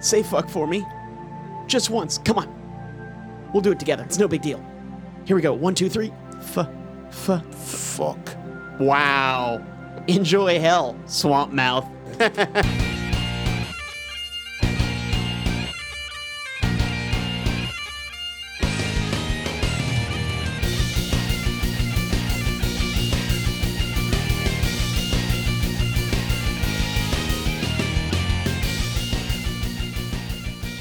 Say fuck for me. Just once. Come on. We'll do it together. It's no big deal. Here we go. One, two, three. F, f. Fuck. Wow. Enjoy hell, swamp mouth.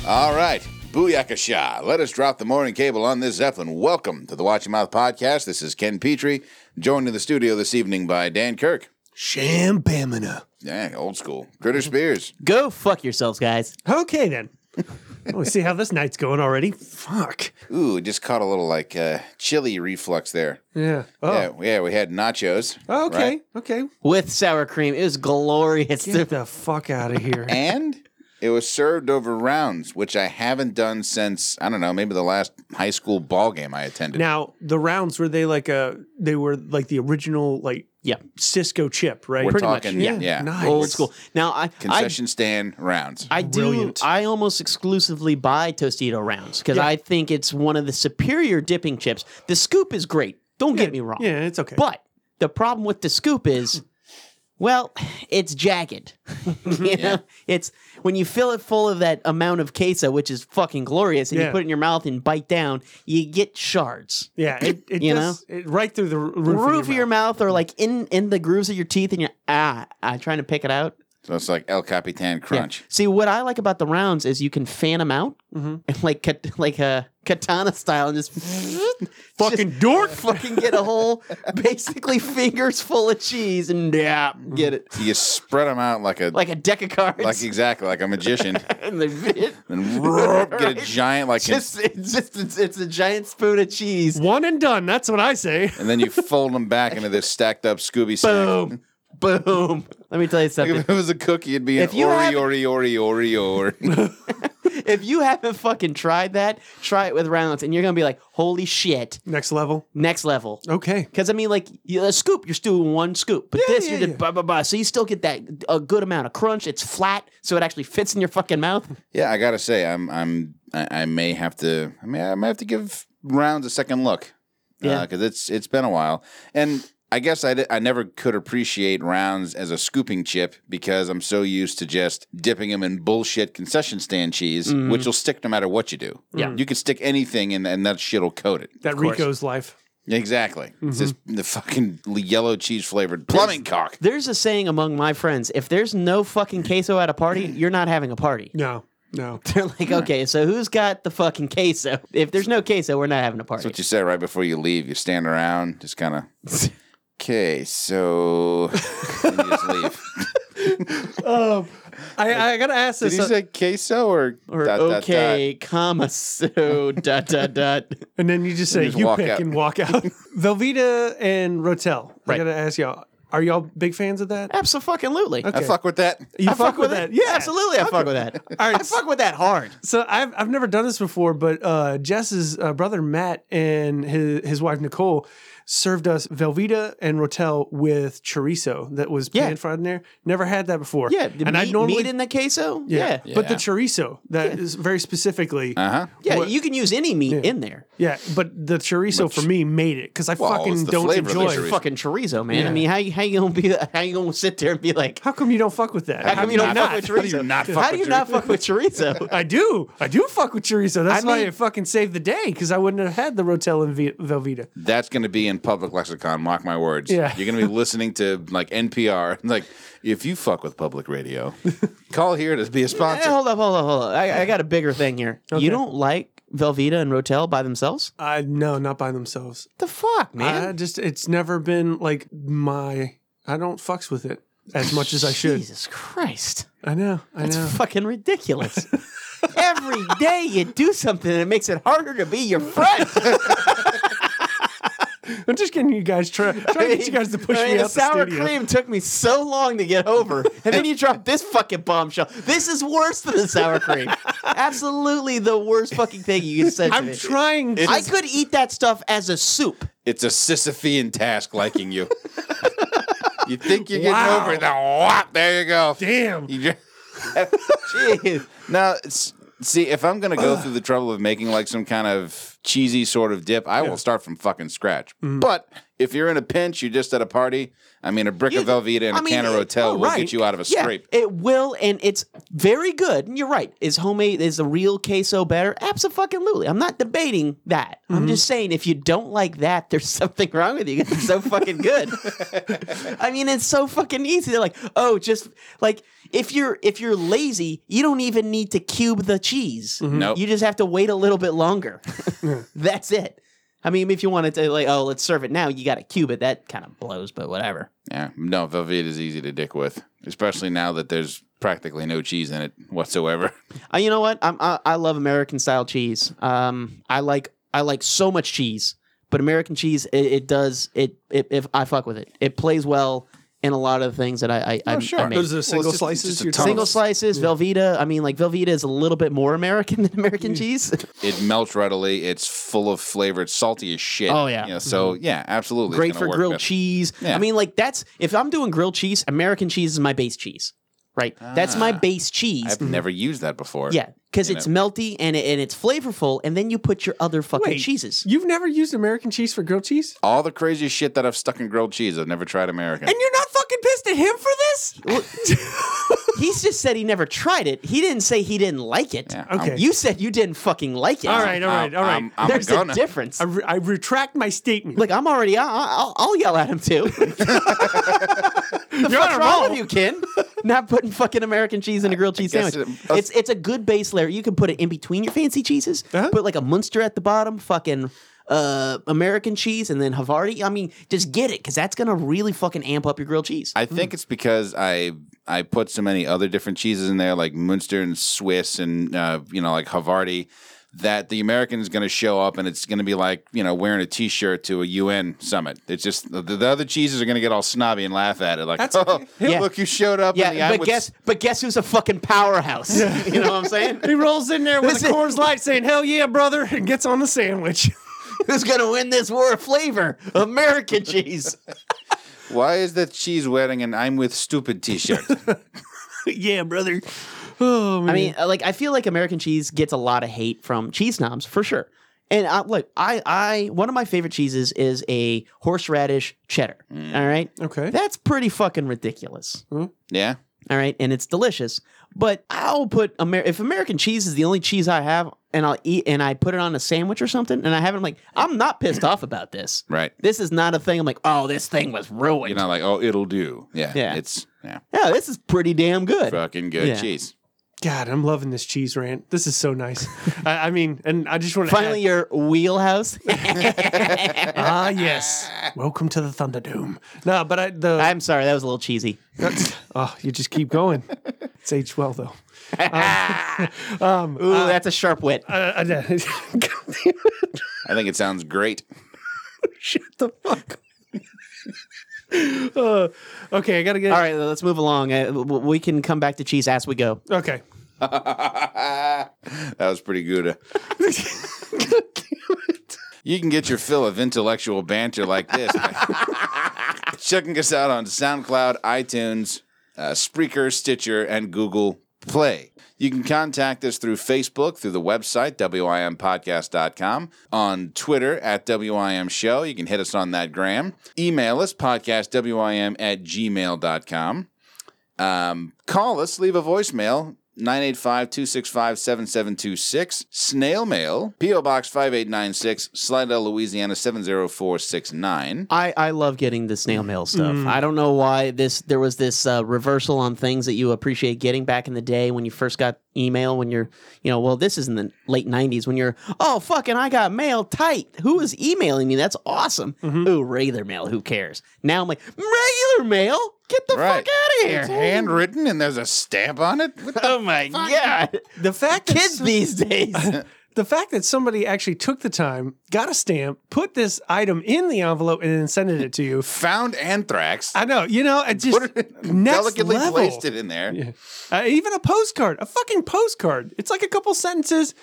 All right. Booyakasha. Let us drop the morning cable on this Zeppelin. Welcome to the Watch Your Mouth podcast. This is Ken Petrie, joined in the studio this evening by Dan Kirk. Sham Bamina. Yeah, old school. Critter Spears. Go fuck yourselves, guys. Okay then. Oh, we see how this night's going already. Fuck. Ooh, just caught a little like uh, chili reflux there. Yeah. Oh. Yeah, yeah, we had nachos. okay. right? Okay. With sour cream. It was glorious. Get the fuck out of here. And it was served over rounds, which I haven't done since, I don't know, maybe the last high school ball game I attended. now the rounds were they like a they were like the original like yeah. Cisco chip right? We're talking, yeah, yeah. Nice. Old school. Now I I Concession stand rounds. I do. Brilliant. I almost exclusively buy Tostito rounds because Yeah. I think it's one of the superior dipping chips. The scoop is great. Don't get me wrong. Yeah, it's okay. But the problem with the scoop is, well, it's jagged. you know? It's when you fill it full of that amount of queso, which is fucking glorious, and you Yeah. put it in your mouth and bite down, you get shards. yeah, it, it You does, it, right through the r- roof, Roof of your mouth. or like in in the grooves of your teeth, and you're ah, I'm trying to pick it out. so it's like El Capitan Crunch. See, what I like about the rounds is you can fan them out, Mm-hmm. like kat- like a katana style, and just Fucking just dork. fucking get a whole, basically fingers full of cheese, and yeah, get it You spread them out like a, like, like a deck of cards, exactly, like a magician. and they- and roar, get a Right. giant, like, just it's just it's, it's a giant spoon of cheese. One and done. That's what I say. and then you fold them back into this stacked up Scooby snack. Boom, boom. Let me tell you Like something. if it was a cookie, it'd be an If you Ori, haven't- Ori, Ori, Ori, Ori. if you haven't fucking tried that, try it with rounds, and you're gonna be like, holy shit, Next level. next level. Okay. Because I mean, like you- a scoop, you're still doing one scoop, but this yeah, you're just yeah. blah blah blah. So you still get that a good amount of crunch. It's flat, so it actually fits in your fucking mouth. yeah, I gotta say, I'm, I'm, I, I may have to, I mean, I may have to give rounds a second look. Yeah. because it's it's been a while, and I guess I, di- I never could appreciate rounds as a scooping chip because I'm so used to just dipping them in bullshit concession stand cheese, which will stick no matter what you do. Mm-hmm. Yeah. you can stick anything and and that shit will coat it. That course. Rico's life. Exactly. It's Mm-hmm. just the fucking yellow cheese flavored plumbing cock. There's a saying among my friends: if there's no fucking queso at a party, you're not having a party. No. No. They're like, okay, so who's got the fucking queso? If there's no queso, we're not having a That's party. what you say right before you leave. You stand around, just kind of. Okay, so and you just leave. Um, I, I gotta ask Did this. he uh, say queso or, Or dot, dot, dot? okay, comma so dot dot dot. And then you just say And just you walk pick out. and walk out. Velveeta and Rotel. Right. I gotta ask y'all, are y'all big fans of that? Absolutely. I fuck with that. You I fuck with that. Yeah, absolutely. I fuck with that. All right. I fuck with that hard. So I've I've never done this before, but uh, Jess's uh, brother Matt and his his wife Nicole served us Velveeta and Rotel with chorizo that was Yeah. pan fried in there. Never had that before. Yeah, the meat, and I normally meat in the queso. yeah, yeah. Uh-huh. but the Yeah. chorizo that is very specifically. Uh huh. Yeah, What- you can use any meat in there. Yeah, but the chorizo for me made it because I Well, it's fucking the don't flavor of the enjoy. chorizo. Fucking chorizo, man. I Yeah. mean, how you how you gonna be how you gonna sit there and be like, How come you don't fuck with that? how come you don't not- fuck with how do chorizo? you not fuck How do with you not chorizo? fuck with chorizo? I do. I do fuck with chorizo. That's I why mean- it fucking saved the day because I wouldn't have had the Rotel and V- Velveeta. That's going to be in public lexicon. Mark my words. Yeah. You're going to be listening to like NPR. Like, if you fuck with public radio, call here to be a Hey, sponsor. hold up, hold up, hold up. I, I got a bigger thing here. You don't like Velveeta and Rotel by themselves? Uh, no, not by themselves. The fuck, man. I just it's never been like my. I don't fucks with it as much as I should. Jesus Christ. I know. I It's know. fucking ridiculous. Every day you do something that makes it harder to be your friend. I'm just getting you guys try try to get you guys to push I mean, me the out the sour studio. cream took me so long to get over, and then you drop this fucking bombshell. This is worse than the sour cream. Absolutely, the worst fucking thing you said to I'm me. trying. I To, could eat that stuff as a soup. It's a Sisyphean task liking you. you think you're getting Wow. over it. Now, whop, there you go. damn. You ju- Jeez. Now, s- see, if I'm going to go through the trouble of making like some kind of cheesy sort of dip, I will start from fucking scratch. Mm-hmm. But if you're in a pinch, you're just at a party, I mean, a brick of Velveeta and I a mean, can of it- oh, Rotel all will right. get you out of a Yeah, scrape. it will, and it's very good. And you're right. Is homemade is the real queso better? Absolutely. I'm not debating that. Mm-hmm. I'm just saying if you don't like that, there's something wrong with you. It's so fucking good. I mean, it's so fucking easy. They're like, oh, just like if you're if you're lazy, you don't even need to cube the cheese. Mm-hmm. Nope. You just have to wait a little bit longer. That's it. I mean, if you wanted to, like, oh, let's serve it now, you got to cube it. That kind of blows, but whatever. Yeah, no, Velveeta is easy to dick with, especially now that there's practically no cheese in it whatsoever. Uh, you know what? I'm, I I love American style cheese. Um, I like I like so much cheese, but American cheese it, it does it, it if I fuck with it, it plays well in a lot of the things that I I, I, Oh, sure. I make. Those are the single just- slices. just a you're ton talking of- Single about? slices, Velveeta. I mean, like Velveeta is a little bit more American than Mm. American cheese. It melts readily. It's full of flavor. It's salty as shit. Oh, yeah. You know, so yeah, absolutely. it's Great gonna for work grilled best. cheese. Yeah. I mean, like that's if I'm doing grilled cheese, American cheese is my base cheese, right? that's my Ah. base cheese. I've never used that before. Mm-hmm. yeah, because you it's melty and it, and it's flavorful, and then you put your other fucking Wait, cheeses. You've never used American cheese for grilled cheese? All the craziest shit that I've stuck in grilled cheese, I've never tried American. And you're not fucking pissed at him for this? He's just said he never tried it. He didn't say he didn't like it. Yeah, Okay. You said you didn't fucking like it. All right, all right, all right. I'm, I'm There's gonna. a difference. I, re- I retract my statement. Like I'm already. I, I'll, I'll yell at him too. You're What's on a wrong roll. with you, Ken? Not putting fucking American cheese in a grilled cheese guess sandwich. it- it's it's a good base layer. You can put it in between your fancy cheeses. Uh-huh. Put like a Munster at the bottom, fucking uh, American cheese, and then Havarti. I mean, just get it because that's gonna really fucking amp up your grilled cheese. I think it's because I I put so many other different cheeses in there, like Munster and Swiss, and uh, you know, like Havarti, that the American is going to show up and it's going to be like you know wearing a T-shirt to a UN summit. It's just the, the other cheeses are going to get all snobby and laugh at it, like, That's- oh, Yeah. look, you showed up. in the yeah, eye but with guess but guess who's a fucking powerhouse? you know what I'm saying? he rolls in there with This a is- Coors Light saying, hell yeah, brother, and gets on the sandwich. Who's gonna win this war of flavor? American cheese. Why is that cheese wearing an "I'm with stupid" T-shirt? yeah, brother. Oh, man. I mean, uh, like I feel like American cheese gets a lot of hate from cheese snobs for sure. And I, look, I, I, one of my favorite cheeses is a horseradish cheddar. All right, okay. that's pretty fucking ridiculous. yeah, All right, and it's delicious. But I'll put Amer- if American cheese is the only cheese I have, and I'll eat, and I put it on a sandwich or something, and I have it, I'm like, I'm not pissed off about this. right. This is not a thing. I'm like, oh, this thing was ruined. You're not like, oh, it'll do. Yeah, Yeah. It's yeah, yeah, this is pretty damn good. fucking good Yeah. cheese. God, I'm loving this cheese rant. This is so nice. I, I mean, and I just want to Finally, your wheelhouse. ah, yes. Welcome to the Thunderdome. No, but I the I'm sorry, that was a little cheesy. oh, you just keep going. It's aged well though. Ooh, that's a sharp wit. Uh, I, I think it sounds great. shut the fuck. up. uh, okay, I gotta get. All right, let's move along. Uh, w- w- we can come back to cheese as we go. Okay. that was pretty good. you can get your fill of intellectual banter like this. by Checking us out on SoundCloud, iTunes, uh, Spreaker, Stitcher, and Google Play. You can contact us through Facebook, through the website, wimpodcast.com, on Twitter at WIM Show. You can hit us on that gram. Email us, podcastwim at gmail.com. Um, call us, leave a voicemail. 985 265 7726. Snail mail, P.O. Box 5896, Slidell, Louisiana 70469. I, I love getting the snail mail stuff. Mm. I don't know why this there was this uh, reversal on things that you appreciate getting back in the day when you first got email. When you're, you know, well, this is in the late '90s when you're, oh fucking, I got mail tight. Who is emailing me? That's awesome. Mm-hmm. Ooh, regular mail. Who cares? Now I'm like regular mail. Get the Right. fuck out of It's here. handwritten and there's a stamp on it. What the- Oh my god, The fact that kids these days. the fact that somebody actually took the time, got a stamp, put this item in the envelope, and then sent it to you. Found Uh, anthrax. I know. You know. I just Put it- next delicately level. placed it in there. Yeah. Uh, even a postcard, a fucking postcard. It's like a couple sentences.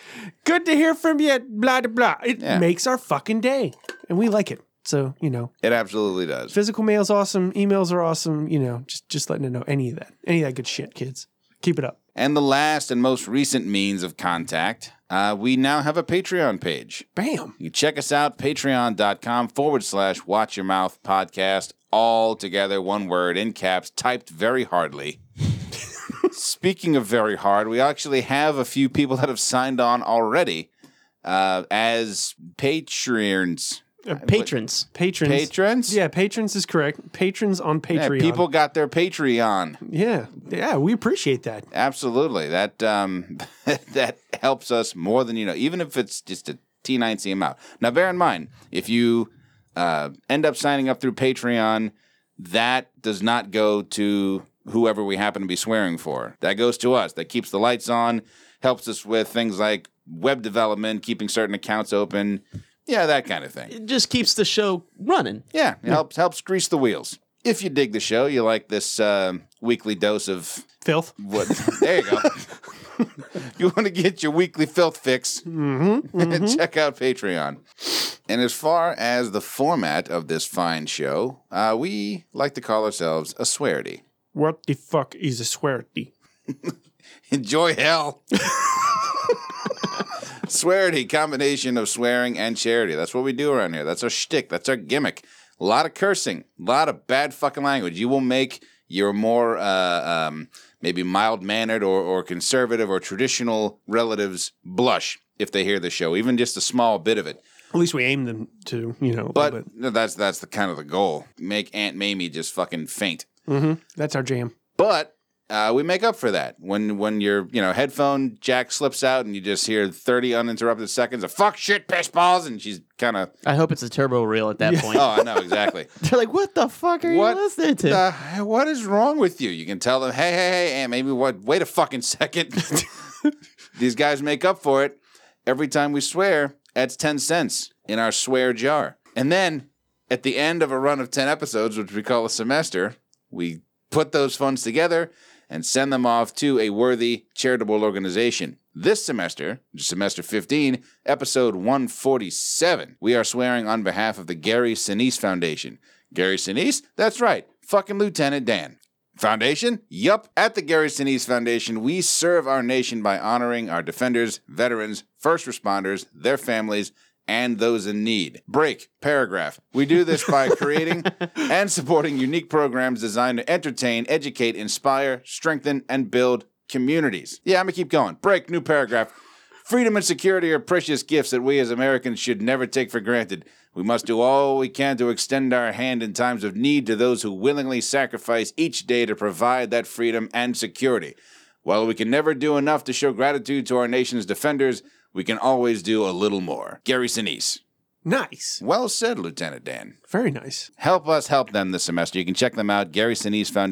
Good to hear from you. Blah blah blah. It Yeah. makes our fucking day, and we like it. So you know, It absolutely does. physical mail's awesome. Emails are awesome. You know, just just letting it know any of that, any of that good shit, kids. Keep it up. And the last and most recent means of contact, uh, we now have a Patreon page. Bam. You can check us out, patreon.com forward slash watch your mouth podcast, all together, one word in caps, typed very hardly. Speaking of very hard, we actually have a few people that have signed on already uh, as patrons. Patrons. Patrons. Patrons? yeah, patrons is correct. Patrons on Yeah, Patreon. people got their Patreon. Yeah. Yeah, we appreciate that. Absolutely. That um, that helps us more than you know, even if it's just a T9C amount. Now, bear in mind, if you uh, end up signing up through Patreon, that does not go to whoever we happen to be swearing for. That goes to us. That keeps the lights on, helps us with things like web development, keeping certain accounts open. Yeah, that kind of thing. It just keeps the show running. Yeah, it helps helps grease the wheels. If you dig the show, you like this uh, weekly dose of Filth. what? There you go. you want to get your weekly filth fix? Check out Patreon. And as far as the format of this fine show, uh, we like to call ourselves a swearity. What the fuck is a swearity? Enjoy hell. swearity, combination of swearing and charity. That's what we do around here. That's our shtick. That's our gimmick. A lot of cursing, a lot of bad fucking language. You will make your more uh, um, maybe mild mannered or, or conservative or traditional relatives blush if they hear the show, even just a small bit of it. At least we aim them to, you know. But no, that's that's the kind of the goal. Make Aunt Mamie just fucking faint. Mm-hmm. that's our jam. But uh, we make up for that when when your you know headphone jack slips out and you just hear thirty uninterrupted seconds of fuck shit piss balls and she's kind of I hope it's a turbo reel at that point. oh I know exactly They're like, what the fuck are What you listening to? Uh, what is wrong with you? You can tell them hey hey hey and maybe what wait a fucking second these guys make up for it every time we swear that's ten cents in our swear jar and then at the end of a run of ten episodes which we call a semester we put those funds together and send them off to a worthy charitable organization. This semester, semester 15, episode 147, we are swearing on behalf of the Gary Sinise Foundation. Gary Sinise? That's right, fucking Lieutenant Dan. Foundation? Yup. At the Gary Sinise Foundation, we serve our nation by honoring our defenders, veterans, first responders, their families, and those in need. Break, paragraph. We do this by creating and supporting unique programs designed to entertain, educate, inspire, strengthen, and build communities. Yeah, I'm gonna keep going. Break, new paragraph. Freedom and security are precious gifts that we as Americans should never take for granted. We must do all we can to extend our hand in times of need to those who willingly sacrifice each day to provide that freedom and security. While we can never do enough to show gratitude to our nation's defenders, we can always do a little more. Gary Sinise. Nice. Well said, Lieutenant Dan. Very nice. Help us help them this semester. You can check them out,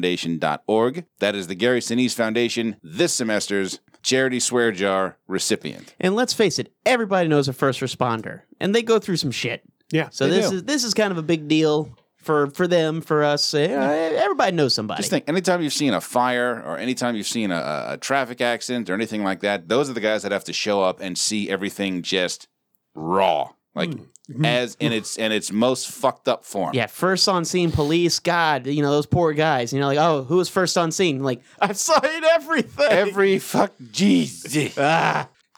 GarySineseFoundation.org. That is the Gary Sinise Foundation this semester's charity swear jar recipient. and let's face it, everybody knows a first responder, and they go through some shit. Yeah. So They this do. is this is kind of a big deal for for them, for us. Uh, Everybody knows somebody. Just think, anytime you've seen a fire or anytime you've seen a, a- a traffic accident or anything like that, those are the guys that have to show up and see everything just raw, like as in its in its most fucked up form. Yeah, first on scene police. God, you know those poor guys. You know, like oh, who was first on scene? Like I saw it everything. Every fuck Jesus.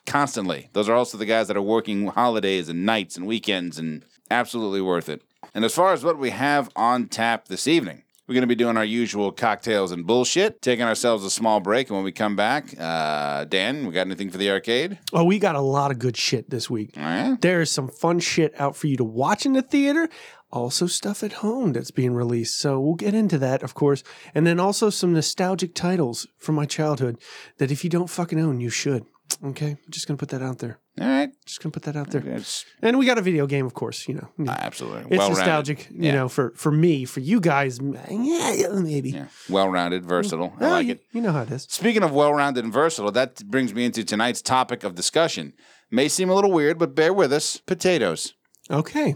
Constantly. Those are also the guys that are working holidays and nights and weekends and absolutely worth it. And as far as what we have on tap this evening, we're going to be doing our usual cocktails and bullshit, taking ourselves a small break. And when we come back, uh, Dan, we got anything for the arcade? Oh, we got a lot of good shit this week. All right. There's some fun shit out for you to watch in the theater. Also, stuff at home that's being released. So, we'll get into that, of course. And then also some nostalgic titles from my childhood that if you don't fucking own, you should. Okay. I'm just going to put that out there. All right. Just going to put that out there. It's, And we got a video game, of course, you know. absolutely. It's well-rounded. nostalgic, you Yeah. know, for, for me, for you guys, m- yeah, maybe. Yeah. Well rounded, versatile. I Oh, like you, it. you know how it is. Speaking of well rounded and versatile, that brings me into tonight's topic of discussion. May seem a little weird, but bear with us potatoes. Okay.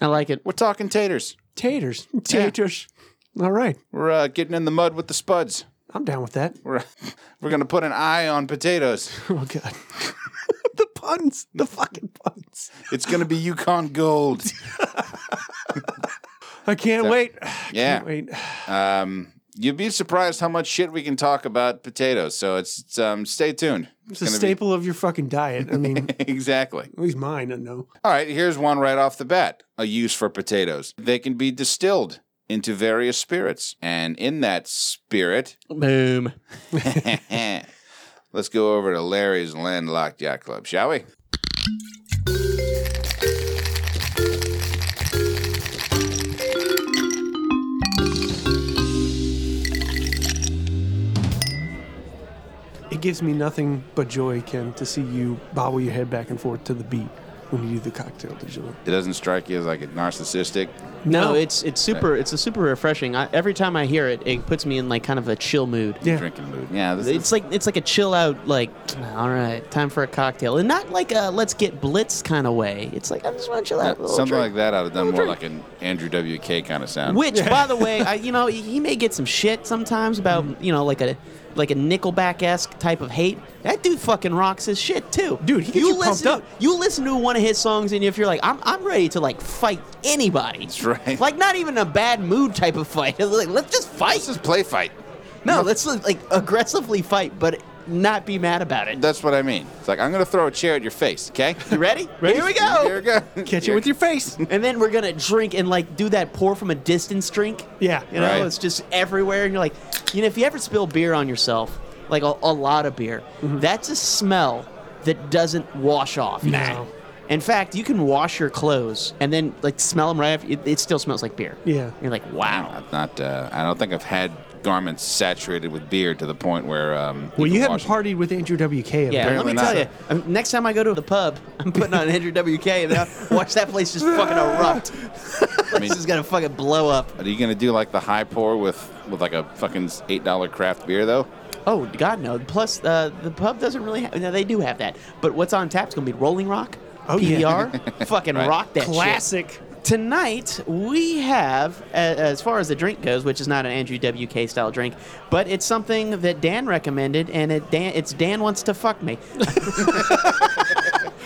I like it. We're talking taters. Taters. Taters. All right. We're uh, getting in the mud with the spuds. I'm down with that. We're, we're going to put an eye on potatoes. Oh, God. the puns. The fucking puns. It's going to be Yukon Gold. I can't wait. I Yeah. can't wait. Um, You'd be surprised how much shit we can talk about potatoes. So it's, it's, um, stay tuned. It's a staple of your fucking diet. I mean, at exactly. least mine, I know. All right, here's one right off the bat a use for potatoes. They can be distilled into various spirits. And in that spirit, eh, Boom. let's go over to Larry's Landlocked Yacht Club, shall we? It gives me nothing but joy, Ken, to see you bobble your head back and forth to the beat when you do the cocktail digital. It doesn't strike you as like a narcissistic. No, it's it's super. It's a super refreshing. I, every time I hear it, it puts me in like kind of a chill mood. Yeah. Drinking mood. Yeah, this is It's like it's like a chill out. Like, all right, time for a cocktail, and not like a let's get blitz kind of way. It's like I just want to chill out. a little something drink. like that. I'd have done more like an Andrew WK kind of sound. Which, by the way, I, you know, he may get some shit sometimes Mm-hmm. about you know like a like a Nickelback esque type of hate. That dude fucking rocks his shit too, Dude, he gets you pumped listen, up. You listen to one of his songs, and if you're like, I'm I'm ready to like fight anybody. That's right. Like not even a bad mood type of fight. like let's just this fight. is play fight. No, let's like aggressively fight, but not be mad about it. That's what I mean. It's like I'm gonna throw a chair at your face. Okay. You ready? Ready? Here we go. Here we go. Catch it with your face. And then we're gonna drink and like do that pour from a distance drink. Yeah. you know, Right. it's just everywhere, and you're like, you know, if you ever spill beer on yourself, like a, a lot of beer, Mm-hmm. that's a smell that doesn't wash off. No. In fact, you can wash your clothes and then like smell them right after. It, it still smells like beer. Yeah. You're like, wow. I've not. Uh, I don't think I've had garments saturated with beer to the point where. Um, Well, you can haven't wash it. partied with Andrew WK. Yeah, apparently. let me apparently not. tell you. um, Next time I go to the pub, I'm putting on Andrew WK and then I'll watch that place just fucking erupt. I mean, This is gonna fucking blow up. are you gonna do like the high pour with with like a fucking eight dollar craft beer though? Oh God, no! Plus, uh, the pub doesn't really. have... No, they do have that, but what's on tap's gonna be Rolling Rock, Oh, yeah. PBR, fucking Right. rock that shit. Classic. Tonight we have, a- as far as the drink goes, which is not an Andrew WK style drink, but it's something that Dan recommended, and it Dan, it's Dan wants to fuck me.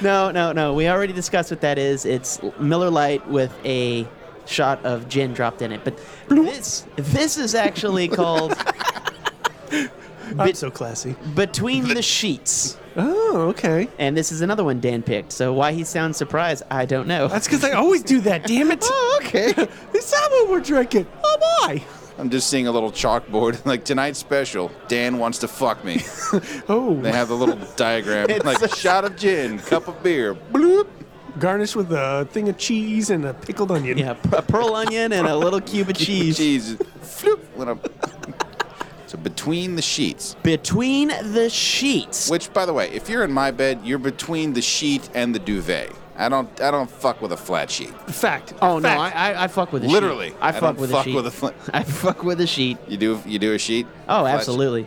no, no, no. We already discussed what that is. It's Miller Lite with a shot of gin dropped in it. But this this is actually called I'm Bit- so classy. Between the Sheets. Oh, okay. And this is another one Dan picked. So why he sounds surprised, I don't know. That's because I always do that. Damn it! Oh, okay. Is that what we're drinking? Oh my! I'm just seeing a little chalkboard like tonight's special. Dan wants to fuck me. They Oh, have the little diagram like shot of gin, cup of beer, bloop. garnished with a thing of cheese and a pickled onion. yeah, p- a pearl onion and a little cube of cheese. Cheese. Floop. When I'm- so between the sheets. Between the sheets. Which, by the way, if you're in my bed, you're between the sheet and the duvet. I don't, I don't fuck with a flat sheet. Fact. Oh no, I, Fact. I, I fuck with a Literally, sheet. I, I fuck don't with a fuck sheet. with a fl- I fuck with a sheet. You do, you do a sheet. Oh, Flat sheet? absolutely,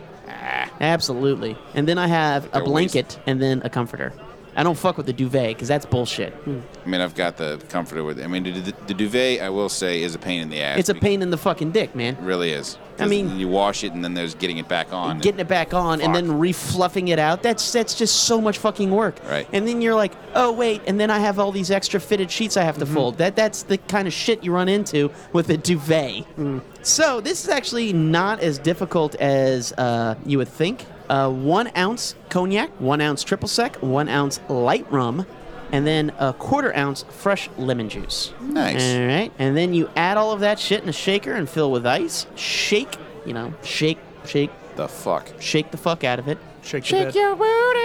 absolutely. And then I have Ah. they're a blanket and then a comforter. I don't fuck with the duvet because that's bullshit. I mean, I've got the comforter with. I mean, the, the, the duvet, I will say, is a pain in the ass. It's a because- pain in the fucking dick, man. It really is. I mean- you wash it and then there's getting it back on. getting it back on and then refluffing it out. That's that's just so much fucking work. Right. And then you're like, oh wait, and then I have all these extra fitted sheets I have Mm-hmm. to fold. That that's the kind of shit you run into with a duvet. Mm. So this is actually not as difficult as uh, you would think. Uh, one ounce cognac, one ounce triple sec, one ounce light rum, and then a quarter ounce fresh lemon juice. Nice. All right. And then you add all of that shit in a shaker and fill with ice. Shake, you know, shake, shake, the fuck. shake the fuck out of it. Shake the bed. your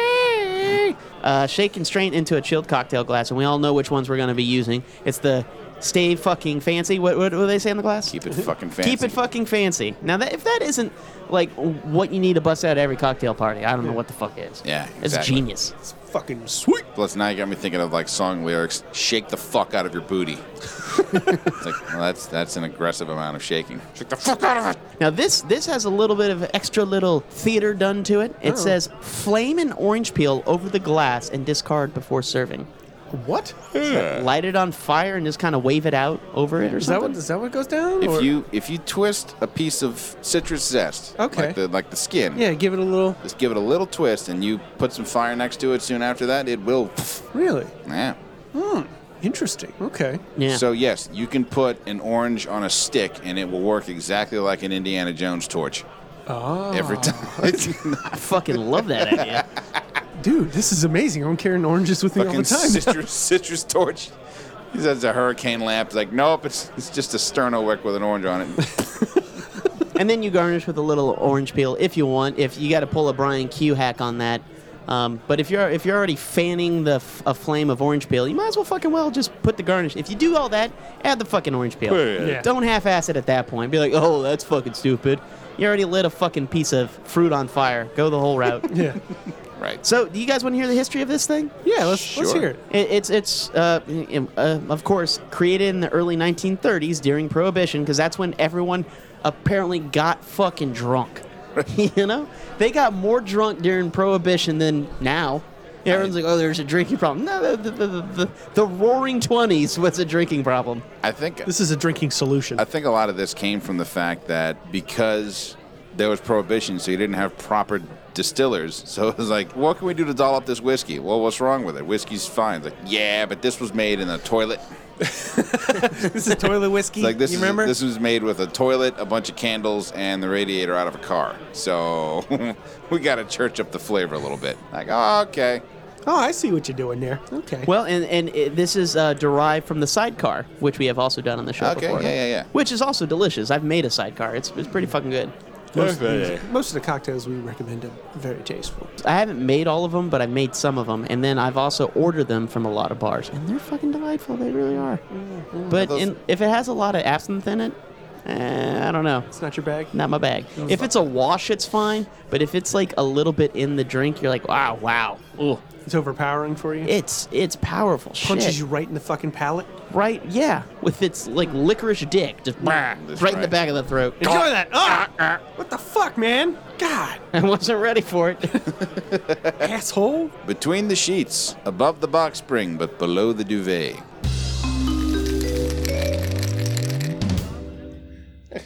booty. Uh, shake and strain into a chilled cocktail glass, and we all know which ones we're going to be using. It's the stay fucking fancy. What what, what do they say in the glass? Keep it fucking fancy. Keep it fucking fancy. Now that if that isn't like what you need to bust out at every cocktail party, I don't know what the fuck is. Yeah, it's exactly. genius. It's fucking sweet. Plus, now you got me thinking of like song lyrics. Shake the fuck out of your booty. it's like, well, that's that's an aggressive amount of shaking. Shake the fuck out of it. Now this this has a little bit of extra little theater done to it. Oh. It says flame an orange peel over the glass and discard before serving. What? Uh. Light it on fire and just kind of wave it out over it or Is that something. what? Is that what goes down? If or- you if you twist a piece of citrus zest, Okay. like the like the skin, yeah, give it a little. just give it a little twist, and you put some fire next to it. Soon after that, it will. Really? Yeah. Interesting. Okay. Yeah. So yes, you can put an orange on a stick, and it will work exactly like an Indiana Jones torch Ah, every time. I fucking love that idea. dude, this is amazing. I'm carrying oranges with me all the Fucking time. citrus, citrus torch. He says it's a hurricane lamp. It's like, nope, it's it's just a sterno wick with an orange on it. and then you garnish with a little orange peel if you want. If you got to pull a Brian Q hack on that. Um, but if you're if you're already fanning the f- a flame of orange peel, you might as well fucking well just put the garnish. If you do all that, add the fucking orange peel. Yeah. Don't half-ass it at that point. Be like, oh, that's fucking stupid. You already lit a fucking piece of fruit on fire. Go the whole route. yeah. Right. so, do you guys want to hear the history of this thing? Yeah. Let's let's Sure. hear it. It, it's it's uh, in- uh, of course created in the early 1930s during Prohibition because that's when everyone apparently got fucking drunk. you know, they got more drunk during Prohibition than now. Everyone's like, "Oh, there's a drinking problem." No, the the, the, the, the Roaring Twenties was a drinking problem. I think This is a drinking solution. I think a lot of this came from the fact that because there was prohibition, so you didn't have proper distillers. So it was like, what can we do to doll up this whiskey? Well, what's wrong with it? Whiskey's fine. It's like, yeah, but this was made in a toilet. this is toilet whiskey. It's like this, is, this was made with a toilet, a bunch of candles, and the radiator out of a car. So we got to church up the flavor a little bit. Like, oh, okay. oh, I see what you're doing there. Okay. Well, and and it, this is uh, derived from the sidecar, which we have also done on the show Okay, before. yeah, yeah, yeah. Which is also delicious. I've made a sidecar. It's it's pretty fucking good. most, of the, most of the cocktails we recommend are very tasteful. I haven't made all of them, but I made some of them, and then I've also ordered them from a lot of bars, and they're fucking delightful. They really are. But those- in, if it has a lot of absinthe in it, eh, I don't know. It's not your bag. Not my bag. If it's a wash, it's fine. But if it's like a little bit in the drink, you're like, wow, wow, ooh, It's overpowering for you. it's it's powerful punches shit, you right in the fucking palate. right? Yeah, with its like licorice dick, just brah, That's right, in the right. back of the throat. Enjoy that. Ah! What the fuck, man? God, I wasn't ready for it. asshole. Between the sheets, above the box spring, but below the duvet.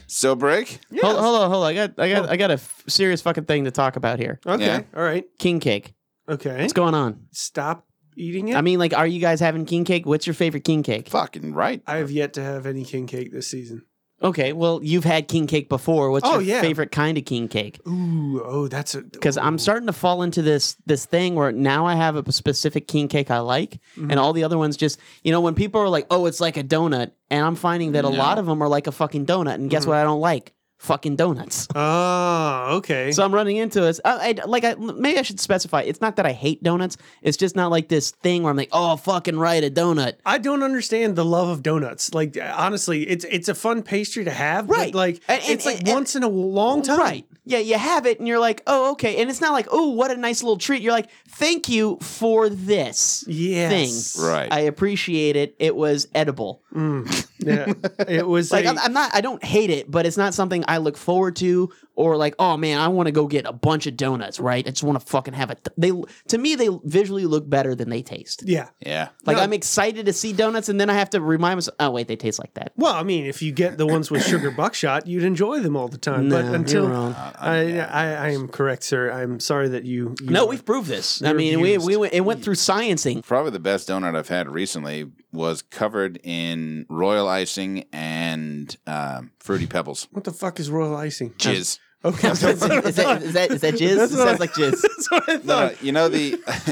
So break. Hold, hold on, hold on. I got, I got, I got a f- serious fucking thing to talk about here. Okay. Yeah. All right. King cake. Okay. What's going on? Stop eating it. I mean, like, are you guys having king cake? What's your favorite king cake? Fucking right. I have yet to have any king cake this season. Okay, well, you've had king cake before. What's Oh, your yeah. favorite kind of king cake? Ooh. Oh, that's a. Because I'm starting to fall into this this thing where now I have a specific king cake I like, Mm-hmm. and all the other ones just you know when people are like, oh, it's like a donut, and I'm finding that a No. lot of them are like a fucking donut, and guess Mm-hmm. what? I don't like fucking donuts. Oh, okay. So I'm running into this. I, I- like I maybe I should specify. It's not that I hate donuts. It's just not like this thing where I'm like, oh, fucking right, a donut. I don't understand the love of donuts. Like honestly, it's it's a fun pastry to have, Right. but like And- and- it's like and- once in a long time. Right. Yeah, you have it and you're like, oh, okay. And it's not like, oh, what a nice little treat. You're like, thank you for this Yes. thing. Right. I appreciate it. It was edible. Yeah. It was Like, a- I'm, I'm not, I don't hate it, but it's not something I look forward to or like, oh man, I want to go get a bunch of donuts, right? I just want to fucking have it. They, to me, they visually look better than they taste. yeah. Yeah. Like, No. I'm excited to see donuts and then I have to remind myself, oh, wait, they taste like that. Well, I mean, if you get the ones with sugar buckshot, you'd enjoy them all the time. but No, until you're wrong. I, I, I am correct, sir. I'm sorry that you. you No, are- we've proved this. I You're mean, we, abused. we went, it went through sciencing. Probably the best donut I've had recently was covered in royal icing and um, fruity pebbles. What the fuck is royal icing? Jizz. Okay, is, that, is, that, is that jizz? That's It what I- sounds like jizz. that's what I No, thought. no, you know the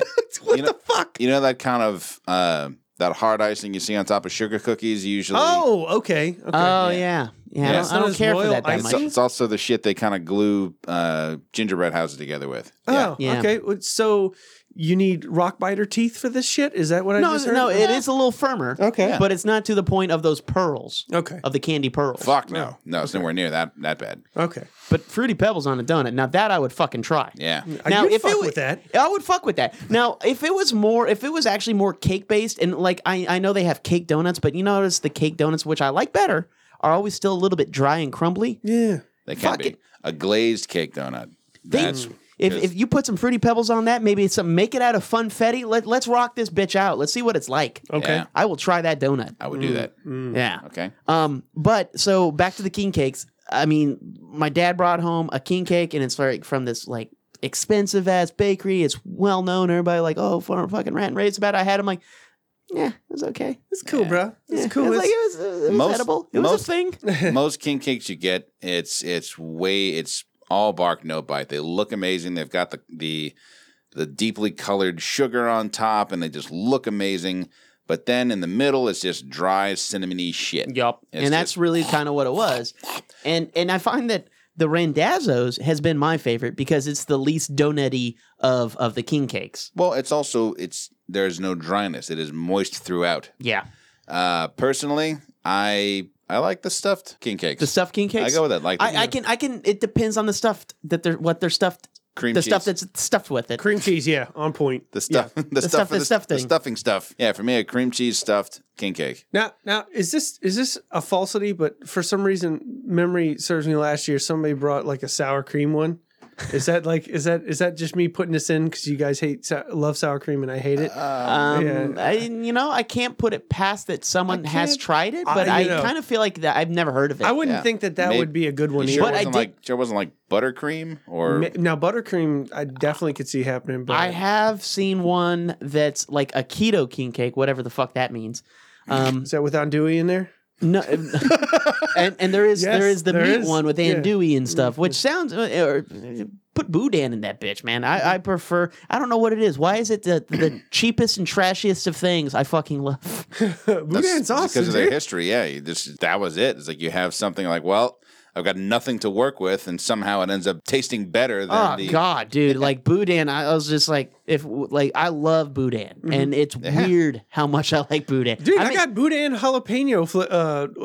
you what the know- fuck? you know that kind of uh, that hard icing you see on top of sugar cookies usually. Oh, okay. okay. Oh Yeah. yeah, yeah. Yeah. I It's don't, I not don't as care for royal that that It's, icing. much. it's also the shit they kind of glue uh, gingerbread houses together with. oh, Yeah. okay. So you need rock biter teeth for this shit? Is that what I No, just heard? no, it is a little firmer. Okay. Yeah. but it's not to the point of those pearls Okay. of the candy pearls. Fuck no. No, it's nowhere near that that bad. Okay. But fruity pebbles on a donut. Now that I would fucking try. Yeah. Mm, I Now, would if fuck it wa- with that. I would fuck with that. Now, if it was more, if it was actually more cake based, and like I, I know they have cake donuts, but you notice the cake donuts, which I like better, are always still a little bit dry and crumbly. Yeah. They can Fuck be. it. A glazed cake donut. They- That's If, Yes. if you put some fruity pebbles on that, maybe it's some make it out of funfetti. Let, let's rock this bitch out. Let's see what it's like. Okay. Mm. Yeah. I will try that donut. I would do that. Yeah. Okay. Um, but so back to the king cakes. I mean, my dad brought home a king cake, and it's like from this like expensive ass bakery. It's well known. Everybody like, oh, fu- fucking rat and raves about. It. I had. I'm like, yeah, it was okay. It's cool, bro. It's Yeah, cool. It was, like, It's- it was, it was Most- edible. It was most- a thing. Most king cakes you get, it's it's way it's all bark, no bite. They look amazing. They've got the the the deeply colored sugar on top, and they just look amazing. But then in the middle, it's just dry cinnamony shit. Yep. It's and that's just- really kind of what it was. And and I find that the Randazzo's has been my favorite because it's the least donutty of of the king cakes. Well, it's also it's there's no dryness. It is moist throughout. Yeah. Uh, personally, I I like the stuffed king cakes. The stuffed king I cakes. go with that. Like the I, I can I can it depends on the stuffed that they're what they're stuffed cream the cheese. stuff that's stuffed with it. Cream cheese, yeah, on point. the stuff, the, stuff, stuff for the, that's stuffed the thing. stuffing stuff. Yeah, for me, a cream cheese stuffed king cake. Now, now is this is this a falsity? But for some reason, memory serves me. Last year, somebody brought like a sour cream one. Is that like is that is that just me putting this in because you guys hate sou- love sour cream and I hate it? Uh, Um, Yeah. I, you know, I can't put it past that someone has can't- tried it, I- but you I, know. kind of feel like that I've never heard of it. I wouldn't yeah. think that that Maybe- would be a good one You either. sure But I wasn't did- like sure wasn't like buttercream or Ma- Now buttercream, I definitely could see happening, but I have seen one that's like a keto king cake, whatever the fuck that means. Um, is that with andouille in there? No, and and there is Yes, there is the there meat is. one with Yeah. Mm-hmm. andouille and stuff, which sounds uh, or put boudin in that bitch, man. I, I prefer. I don't know what it is. Why is it the the cheapest and trashiest of things I fucking love? Boudin's awesome. because of their dude. history. Yeah, you just that was it. It's like you have something like, well, I've got nothing to work with, and somehow it ends up tasting better than Ah, Oh the. god, dude! Like boudin, I, I was just like, if like I love boudin, Mm-hmm. and it's weird how much I like boudin. Dude, I, mean- got boudin jalapeno, fl- uh,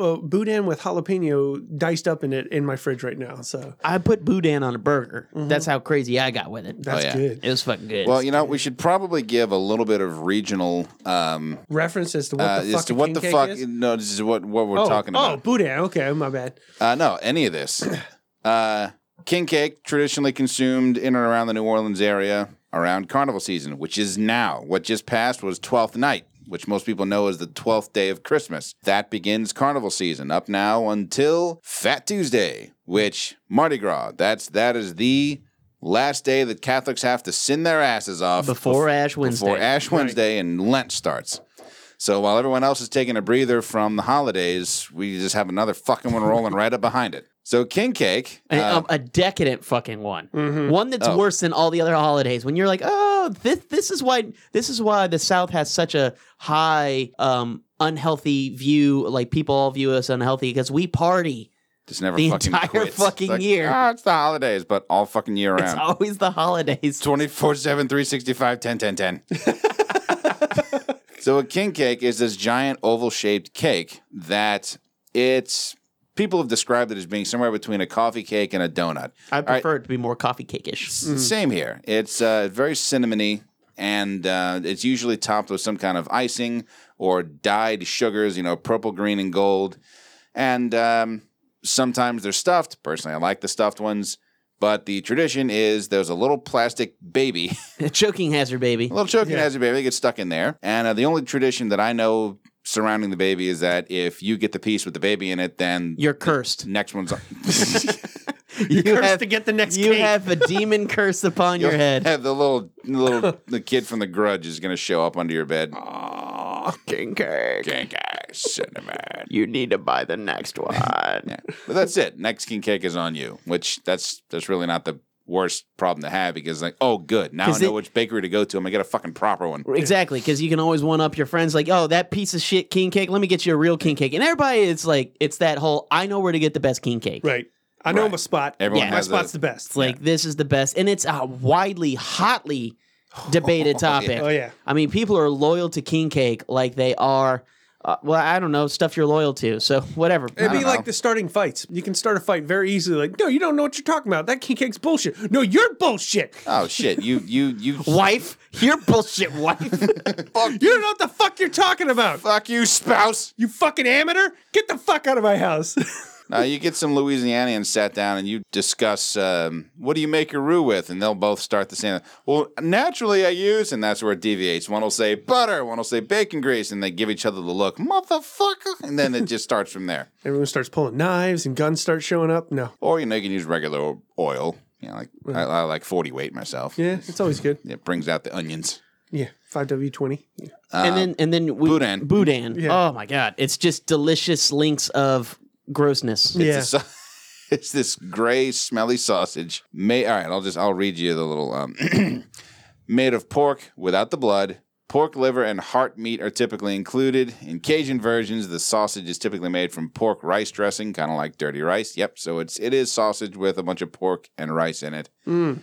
uh, boudin with jalapeno diced up in it in my fridge right now. So Oh, I put boudin on a burger. That's how crazy I got with it. that's yeah. good. It was fucking good. Mm-hmm. Well, you know, we should probably give a little bit of regional um, Reference as to what uh, the fuck as to a what king the cake fuck. is? No, this is what what we're oh, talking Oh, about. boudin. Okay, my bad. Uh, no, any of this. Uh, king cake traditionally consumed in and around the New Orleans area around carnival season, which is now. What just passed was Twelfth Night, which most people know as the twelfth day of Christmas. That begins carnival season up now until Fat Tuesday, which Mardi Gras. That's that is the last day that Catholics have to sin their asses off before Ash Wednesday. before Ash Wednesday and Lent starts. So while everyone else is taking a breather from the holidays, we just have another fucking one rolling right up behind it. So king cake, And, uh, Mm-hmm. Oh. um, a decadent fucking one, Mm-hmm. one that's worse than all the other holidays. When you're like, oh, this this is why this is why the South has such a high um, unhealthy view. Like people all view us unhealthy because we party. just never the fucking entire quits. It's fucking like, year. "Ah, it's the holidays, but all fucking year It's round. always the holidays. 24 7, 365, 10, 10, 10. so, a king cake is this giant oval shaped cake that it's people have described it as being somewhere between a coffee cake and a donut. I right. prefer it to be more coffee cakeish. S- Same here. It's uh, very cinnamony, and uh, it's usually topped with some kind of icing or dyed sugars. You know, purple, green, and gold. And um, sometimes they're stuffed. Personally, I like the stuffed ones. But the tradition is there's a little plastic baby, Choking hazard, baby. a little choking Yeah. hazard baby, that gets stuck in there. And uh, the only tradition that I know surrounding the baby is that if you get the piece with the baby in it, then You're cursed. next one's You Curse have, to get the next you cake. have a demon curse upon your You'll head. Have the little little the kid from the Grudge is going to show up under your bed. Fucking cake. King cake, cinnamon. You need to buy the next one. But that's it. Next king cake is on you, which that's that's really not the worst problem to have because like, oh, good, now I 'Cause know it- which bakery to go to. I'm gonna get a fucking proper one. Exactly, because you can always one up your friends. Like, oh, that piece of shit king cake. Let me get you a real king cake. And everybody, it's like, it's that whole. I know where to get the best king cake. Right. I know Right. my spot. Everyone Yeah. my has spot's a- the best. It's like this is the best, and it's a widely, hotly debated topic. oh yeah. I mean, people are loyal to king cake like they are. Uh, well, I don't know stuff you're loyal to. So whatever. It'd be don't know. like the starting fights. You can start a fight very easily. Like, no, you don't know what you're talking about. That king cake's bullshit. No, you're bullshit. Oh shit, you you you wife, you're bullshit, wife. You don't know what the fuck you're talking about. fuck you spouse. You fucking amateur. Get the fuck out of my house. Now you get some Louisianians sat down and you discuss um, what do you make your roux with, and they'll both start the same. Well, naturally I use, and that's where it deviates. One will say butter, one will say bacon grease, and they give each other the look, motherfucker, and then it just starts from there. Everyone starts pulling knives and guns start showing up. No. Or you know you can use regular oil. You know, like I, I like forty weight myself. Yeah, it's always good. It brings out the onions. Yeah, five W twenty. and then and then we, Boudin. Boudin. Yeah. Oh my god, it's just delicious links of grossness. Yeah, It's, a sau- it's this gray, smelly sausage. May all right. I'll just I'll read you the little um, made of pork without the blood. Pork liver and heart meat are typically included. In Cajun versions, the sausage is typically made from pork rice dressing, kind of like dirty rice. Yep. So it's it is sausage with a bunch of pork and rice in it. Ooh,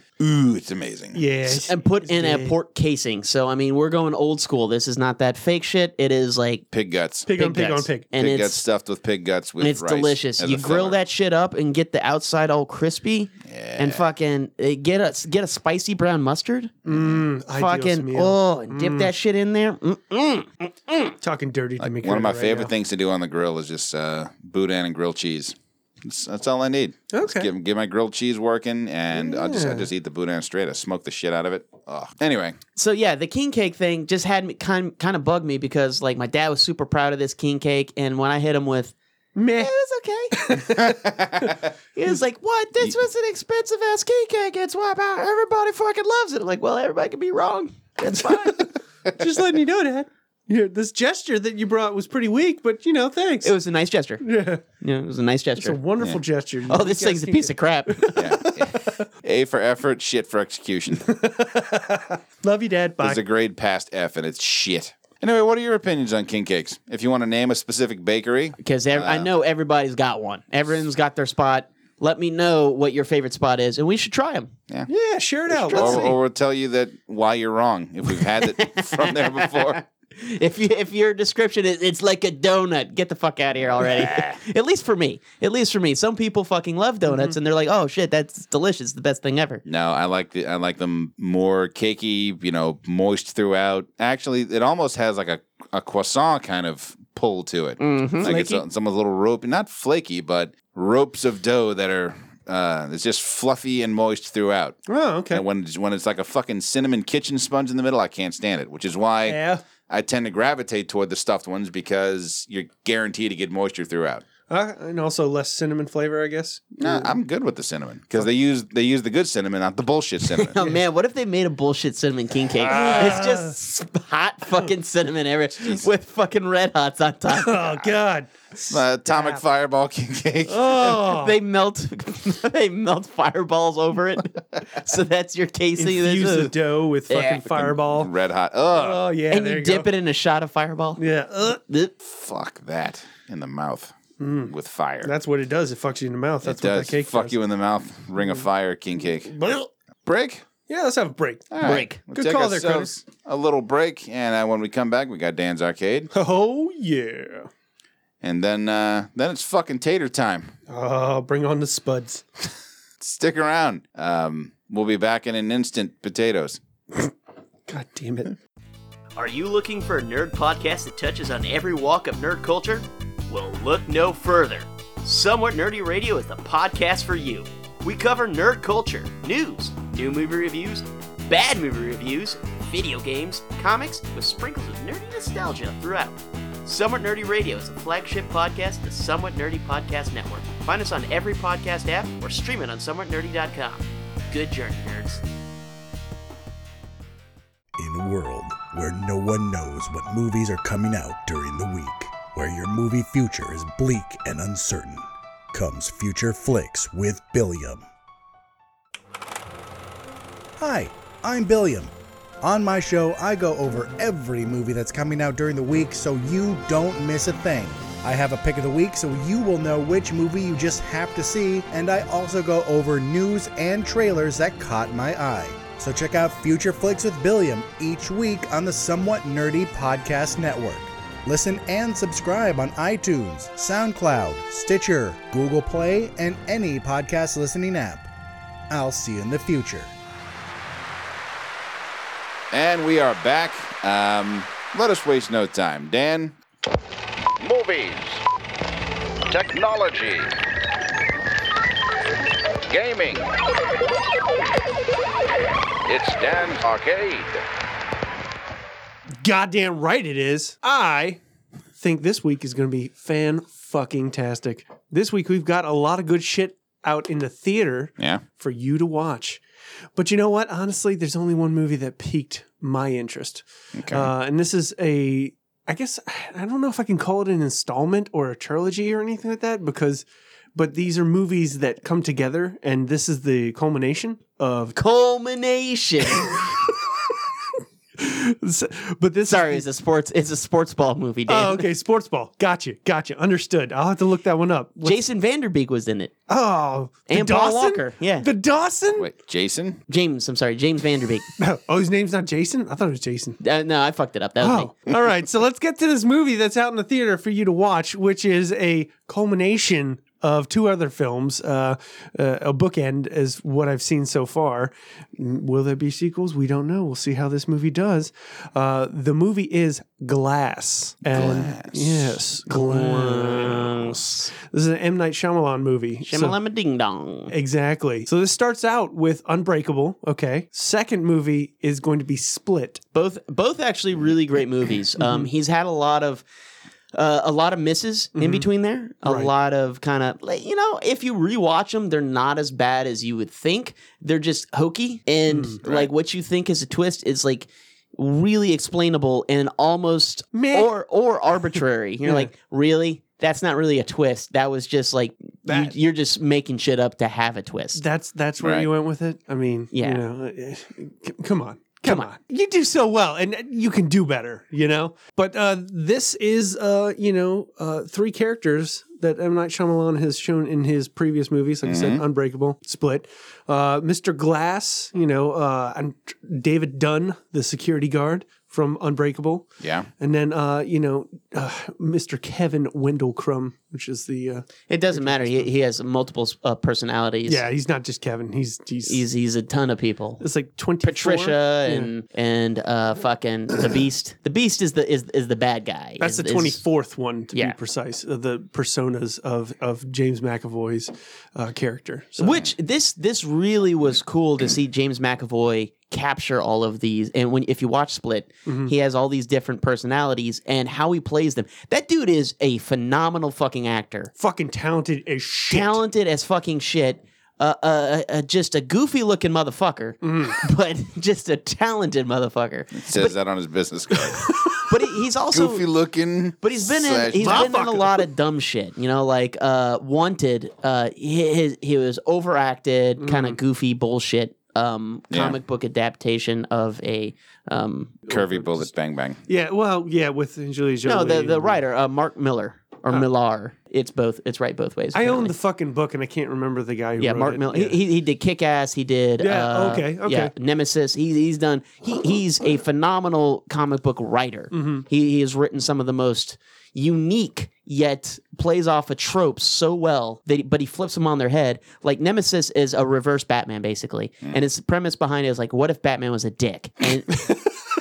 it's amazing. Mm. yeah. And put in a pork casing. So I mean, we're going old school. This is not that fake shit. It is like Pig guts. pig, on pig guts. on pig. and pig it's guts stuffed with pig guts with and it's rice delicious. as You a grill filler. that shit up and get the outside all crispy, and fucking eh, get a get a spicy brown mustard. Mm, ideal fucking meal. oh, and dip Mm. that shit in there. Mm-mm. talking dirty to me. One of my favorite things to do on the grill is just uh, boudin and grilled cheese. That's, that's all I need. Just Okay. Get, get my grilled cheese working, and I'll just I Yeah. just eat the boudin straight. I smoke the shit out of it. Ugh. Anyway, So yeah, the king cake thing just had me kind kind of bugged me because like my dad was super proud of this king cake, and when I hit him with Meh. it was okay. He was like, "What? This was an expensive ass king cake. It's why about everybody fucking loves it." I'm like, well, everybody can be wrong. That's fine. Just letting you know, Dad. Yeah, this gesture that you brought was pretty weak, but you know, thanks. it was a nice gesture. yeah, Yeah, it was a nice it's a gesture. wonderful gesture. You Oh, this guys thing's a can piece get- of crap. yeah. A for effort, shit for execution. Love you, Dad. Bye. There's a grade past F, and it's shit. Anyway, what are your opinions on king cakes? If you want to name a specific bakery, Because ev- I know everybody's got one. Everyone's got their spot. Let me know what your favorite spot is, and we should try them. yeah, share it out. Let's or, see. or we'll tell you that why you're wrong if we've had it from there before. If you, if your description is it's like a donut, get the fuck out of here already. At least for me. At least for me. Some people fucking love donuts, Mm-hmm. and they're like, "Oh shit, that's delicious. The best thing ever." No, I like the I like them more cakey, you know, moist throughout. Actually, it almost has like a, a croissant kind of pull to it. Like it's, Mm-hmm. Flaky? a, some little rope, not flaky, but ropes of dough that are uh, it's just fluffy and moist throughout. oh, okay. And when it's, when it's like a fucking cinnamon kitchen sponge in the middle, I can't stand it. Which is why Yeah. I tend to gravitate toward the stuffed ones because you're guaranteed to get moisture throughout. Uh, and also less cinnamon flavor, I guess. No, I'm good with the cinnamon because they use they use the good cinnamon, not the bullshit cinnamon. Oh man, what if they made a bullshit cinnamon king cake? Ah. it's just hot fucking cinnamon everywhere with fucking red hots on top. Oh God. Uh, atomic fireball king cake. Oh. They melt, they melt fireballs over it. so that's your casing. That's infuse the a- dough with fucking Yeah. fireball. Red hot. Ugh. Oh yeah. and there you you dip go. it in a shot of fireball. Yeah. Ugh. Ugh. Fuck that in the mouth with fire. Hmm. That's what it does. It fucks you in the mouth. That's it what does. that cake Fuck does. Hmm. you in the mouth. Ring of fire, king cake. Blech. Break. Yeah, let's have a break. All right. Break. We'll Good take call there, ourselves A little break, and uh, when we come back, we got Dan's arcade, Oh yeah. and then uh, then it's fucking tater time. Oh, bring on the spuds. Stick around. Um, we'll be back in an instant. Potatoes. God damn it. Are you looking for a nerd podcast that touches on every walk of nerd culture? Well, look no further. Somewhat Nerdy Radio is the podcast for you. We cover nerd culture, news, new movie reviews, bad movie reviews, video games, comics, with sprinkles of nerdy nostalgia throughout. Somewhat Nerdy Radio is a flagship podcast of the Somewhat Nerdy Podcast Network. Find us on every podcast app or stream it on somewhatnerdy.com. Good journey, nerds. In a world where no one knows what movies are coming out during the week, where your movie future is bleak and uncertain, comes Future Flicks with Billiam. Hi, I'm Billiam. On my show, I go over every movie that's coming out during the week so you don't miss a thing. I have a pick of the week so you will know which movie you just have to see, and I also go over news and trailers that caught my eye. So check out Future Flicks with Billiam each week on the Somewhat Nerdy Podcast Network. Listen and subscribe on iTunes, SoundCloud, Stitcher, Google Play, and any podcast listening app. I'll see you in the future. And we are back. Um, let us waste no time. Dan, movies, technology, gaming. It's Dan's Arcade. Goddamn right it is. I think this week is going to be fan fucking tastic. This week we've got a lot of good shit out in the theater yeah, for you to watch. But you know what? Honestly, there's only one movie that piqued my interest. Okay. Uh, and this is a, I guess, I don't know if I can call it an installment or a trilogy or anything like that because, but these are movies that come together and this is the culmination of. Culmination. But this Sorry, is, it's a sports. It's a sports ball movie. Dan. Oh, okay. Sports ball. Gotcha. Gotcha. Understood. I'll have to look that one up. What- Jason Vanderbeek was in it. oh, the And Paul Walker, yeah. The Dawson? Wait, Jason? James, I'm sorry, James Vanderbeek. Oh, his name's not Jason? I thought it was Jason. Uh, no, I fucked it up. That was me. Oh, all right. So let's get to this movie that's out in the theater for you to watch, which is a culmination of two other films. Uh, uh, a bookend is what I've seen so far. M- Will there be sequels? We don't know. We'll see how this movie does. Uh, the movie is Glass. And Glass. Yes, Glass. This is an M. Night Shyamalan movie. so- Shamalama Ding Dong. Exactly. So this starts out with Unbreakable. Okay. Second movie is going to be Split. both both actually really great Mm-hmm. movies. Um, he's had a lot of uh, a lot of misses in between there. A Mm-hmm. Right. lot of kind of like, you know, if you rewatch them, they're not as bad as you would think. They're just hokey and Mm, like what you think is a twist is like really explainable and almost Meh. or or arbitrary. You're Yeah. like, really? That's not really a twist. That was just like you, That- you're just making shit up to have a twist. That's that's where Right. you went with it. I mean, Yeah. You know, eh, c- come on. Come, Come on. on. you do so well, and eh, you can do better. You know, but uh, this is, uh, you know, uh, three characters that M Night Shyamalan has shown in his previous movies, like I said, Mm-hmm. Unbreakable, Split, uh, Mr. Glass, you know, uh, and David Dunn, the security guard from Unbreakable, Yeah. and then uh, you know, uh, Mr. Kevin Wendell Crumb, which is the uh, it doesn't matter. He, he has multiple uh, personalities. yeah, he's not just Kevin, he's he's, he's he's a ton of people. it's like twenty Patricia and and uh fucking the Beast. The Beast is the is is the bad guy. That's Is- the is- twenty fourth one to Yeah. be precise. uh, The personas of of James McAvoy's uh, character. So, Which this this really was cool to see James McAvoy capture all of these. And when if you watch Split, Mm-hmm. he has all these different personalities and how he plays them. That dude is a phenomenal fucking actor. fucking talented as shit. Talented as fucking shit. Uh, uh, uh, uh, just a goofy looking motherfucker, Mm-hmm. but just a talented motherfucker. Says that on his business card. But he, he's also Goofy looking. But he's been in slash- he's been in a lot of dumb shit, you know, like uh, Wanted. Uh, he, his, he was overacted, kind of goofy bullshit. Um, Yeah. comic book adaptation of a um, curvy bullet bang bang. Yeah. Well. Yeah. With Angelina Jolie. no the the and- writer uh, Mark Miller or Millar. It's both. It's right both ways. I own apparently. the fucking book, and I can't remember the guy. Who yeah wrote Mark it. Miller. Yeah. He, he did Kick Ass. He did Yeah, uh, okay, okay. yeah, Nemesis. He, he's done. He, he's a phenomenal comic book writer. Mm-hmm. He, he has written some of the most unique yet plays off a trope so well that but he flips them on their head like nemesis is a reverse batman basically and his premise behind it is like what if batman was a dick and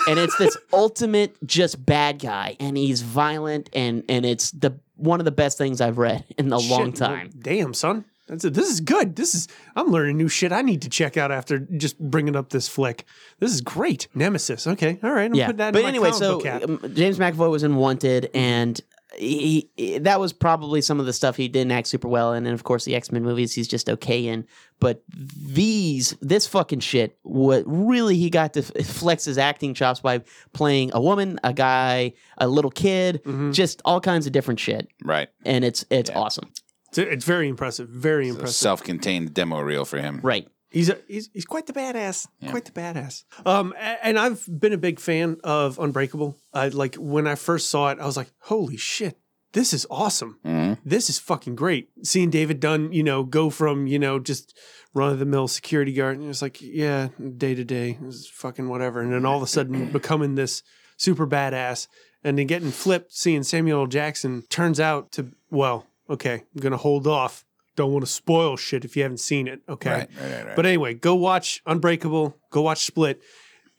and it's this ultimate just bad guy and he's violent and and it's the one of the best things i've read in a long Shit, well, time damn, son. That's it. This is good. This is I'm learning new shit. I need to check out after just bringing up this flick. This is great. Nemesis. Okay. All right. I'm putting that. in but my anyway, comic so book Mm-hmm. hat. um, James McAvoy was in Wanted, and he, he- that was probably some of the stuff he didn't act super well in, and of course the X Men movies he's just okay in. But these, this fucking shit, what really he got to f- flex his acting chops by playing a woman, a guy, a little kid, Mm-hmm. just all kinds of different shit, Right. and it's it's awesome, It's- it's very impressive. Very impressive. Self contained demo reel for him. right? He's a, he's he's quite the badass. Quite the badass. Um, a- and I've been a big fan of Unbreakable. I like when I first saw it, I was like, "Holy shit, this is awesome! This is fucking great." Seeing David Dunn, you know, go from you know just run of the mill security guard, and it's like, yeah, day to day, it's fucking whatever, and then all of a sudden becoming this super badass, and then getting flipped, seeing Samuel L. Jackson turns out to well, okay, I'm gonna hold off. Don't want to spoil shit if you haven't seen it. Okay. Right, right, right, right. But anyway, go watch Unbreakable, go watch Split.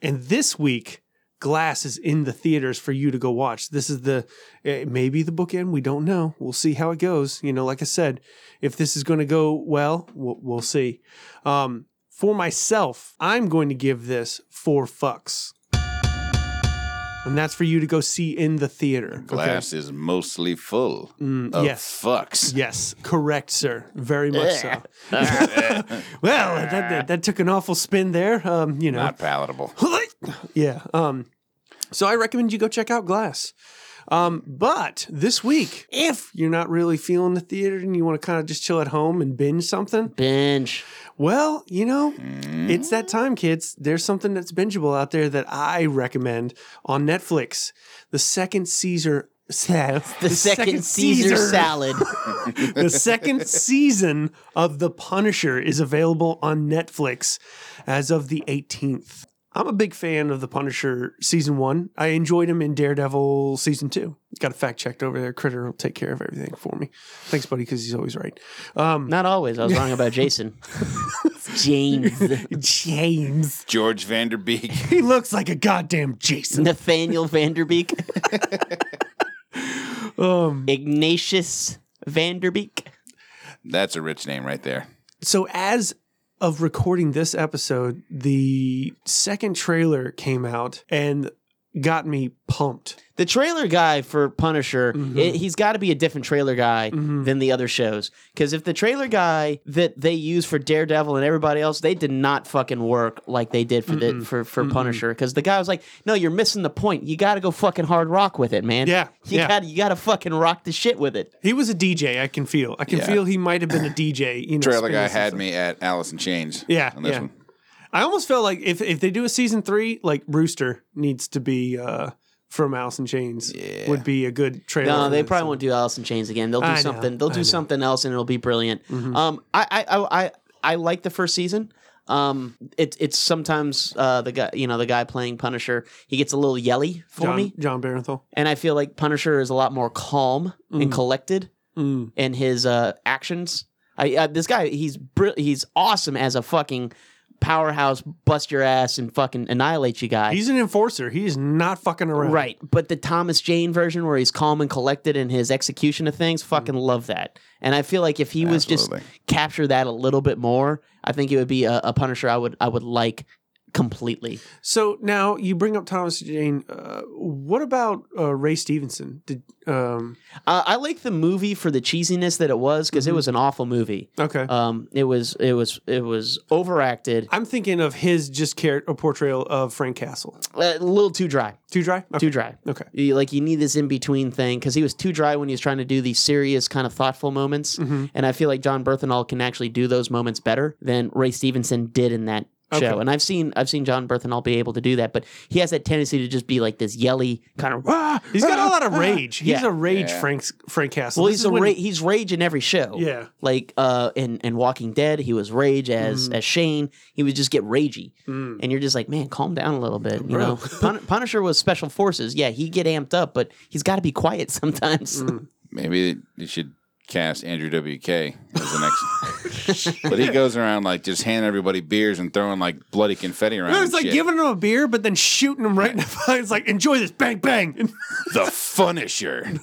And this week, Glass is in the theaters for you to go watch. This is the eh, maybe the bookend. We don't know. We'll see how it goes. You know, like I said, if this is going to go well, we'll, we'll see. Um, for myself, I'm going to give this four fucks. and that's for you to go see in the theater. Glass is mostly full of Mm, yes. fucks. Yes, correct, sir. Very much so. well, that, that, that took an awful spin there. Um, you know, Not palatable. yeah. Um, so I recommend you go check out Glass. Um, but this week, if you're not really feeling the theater and you want to kind of just chill at home and binge something, Binge. well, you know, it's that time, kids. There's something that's bingeable out there that I recommend on Netflix. The second Caesar. The, The, second, Caesar, salad. the second season of The Punisher is available on Netflix as of the 18th. I'm a big fan of The Punisher season one. I enjoyed him in Daredevil season two. Got a fact checked over there. Critter will take care of everything for me. Thanks, buddy, because he's always right. Um, Not always. I was wrong about Jason. James. James. George Vanderbeek. He looks like a goddamn Jason. Nathaniel Vanderbeek. Um, Ignatius Vanderbeek. That's a rich name right there. so as of recording this episode, the second trailer came out and got me pumped. The trailer guy for Punisher, Mm-hmm. it- he's got to be a different trailer guy than the other shows. Because if the trailer guy that they use for Daredevil and everybody else, they did not fucking work like they did for the, for, for Punisher. Because the guy was like, "No, you're missing the point. You got to go fucking hard rock with it, man. Yeah, you yeah. got to you got to fucking rock the shit with it." He was a DJ. I can feel. I can Yeah. feel he might have been a DJ. You know, Trailer guy spinning had some me at Alice in Chains. Yeah, On this yeah. one. I almost felt like if if they do a season three, like Rooster needs to be uh, from Alice in Chains. Yeah. Would be a good trailer. No, for they this. probably won't do Alice in Chains again. They'll do I know, something. They'll I know. do something else, and it'll be brilliant. Mhm. Um, I, I, I, I, I like the first season. Um, it, it's sometimes uh, the guy, you know, the guy playing Punisher, he gets a little yelly for John, me, John Barenthal. and I feel like Punisher is a lot more calm Mm. and collected Mm. in his uh, actions. I, uh, this guy, he's br- he's awesome as a fucking powerhouse, bust your ass and fucking annihilate you guy. He's an enforcer. He is not fucking around. Right. But the Thomas Jane version where he's calm and collected in his execution of things, fucking love that. And I feel like if he was just Absolutely. capture that a little bit more, I think it would be a, a punisher I would I would like completely. So now you bring up Thomas Jane. Uh, what about uh, Ray Stevenson? Did um, Uh, I like the movie for the cheesiness that it was because it was an awful movie. okay. Um, it was it was it was overacted, I'm thinking of his just char- a portrayal of Frank Castle. uh, a little too dry, Too dry. Okay. too dry. okay. You, like you need this in between thing because he was too dry when he was trying to do these serious kind of thoughtful moments, Mm-hmm. and I feel like John Berthenol can actually do those moments better than Ray Stevenson did in that Okay. show. And I've seen I've seen John Berthenol be able to do that, but he has that tendency to just be like this yelly kind of. "Rah!" He's got a lot of rage. He's Yeah. a rage Yeah. Frank Frank Castle. Well, he's This is a when- ra- he's rage in every show. Yeah. like uh, in in Walking Dead, he was rage as Mm-hmm. as Shane. He would just get ragey, Mm. and you're just like, man, calm down a little bit. You know, Pun- Punisher was special forces. Yeah, he get amped up, but he's got to be quiet sometimes. Mm-hmm. Maybe you should cast Andrew WK as the next. but he goes around like just handing everybody beers and throwing like bloody confetti around. No, and it's like shit. giving him a beer, but then shooting him right in the face. It's like, enjoy this, bang, bang. And the Funisher.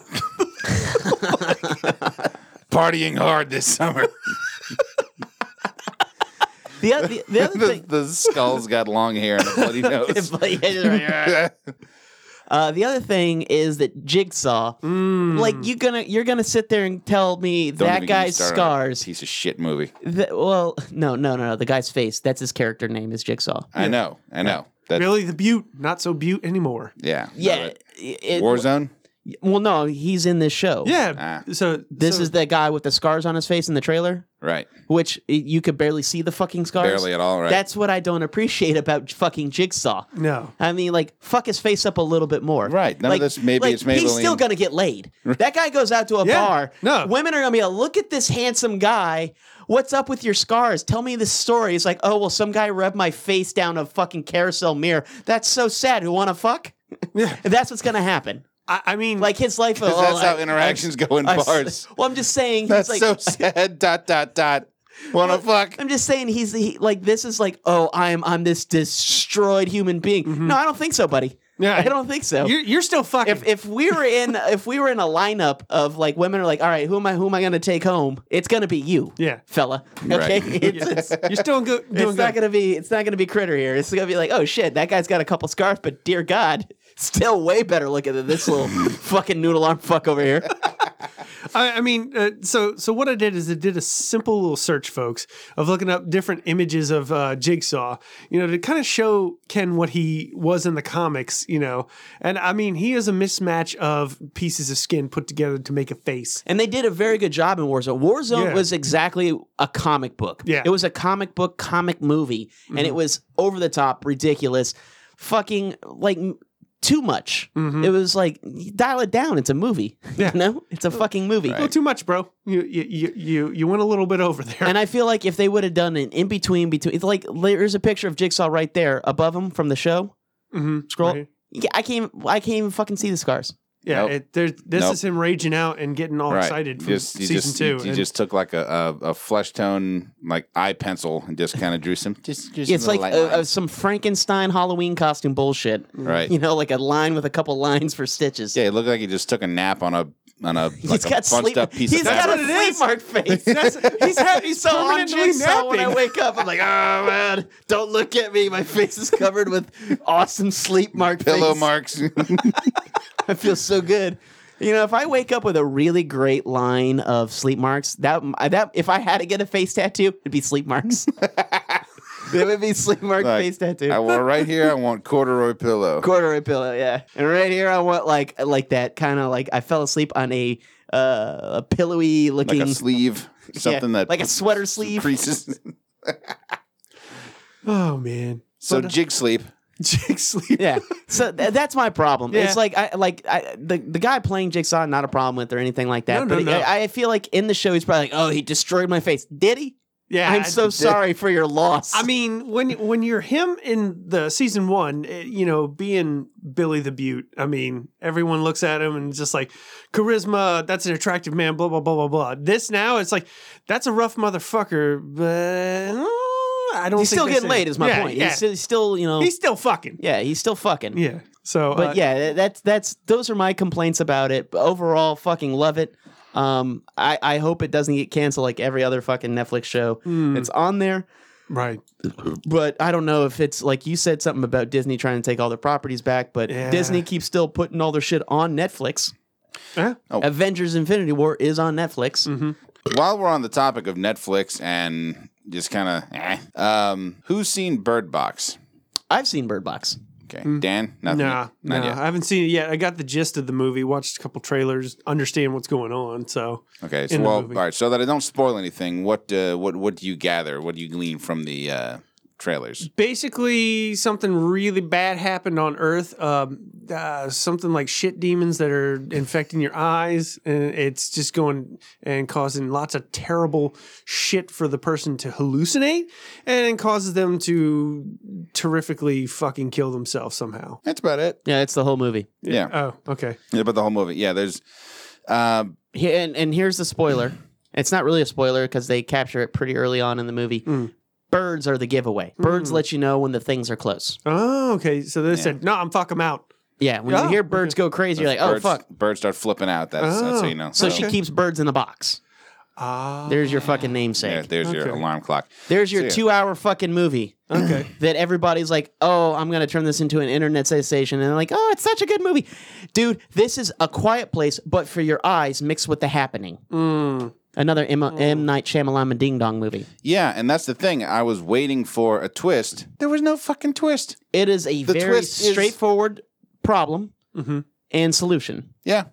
Partying hard this summer. The, oth- the, the other the, thing. the skull's got long hair and a bloody nose. uh, the other thing is that Jigsaw, like you gonna you're gonna sit there and tell me Mm. Don't even get that me guy's started on that scars. Piece of shit movie. th- well, no, no, no, no. The guy's face. That's his character name is Jigsaw. I know. I know. That, Billy the Butte, not so Butte anymore. Yeah. Yeah. Know that. it- Warzone? Well, no, he's in this show. Yeah. Ah. so This so- is the guy with the scars on his face in the trailer, Right. which i- you could barely see the fucking scars. Barely at all, right? That's what I don't appreciate about fucking Jigsaw. no. I mean, like, fuck his face up a little bit more. Right. None of like, this- maybe like, it's Maybelline. He's still going to get laid. That guy goes out to a Yeah, bar. no. Women are going to be like, look at this handsome guy. What's up with your scars? Tell me this story. It's like, oh, well, some guy rubbed my face down a fucking carousel mirror. That's so sad. Who want to fuck? Yeah. That's what's going to happen. I, I mean, Like, his life. Because oh, that's how I- interactions go in I- bars. Well, I'm just saying. he's That's like, so sad. dot, dot, dot. Wanna fuck? I'm just saying he's he, like this is like oh I'm I'm this destroyed human being. Mm-hmm. No, I don't think so, buddy. Yeah. I don't think so. you're, you're still fucking. if if we were in if we were in a lineup of like women are like all right who am I who am I gonna take home? It's gonna be you, yeah. fella. Okay, Right. it's, it's, You're still go, doing it's not good. gonna be it's not gonna be critter here. It's gonna be like oh shit that guy's got a couple scars, but dear God Still way better looking than this little fucking noodle arm fuck over here. I, I mean, uh, so so what I did is I did a simple little search, folks, of looking up different images of uh, Jigsaw, you know, to kind of show Ken what he was in the comics, you know. And I mean, he is a mismatch of pieces of skin put together to make a face. And they did a very good job in Warzone. Warzone Yeah. was exactly a comic book. Yeah. Mm-hmm. It was a comic book, comic movie, and it was over the top, ridiculous, fucking like m- too much. Mm-hmm. It was like dial it down. It's a movie. Yeah. You know? It's a fucking movie. A little too much, bro. You you you you, you went a little bit over there. And I feel like if they would have done an in between between it's like there's a picture of Jigsaw right there above him from the show. Mhm. Scroll. Right. Yeah, I can't I can't even fucking see the scars. Yeah, Nope. it, there, this Nope. is him raging out and getting all excited You from just- you season just- two. You, you and- just took like a, a, a flesh tone like eye pencil and just kind of drew some. Just, just It's little like light uh uh lines. some Frankenstein Halloween costume bullshit. right. You know, like a line with a couple lines for stitches. yeah, it looked like he just took a nap on a on a like He's a got bunched sleep. up piece He's of got fabric. a That's what sleep it is. mark face. That's, he's had, he's so on permanently Jigsaw when I napping. wake up, I'm like, oh man, don't look at me. My face is covered with awesome sleep mark pillow face. marks. I feel so good. You know, if I wake up with a really great line of sleep marks, that I- that if I had to get a face tattoo, it'd be sleep marks. it would be sleep mark Like, face tattoo. I want right here. I want corduroy pillow. corduroy pillow, yeah. And right here, I want like like that kind of like I fell asleep on a uh, a pillowy like looking a sleeve, something yeah, that like a sweater sleeve. creases. Oh man. So But, uh, jig sleep. Jake sleep. yeah. So th- that's my problem. Yeah. It's like I like I, the the guy playing Jigsaw, not a problem with or anything like that. No, but no, no. I, I feel like in the show, he's probably like, "Oh, he destroyed my face. Did he? Yeah. I'm so sorry for your loss." I mean, when when you're him in the season one, eh, you know, being Billy the Butte, I mean, everyone looks at him and it's just like charisma. That's an attractive man. Blah blah blah blah blah. This now, it's like that's a rough motherfucker, but mm, I don't. he's think still they getting say- laid. Is my Yeah, point. Yeah. He's still, still, you know, He's still fucking. yeah, he's still fucking. Yeah. So, But uh, yeah, th- that's that's those are my complaints about it. But overall, fucking love it. Um, I I hope it doesn't get canceled like every other fucking Netflix show. Mm. It's on there. right. but I don't know if it's like you said something about Disney trying to take all their properties back, but Yeah. Disney keeps still putting all their shit on Netflix. Yeah. Oh. Avengers Infinity War is on Netflix. Mm-hmm. While we're on the topic of Netflix and just kind of, um, who's seen Bird Box? I've seen Bird Box. Okay, Hmm. Dan, Uh, nothing. Nah, not nah, yet. I haven't seen it yet. I got the gist of the movie, watched a couple trailers, understand what's going on. So, Okay, so in the well, all movie. right. So that I don't spoil anything, what uh, what what do you gather? What do you glean from the uh, trailers? basically, something really bad happened on Earth. Um, uh, something like shit demons that are infecting your eyes, and it's just going and causing lots of terrible shit for the person to hallucinate, and causes them to terrifically fucking kill themselves somehow. That's about it. Yeah, that's the whole movie. Yeah, Oh, okay. yeah about the whole movie. Yeah, there's. Uh, He- And and here's the spoiler. It's not really a spoiler because they capture it pretty early on in the movie. Mm. Birds are the giveaway. Birds let you know when the things are close. Oh, okay. So they said, "No, I'm fuck 'em out." Yeah, when Oh, you hear birds go crazy, you're like, oh birds, fuck. Oh. Birds start flipping out. That's, that's how you know. So she keeps birds in the box. Ah, There's your fucking there, namesake. there's your Okay. alarm clock. There's your So, yeah. two hour fucking movie. okay. that everybody's like, oh, I'm going to turn this into an internet sensation. And they're like, oh, it's such a good movie. Dude, this is a quiet place, but for your eyes mixed with the happening. Another M-, Oh. M. Night Shyamalan Ding Dong movie. Yeah, and that's the thing. I was waiting for a twist. There was no fucking twist. It is a The very twist is- straightforward problem Mm-hmm. and solution. Yeah.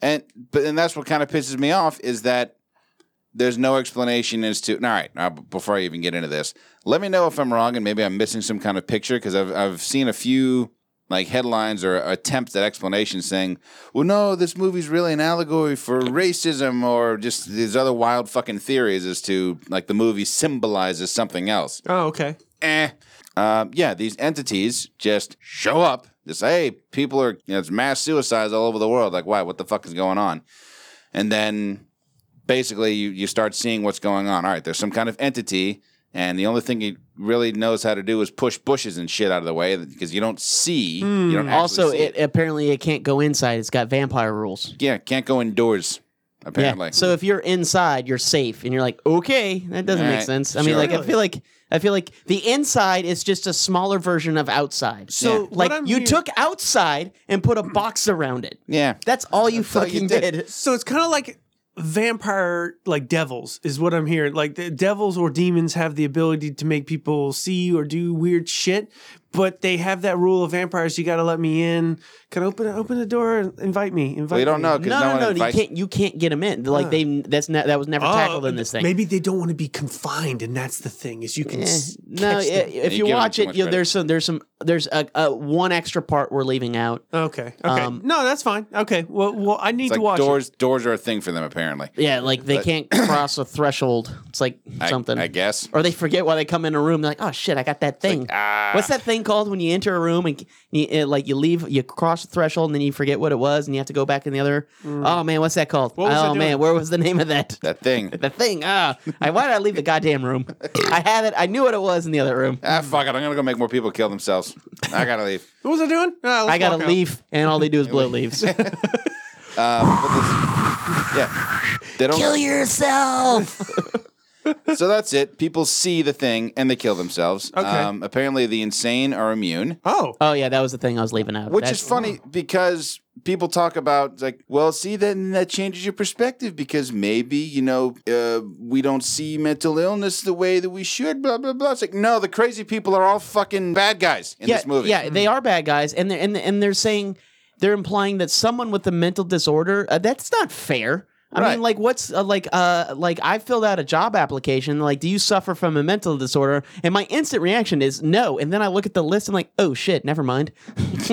And but and that's what kind of pisses me off is that there's no explanation as to. All right, uh, b- before I even get into this, let me know if I'm wrong and maybe I'm missing some kind of picture because I've I've seen a few like headlines or attempts at explanations saying, "Well, no, this movie's really an allegory for racism or just these other wild fucking theories as to like the movie symbolizes something else." Oh, okay. eh. Um, yeah, these entities just show up. They say, hey, people are, you know, it's mass suicides all over the world. Like, why? What the fuck is going on? And then basically you, you start seeing what's going on. All right, there's some kind of entity, and the only thing he really knows how to do is push bushes and shit out of the way because you don't see. You don't actually Hmm, Also, see it, apparently it can't go inside. It's got vampire rules. Yeah, can't go indoors. apparently. So if you're inside, you're safe, and you're like, okay, that doesn't make Right, sense. I mean, sure. like, I feel like I feel like the inside is just a smaller version of outside. So Yeah. what like I'm you hear- took outside and put a box around it. yeah. That's all you all you fucking did. did. So it's kind of like vampire, like devils, is what I'm hearing. Like the devils or demons have the ability to make people see or do weird shit, but they have that rule of vampires. You got to let me in. Can I open open the door? and Invite me. Invite. We don't me. know because No, no, no, one no, invites. you can't. You can't get them in. Like they. That's not. That was never Oh, tackled in this thing. Maybe they don't want to be confined, and that's the thing is you can. Eh, s- no, catch i- them. if You you, give 'em watch too it, much you, credit. there's some. There's some. There's a, a one extra part we're leaving out. Okay. Okay. Um, no, that's fine. Okay. Well, well, I need It's to like watch. it. doors. Doors are a thing for them apparently. Yeah, like they But- can't cross a threshold. It's like I- something. I guess. Or they forget why they come in a room. They're like, oh shit, I got that thing. ah. What's that thing called when you enter a room and you, uh, like you leave, you cross the threshold and then you forget what it was and you have to go back in the other? Oh man, what's that called? What was I oh man, doing? where was the name of that? That thing. The thing. Ah, I, why did I leave the goddamn room? I had it. I knew what it was in the other room. ah, fuck it. I'm gonna go make more people kill themselves. I gotta leave. What was I doing? Ah, let's I got walk a out. leaf, and all they do is blow leaves. Yeah. They don't. Kill yourself. so that's it. People see the thing and they kill themselves. Um, Okay. apparently, the insane are immune, Oh. Oh yeah, that was the thing I was leaving out. which That's- is funny because people talk about like, well, see that that changes your perspective because maybe you know uh, we don't see mental illness the way that we should. Blah blah blah. It's like no, the crazy people are all fucking bad guys in yeah, this movie. Yeah, they are bad guys, and they're and and they're saying they're implying that someone with a mental disorder uh, that's not fair. I Right. mean, like, what's uh, like, uh, like I filled out a job application. Like, do you suffer from a mental disorder? And my instant reaction is no. And then I look at the list and like, oh shit, never mind.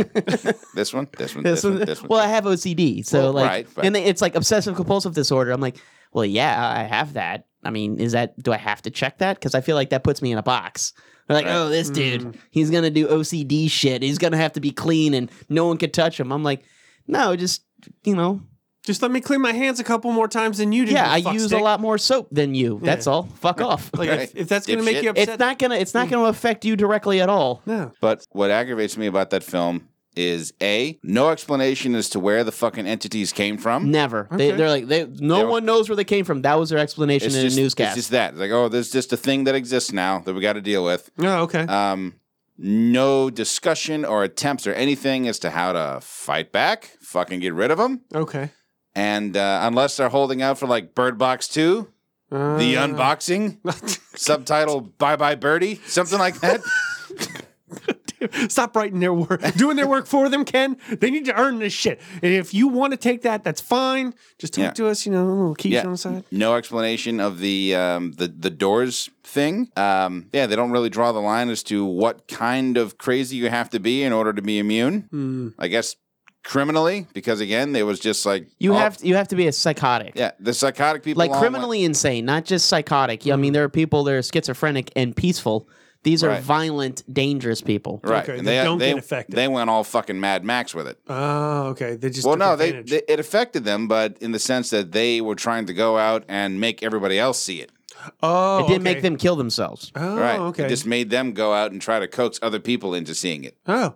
This one. This one. This one- This one. well, I have OCD, so Well, like, right, right. and they, it's like obsessive compulsive disorder. I'm like, well, yeah, I have that. I mean, is that do I have to check that? Because I feel like that puts me in a box. They're like, Right. Hmm. oh, this dude, he's gonna do OCD shit. He's gonna have to be clean, and no one could touch him. I'm like, no, just you know, Just let me clean my hands a couple more times than you did. yeah, I you fuck use stick. a lot more soap than you. That's all. Fuck off. Like if, if that's gonna make Dipshit. you it's upset, not gonna. It's Hmm. not gonna affect you directly at all. no. But what aggravates me about that film is a no explanation as to where the fucking entities came from. Never. They, Okay. they're like, they, no They don't- one knows where they came from. That was their explanation It's in just, a it's newscast. just that. It's like, oh, there's just a thing that exists now that we got to deal with. Oh, okay. Um, no discussion or attempts or anything as to how to fight back, fucking get rid of them. okay. And uh, unless they're holding out for like Bird Box 2, Uh, the unboxing, subtitle Bye Bye Birdie, something like that. Stop writing their work, doing their work for them, Ken. They need to earn this shit. And if you want to take that, that's fine. Just talk Yeah. to us. You know, we'll keep Yeah. you on the side. No explanation of the um, the the doors thing. Um, yeah, they don't really draw the line as to what kind of crazy you have to be in order to be immune. Hmm. I guess criminally, because again, they was just like You oh, have to, you have to be a psychotic. yeah the psychotic people like all criminally insane, not just psychotic. Yeah, I Mm. mean, there are people that are schizophrenic and peaceful. These are Right. violent, dangerous people. went, right? Okay, and they they don't they, get affected. They went all fucking Mad Max with it. Oh, okay. They just Well, took no, they, advantage. they it affected them, but in the sense that they were trying to go out and make everybody else see it. oh, it didn't okay. make them kill themselves. Oh, right? okay. It just made them go out and try to coax other people into seeing it oh, and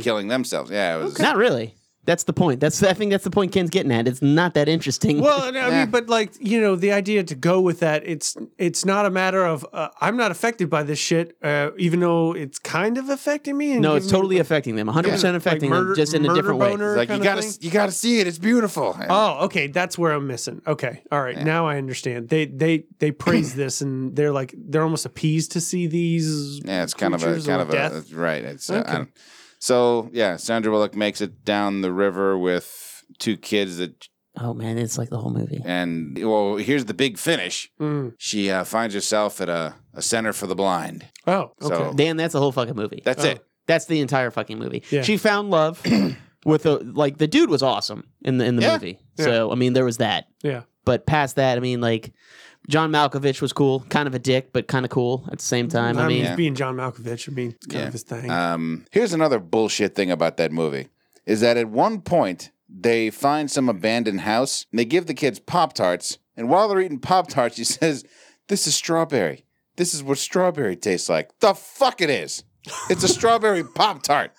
killing themselves. Yeah, it was Not really. That's the point. That's I think that's the point Ken's getting at. It's not that interesting. Well, I Yeah. mean, but like you know, the idea to go with that, it's it's not a matter of uh, I'm not affected by this shit, uh, even though it's kind of affecting me. And no, it's giving totally me, affecting them. 100 percent Like affecting murder- them, just in a murder different way. boner? It's like you kinda gotta thing? you gotta see it. It's beautiful. And- Oh, okay, that's where I'm missing. Okay, all right, now I understand. They they they praise this, and they're like they're almost appeased to see these. Yeah, it's kind of a creatures kind or of death. a right. It's uh, Okay. I don't- so yeah. Sandra Bullock makes it down the river with two kids that, Oh man, it's like the whole movie. and well, here's the big finish. Mm. She uh, finds herself at a, a center for the blind. Oh, okay. So- Dan, that's the whole fucking movie. That's Oh. it. That's the entire fucking movie. Yeah. She found love with a like the dude was awesome in the in the Yeah. movie. So I mean there was that. Yeah. But past that, I mean like John Malkovich was cool, kind of a dick, but kind of cool at the same time. I mean, yeah. being John Malkovich, I mean, it's kind Yeah. of his thing. Um, here's another bullshit thing about that movie is that at one point they find some abandoned house and they give the kids Pop Tarts, and while they're eating Pop Tarts, she says, "This is strawberry. This is what strawberry tastes like." The fuck it is. It's a strawberry Pop Tart.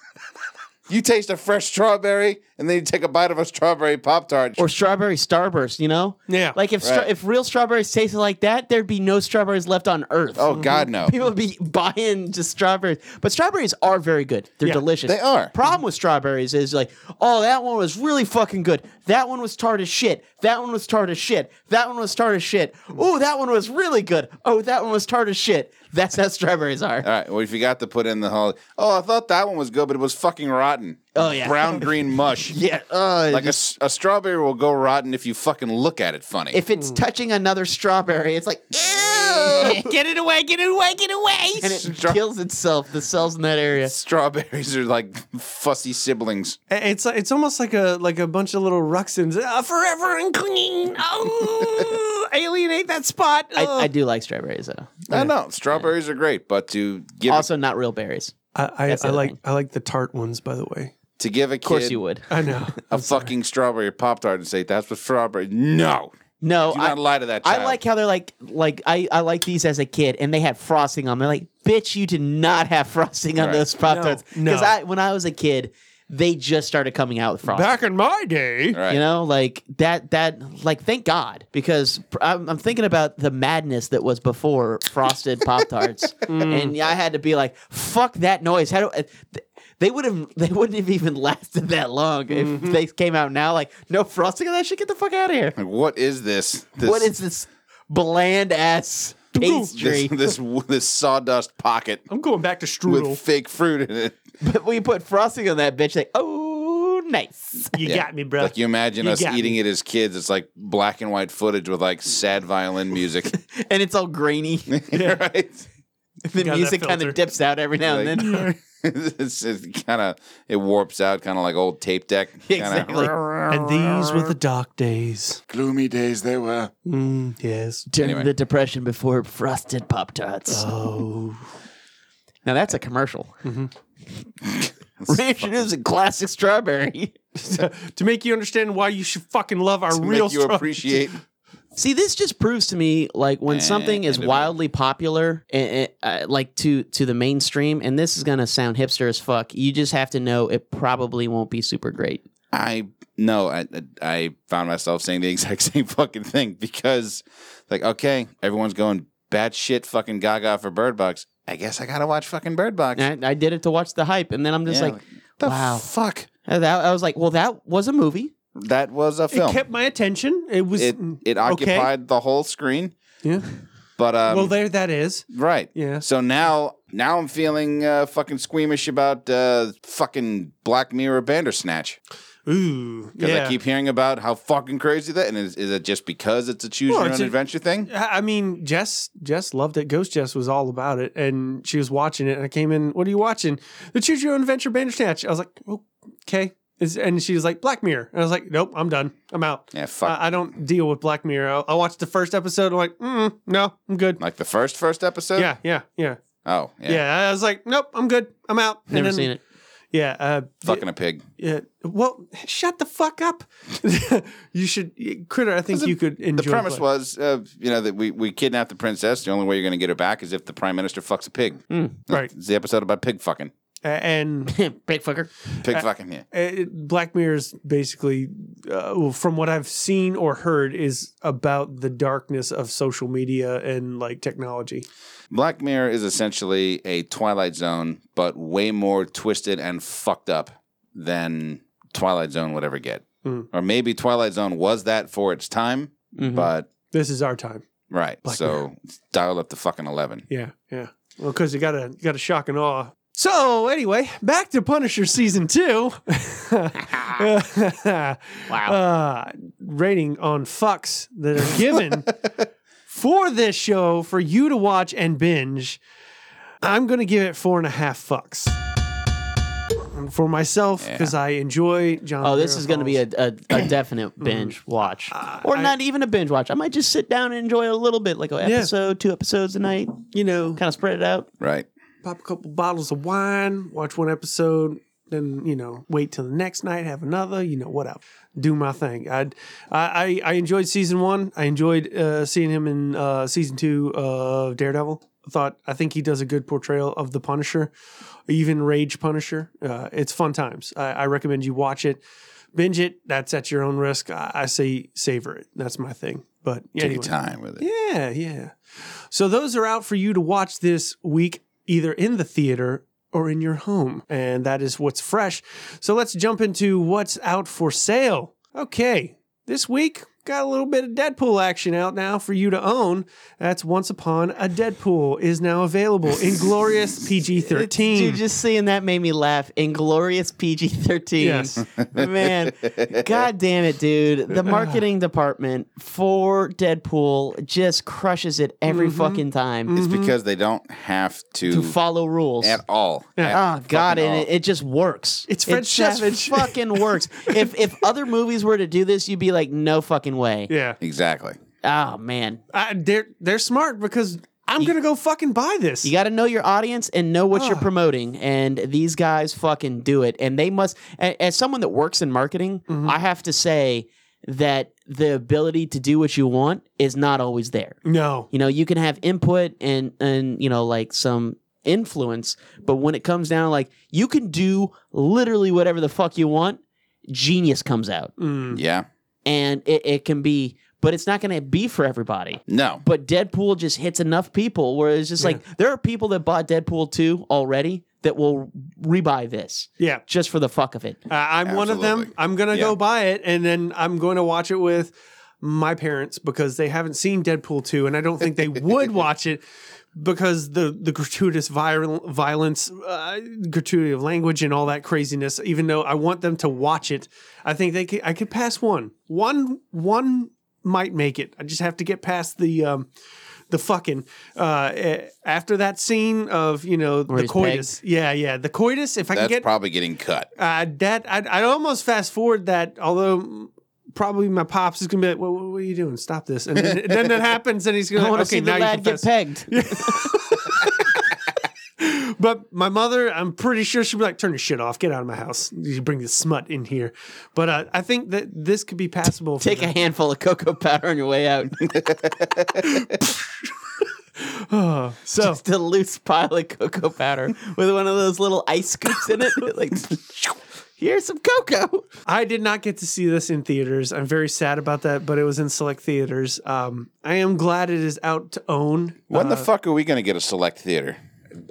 You taste a fresh strawberry, and then you take a bite of a strawberry pop tart. or strawberry starburst, you know? Yeah. Like if stra- Right. if real strawberries tasted like that, there'd be no strawberries left on earth. oh God, no! People would be buying just strawberries. But strawberries are very good. They're Yeah, delicious. they are. Problem with strawberries is like, oh, that one was really fucking good. That one was tart as shit. That one was tart as shit. That one was tart as shit. Oh, that one was really good. Oh, that one was tart as shit. That's how strawberries All are. right. Well, you forgot to put in the whole. Oh, I thought that one was good, but it was fucking rotten. Oh, yeah. brown green mush. Yeah. Uh, like a s a a strawberry will go rotten if you fucking look at it funny. if it's touching another strawberry, it's like, ew, get it away, get it away, get it away. And it Stra- kills itself, the cells in that area. Strawberries are like fussy siblings. It's it's almost like a like a bunch of little ruxins uh, forever and clinging. Oh, alienate that spot. I, Ugh. I do like strawberries, though. I know strawberries are great, but to give Also, not real berries. I, I, That's the I other like thing. I like the tart ones, by the way. to give a kid Of course you would. I know. a fucking strawberry pop tart and say that's what strawberry. No, No, do I, not lie to that. Child. I like how they're like, like I, I like these as a kid, and they had frosting on. them. They're like, bitch, you did not have frosting on Right. those pop tarts. No, Because no. I, when I was a kid, they just started coming out with frosting. Back in my day, Right. You know, like that, that, like, thank God, because pr- I'm, I'm thinking about the madness that was before frosted Pop Tarts. And I had to be like, fuck that noise. How do, uh, th- they would have, they wouldn't have even lasted that long if they came out now, like, no frosting on that shit, get the fuck out of here. Like, what is this? this What is this bland ass pastry? this, this this sawdust pocket I'm going back to with strudel. fake fruit in it? but we put frosting on that bitch, like, oh, nice. you Yeah. got me, bro. Like you imagine You us got eating it as kids. It's like black and white footage with like sad violin music, And it's all grainy. right? the that music kind filter. of dips out every now and Like- then. it's kind of it warps out, kind of like old tape deck. kinda. Exactly. and these were the dark days. Gloomy days they were. Mm, yes. During Anyway. the depression before frosted Pop Tarts. Oh, Now that's a commercial. Mm-hmm. Reintroducing classic strawberry. to make you understand why you should fucking love our To real. make you straw- appreciate See, this just proves to me like when something is And it- wildly popular, eh, eh, uh, like to to the mainstream, and this is gonna sound hipster as fuck. You just have to know it probably won't be super great. I no, I I found myself saying the exact same fucking thing because, like, okay, everyone's going batshit fucking gaga for Bird Box. I guess I gotta watch fucking Bird Box. And I, I did it to watch the hype, and then I'm just Yeah, like, the wow. fuck. I- that, I was like, well, that was a movie. That was a It film. It kept my attention. It was it, okay. occupied the whole screen. Yeah. But um, well, there that is. right. Yeah. So now, now I'm feeling uh, fucking squeamish about uh, fucking Black Mirror Bandersnatch Ooh. because Yeah. I keep hearing about how fucking crazy that. And is, is it just because it's a choose Well, your it's own a- adventure thing? I I mean, Jess Jess loved it. Ghost Jess was all about it, and she was watching it. And I came in. What are you watching? The Choose Your Own Adventure Bandersnatch. I was like, okay. Is- And she was like, Black Mirror. And I was like, nope, I'm done. I'm out. Yeah, fuck. I, I don't deal with Black Mirror. I, I watched the first episode. I'm like, mm, no, I'm good. Like the first first episode? Yeah, yeah, yeah, Oh, yeah, yeah. I was like, nope, I'm good. I'm out. And Never then- seen it. Yeah. Uh, Fucking a pig. yeah. Well, shut the fuck up. you should, Critter. I think Listen, you could enjoy. The premise Black- was, uh, you know, that we, we kidnap the princess. The only way you're going to get her back is if the prime minister fucks a pig. right, It's the episode about pig fucking. A- and uh, Big fucker. Pig fucking, yeah. it, Black Mirror's basically, uh, well, from what I've seen or heard, is about the darkness of social media and like technology. Black Mirror is essentially a Twilight Zone, but way more twisted and fucked up than Twilight Zone would ever get. Mm. Or maybe Twilight Zone was that for its time, Mhm. but This is our time. right. Hmm. Black so Mirror. dial up the fucking 11. Yeah, yeah. Well, because you got a you got a shock and awe. So anyway, back to Punisher season two. wow. Uh, rating on fucks that are given for this show for you to watch and binge. I'm gonna give it four and a half fucks. And For myself, because I enjoy John. Oh, this is going to be Farrell's- a, a, a definite binge watch, or Mm-hmm. I- not even a binge watch. I might just sit down and enjoy a little bit, like an episode, two episodes a night. you know Kind of spread it out. Right. pop a couple bottles of wine, watch one episode, then you know wait till the next night, have another, you know whatever. Do my thing. I'd, I I I enjoyed season one. I enjoyed uh, seeing him in uh, season two of Daredevil. I Thought I think he does a good portrayal of the Punisher, even Rage Punisher. Uh, it's fun times. I, I recommend you watch it. binge it. That's at your own risk. I, I say savor it. That's my thing. But Take anyway. your time with it. Yeah, yeah. So those are out for you to watch this week, either in the theater or in your home. And that is what's fresh. So let's jump into what's out for sale. Okay, this week got a little bit of Deadpool action out now for you to own. That's Once Upon a Deadpool is now available in glorious PG 13. Dude, just seeing that made me laugh. Inglorious PG 13. Yes. Man, god damn it, dude. The marketing department for Deadpool just crushes it every Mm-hmm. fucking time It's because they don't have to, to follow rules. at all. Oh God! fucking And all. it, it just works. It's it Fred just Savage. fucking works. if if other movies were to do this, you'd be like, no fucking way. Yeah. Exactly. Oh man, I, they're, they're smart because I'm going to go fucking buy this. You got to know your audience and know what Ah. you're promoting. And these guys fucking do it. And they must, a- as someone that works in marketing, Mm-hmm. I have to say that the ability to do what you want is not always there. no. You know, you can have input and, and, you know, like some influence, but when it comes down, like you can do literally whatever the fuck you want, genius comes out. Mm. Yeah. And it, it can be, but it's not going to be for everybody No. but Deadpool just hits enough people where it's just like there are people that bought Deadpool 2 already that will rebuy this Yeah. just for the fuck of it. Uh, I'm one of them. Absolutely. I'm going to go Yeah. buy it and then I'm going to watch it with my parents because they haven't seen Deadpool 2 and I don't think they would watch it because the the gratuitous viral violence uh, gratuity of language and all that craziness even though I want them to watch it I think they could, I could pass one one one might make it I just have to get past the um the fucking uh eh, after that scene of you know the he's coitus yeah yeah the coitus if I That's can get probably getting cut. uh, that I'd, I'd almost fast forward that, although mm, probably my pops is gonna be like, "What, what are you doing? Stop this!" And then, and then that happens, and he's I gonna want like, to okay see now the you lad can get fast. pegged. But my mother, I'm pretty sure she'd be like, "Turn your shit off, get out of my house. You bring this smut in here." But uh, I think that this could be passable. for Take a them. handful of cocoa powder on your way out. so. Just a loose pile of cocoa powder with one of those little ice scoops in it. like, here's some cocoa. I did not get to see this in theaters. I'm very sad about that, but it was in select theaters. Um, I am glad it is out to own. When the fuck are we going to get a select theater?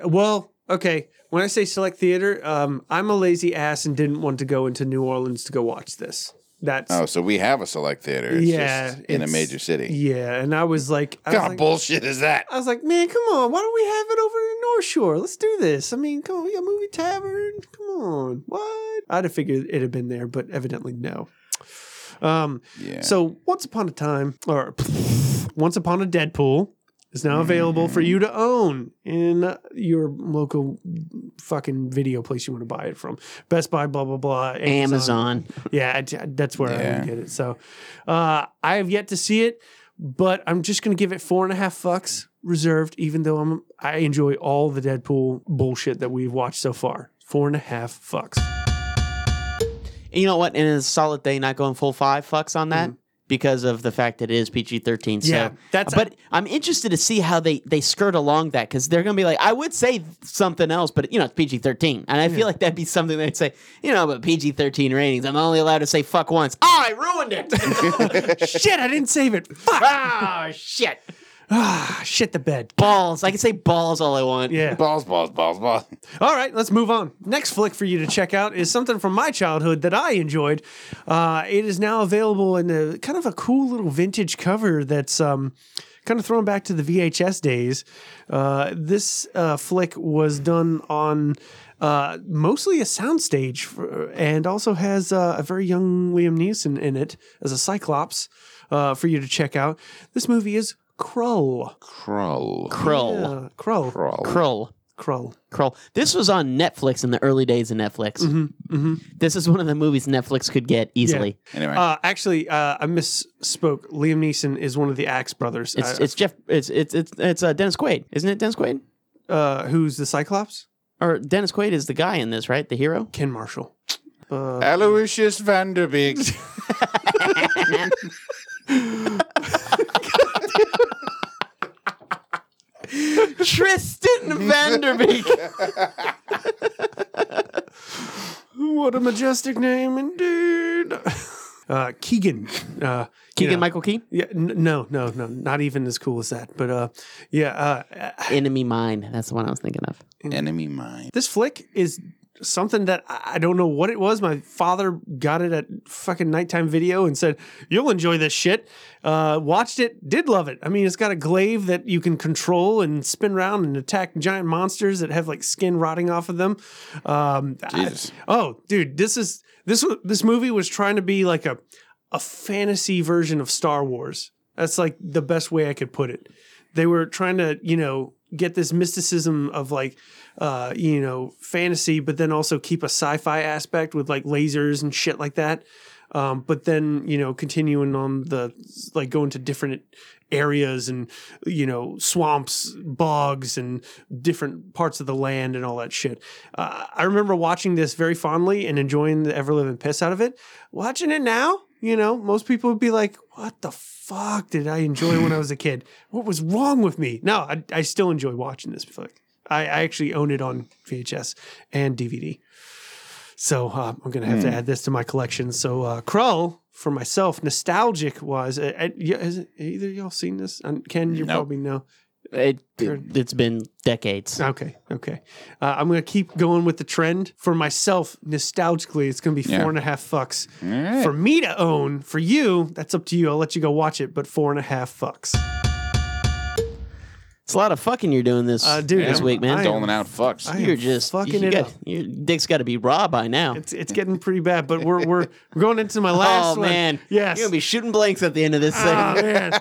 Well, okay. When I say select theater, um, I'm a lazy ass and didn't want to go into New Orleans to go watch this. That's Oh, so we have a select theater. It's Yeah, just in a it's- major city. yeah. And I was like, I What was kind of like, bullshit is that? I was like, man, come on, why don't we have it over in North Shore? Let's do this. I mean, come on, we got movie tavern. Come on, what? I'd have figured it had been there, but evidently no. Um, Yeah. So once upon a time, or once upon a Deadpool is now available Mm-hmm. for you to own in your local fucking video place you want to buy it from. Best Buy, blah blah blah. Amazon. Yeah, I t- that's where I Yeah. would get it. So uh, I have yet to see it, but I'm just going to give it four and a half fucks reserved, even though I'm I enjoy all the Deadpool bullshit that we've watched so far. Four and a half fucks. And you know what? And it's a solid day not going full five fucks on that because of the fact that it is PG thirteen. Mm. Yeah, so that's- But I'm interested to see how they they skirt along that because they're gonna be like, I would say something else, but you know it's PG thirteen, and I feel like that'd be something they'd say, you know, but PG thirteen ratings. I'm only allowed to say fuck once. Oh, I ruined it. shit, I didn't save it. Fuck. oh shit. ah, shit the bed. Balls. I can say balls all I want. Yeah. Balls, balls, balls, balls. All right, let's move on. Next flick for you to check out is something from my childhood that I enjoyed. Uh, it is now available in a kind of a cool little vintage cover that's um, kind of thrown back to the VHS days. Uh, this uh, flick was done on uh, mostly a soundstage for, and also has uh, a very young Liam Neeson in it as a Cyclops uh, for you to check out. This movie is Krull. Krull. Krull. Uh, Krull. Krull. Krull. Krull. Krull. This was on Netflix in the early days of Netflix. Mm-hmm. This is one of the movies Netflix could get easily. Anyway, Uh, actually, uh, I misspoke. Liam Neeson is one of the Axe brothers. Uh, It's I- it's Jeff. It's it's it's it's uh, Dennis Quaid, isn't it? Dennis Quaid uh, who's the Cyclops? or Dennis Quaid is the guy in this, right? The hero. Ken Marshall. Aloysius Vanderbeek. Tristan Vanderbeek. What a majestic name indeed. Uh, Keegan. Uh, you Keegan know, Michael Key, Yeah, n- no, no, no, not even as cool as that. But uh, yeah, uh, Enemy Mine. That's the one I was thinking of. Enemy mine. this flick is something that I I don't know what it was. My father got it at fucking nighttime video and said, You'll enjoy this shit. Uh, watched it, did love it. I mean, it's got a glaive that you can control and spin around and attack giant monsters that have like skin rotting off of them. Um, I- Jesus. oh, dude, this is this wa- this movie was trying to be like a a fantasy version of Star Wars. That's like the best way I could put it. They were trying to, you know, get this mysticism of like, uh, you know, fantasy, but then also keep a sci-fi aspect with like lasers and shit like that. Um, but then, you know, continuing on the like going to different areas and you know swamps, bogs, and different parts of the land and all that shit. Uh, I remember watching this very fondly and enjoying the ever living piss out of it. Watching it now, you know, most people would be like, "What the fuck did I enjoy when I was a kid? What was wrong with me?" No, I, I still enjoy watching this flick. I, I actually own it on VHS and DVD. So uh, I'm gonna have Hmm. to add this to my collection. So uh, Krull for myself, nostalgic was. Uh, uh, yeah, has it- either of y'all seen this? And Ken, you Nope. probably know. It, it, it's been decades. Okay, okay. Uh, I'm gonna keep going with the trend for myself. Nostalgically, it's gonna be Yeah. four and a half fucks All right. for me to own. For you, that's up to you. I'll let you go watch it. But four and a half fucks, It's a lot of fucking you're doing this uh, dude. this I'm- week, man. I am- Doling out fucks. I am you're just fucking you it got- up. Your dick's got to be raw by now. It's it's getting pretty bad. But we're we're we're going into my last oh one. man, yes. you're gonna be shooting blanks at the end of this thing. Oh man.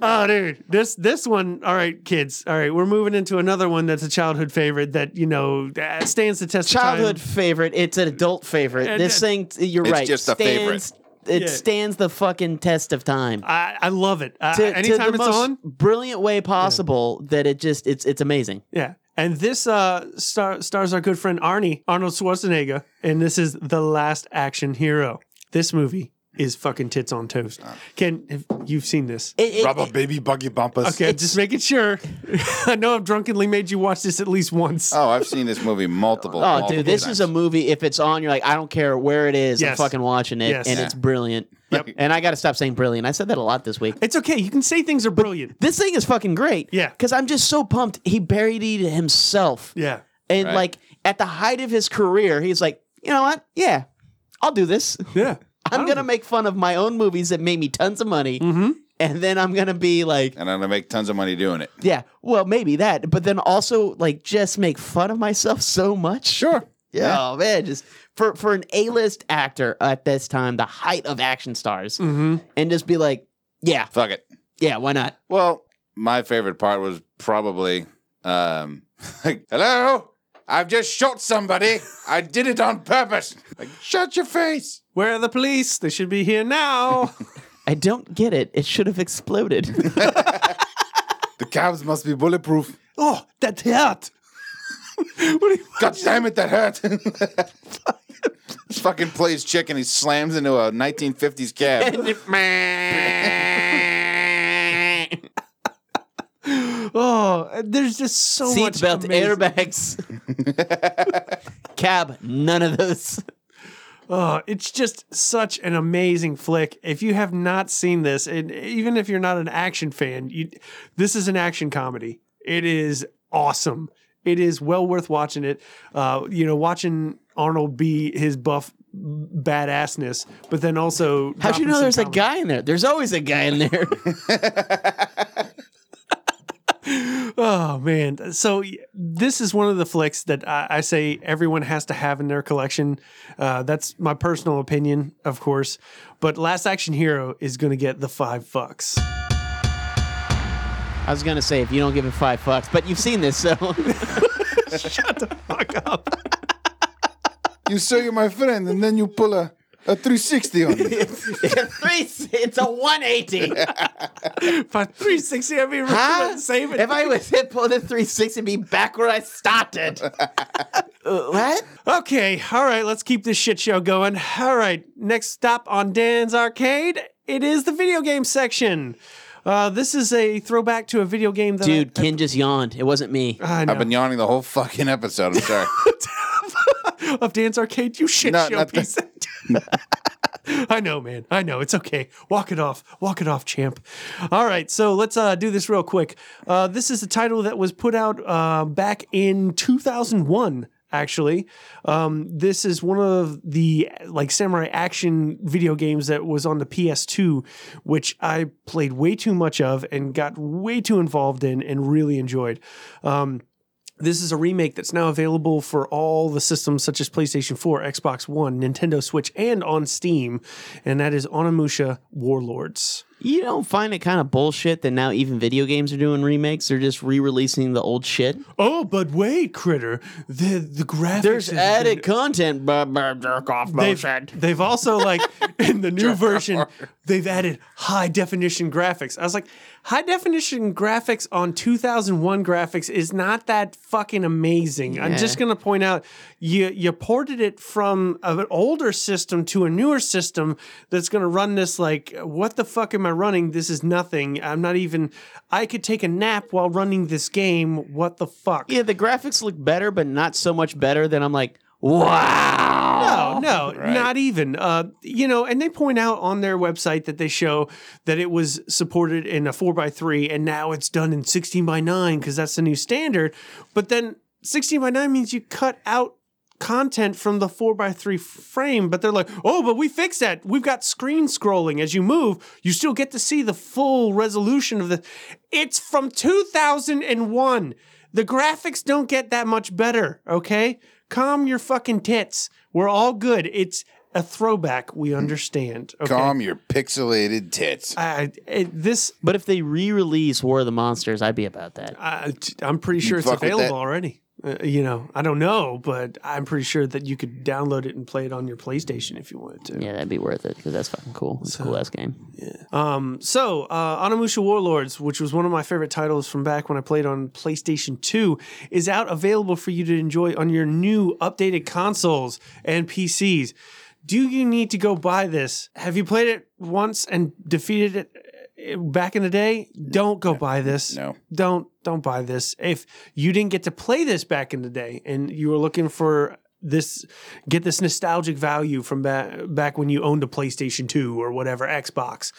Oh dude. This this one, all right, kids. All right, we're moving into another one that's a childhood favorite that, you know, uh, stands the test Childhood of time. favorite. It's an adult favorite. And this it- thing, you're It's right. just a favorite. stands, It Yeah. stands the fucking test of time. I, I love it. Uh, To- to anytime the it's most on. brilliant way possible. That it just it's it's amazing. Yeah. And this uh star, stars our good friend Arnie, Arnold Schwarzenegger, and this is The Last Action Hero. This movie is fucking tits on toast. Uh. Ken, if you've seen this. It, it- Rubber baby buggy bumpers. Okay, just making sure. I know I've drunkenly made you watch this at least once. Uh. Oh, I've seen this movie multiple. Oh, multiple dude, this is times. a movie. If it's on, you're like, I don't care where it is. Yes. I'm fucking watching it, Yes. and Yeah. it's brilliant. Yep. And I got to stop saying brilliant. I said that a lot this week. It's okay. You can say things are brilliant. This thing is fucking great. Yeah. Because I'm just so pumped. He buried it himself. Yeah. And Right. like at the height of his career, he's like, you know what? Yeah, I'll do this. Yeah. I'm gonna make fun of my own movies that made me tons of money, Mm-hmm. and then I'm gonna be like, and I'm gonna make tons of money doing it. yeah, well, maybe that, but then also like just make fun of myself so much. Sure. Yeah. Oh man, just for for an A-list actor at this time, the height of action stars, Mm-hmm. and just be like, yeah, Fuck it. yeah, why not? Well, my favorite part was probably, um, like, hello, I've just shot somebody. I did it on purpose. Like, shut your face. Where are the police? They should be here now. I don't get it. It should have exploded. The calves must be bulletproof. oh, that hurt. what do you God damn it, that hurt. Fucking plays chicken. He slams into a 1950s cab. Oh, there's just so much. Seatbelt amazing- airbags. Cab, none of those. Oh, it's just such an amazing flick. If you have not seen this, and even if you're not an action fan, you, this is an action comedy. It is awesome. It is well worth watching it. Uh, you know, watching Arnold be his buff badassness, but then also How'd you dropping know some there's a comedy. guy in there? There's always a guy in there. Oh man! So y- this is one of the flicks that I, I say everyone has to have in their collection. Uh, that's my personal opinion, of course. But Last Action Hero is going to get the five fucks. I was gonna say if you don't give it five fucks, but you've seen this, so Fuck up! You say you're my friend, and then you pull a, a 360 on me. three. It's a one eighty. By three sixty, I mean huh? save it. If I was hit pull the three six and be back where I started. Uh, what? okay, all right. Let's keep this shit show going. All right, next stop on Dan's Arcade. It is the video game section. Uh, this is a throwback to a video game that I- Dude, Ken just yawned. It wasn't me. I, know. I've been yawning the whole fucking episode. I'm sorry. of Dan's Arcade, you shit No, show not the- piece. I know, man. I know. It's okay. Walk it off. Walk it off, champ. All right. So let's uh, do this real quick. Uh, this is the title that was put out uh, back in 2001. Actually, um, this is one of the like samurai action video games that was on the PS2, which I played way too much of and got way too involved in and really enjoyed. Um, this is a remake that's now available for all the systems such as PlayStation 4, Xbox One, Nintendo Switch, and on Steam, and that is Onimusha Warlords. You don't find it kind of bullshit that now even video games are doing remakes? They're just re-releasing the old shit. Oh, but wait, critter, the the graphics. There's is- added content. Blah, blah, jerk off motion. They've, they've also like in the new version, they've added high definition graphics. I was like, high definition graphics on 2001 graphics is not that fucking amazing. I'm just gonna point out, you you ported it from an older system to a newer system that's gonna run this like, what the fuck am I running? This is nothing. I'm not even. I could take a nap while running this game. What the fuck? Yeah, the graphics look better, but not so much better that I'm like, wow. No, no, not even. Uh, you know, and they point out on their website that they show that it was supported in a four x three, and now it's done in sixteen by nine because that's the new standard. But then sixteen by nine means you cut out content from the four x three frame. But they're like, oh, but we fixed that. We've got screen scrolling as you move. You still get to see the full resolution of the. It's from two thousand and one. The graphics don't get that much better, okay? Calm your fucking tits. We're all good. It's a throwback. We understand. Okay. Calm your pixelated tits. I, I, this, But if they re-release War of the Monsters, I'd be about that. I, I'm pretty sure it's fuck with available that? already. Uh, you know, I don't know, but I'm pretty sure that you could download it and play it on your PlayStation if you wanted to. Yeah, that'd be worth it because that's fucking cool. It's a cool ass game. Um, so, uh, Onimusha Warlords, which was one of my favorite titles from back when I played on PlayStation 2, is out available for you to enjoy on your new updated consoles and PCs. Do you need to go buy this? Have you played it once and defeated it uh, back in the day? Don't go buy this. No. Don't don't buy this. If you didn't get to play this back in the day and you were looking for this get this nostalgic value from back back when you owned a PlayStation 2 or whatever Xbox,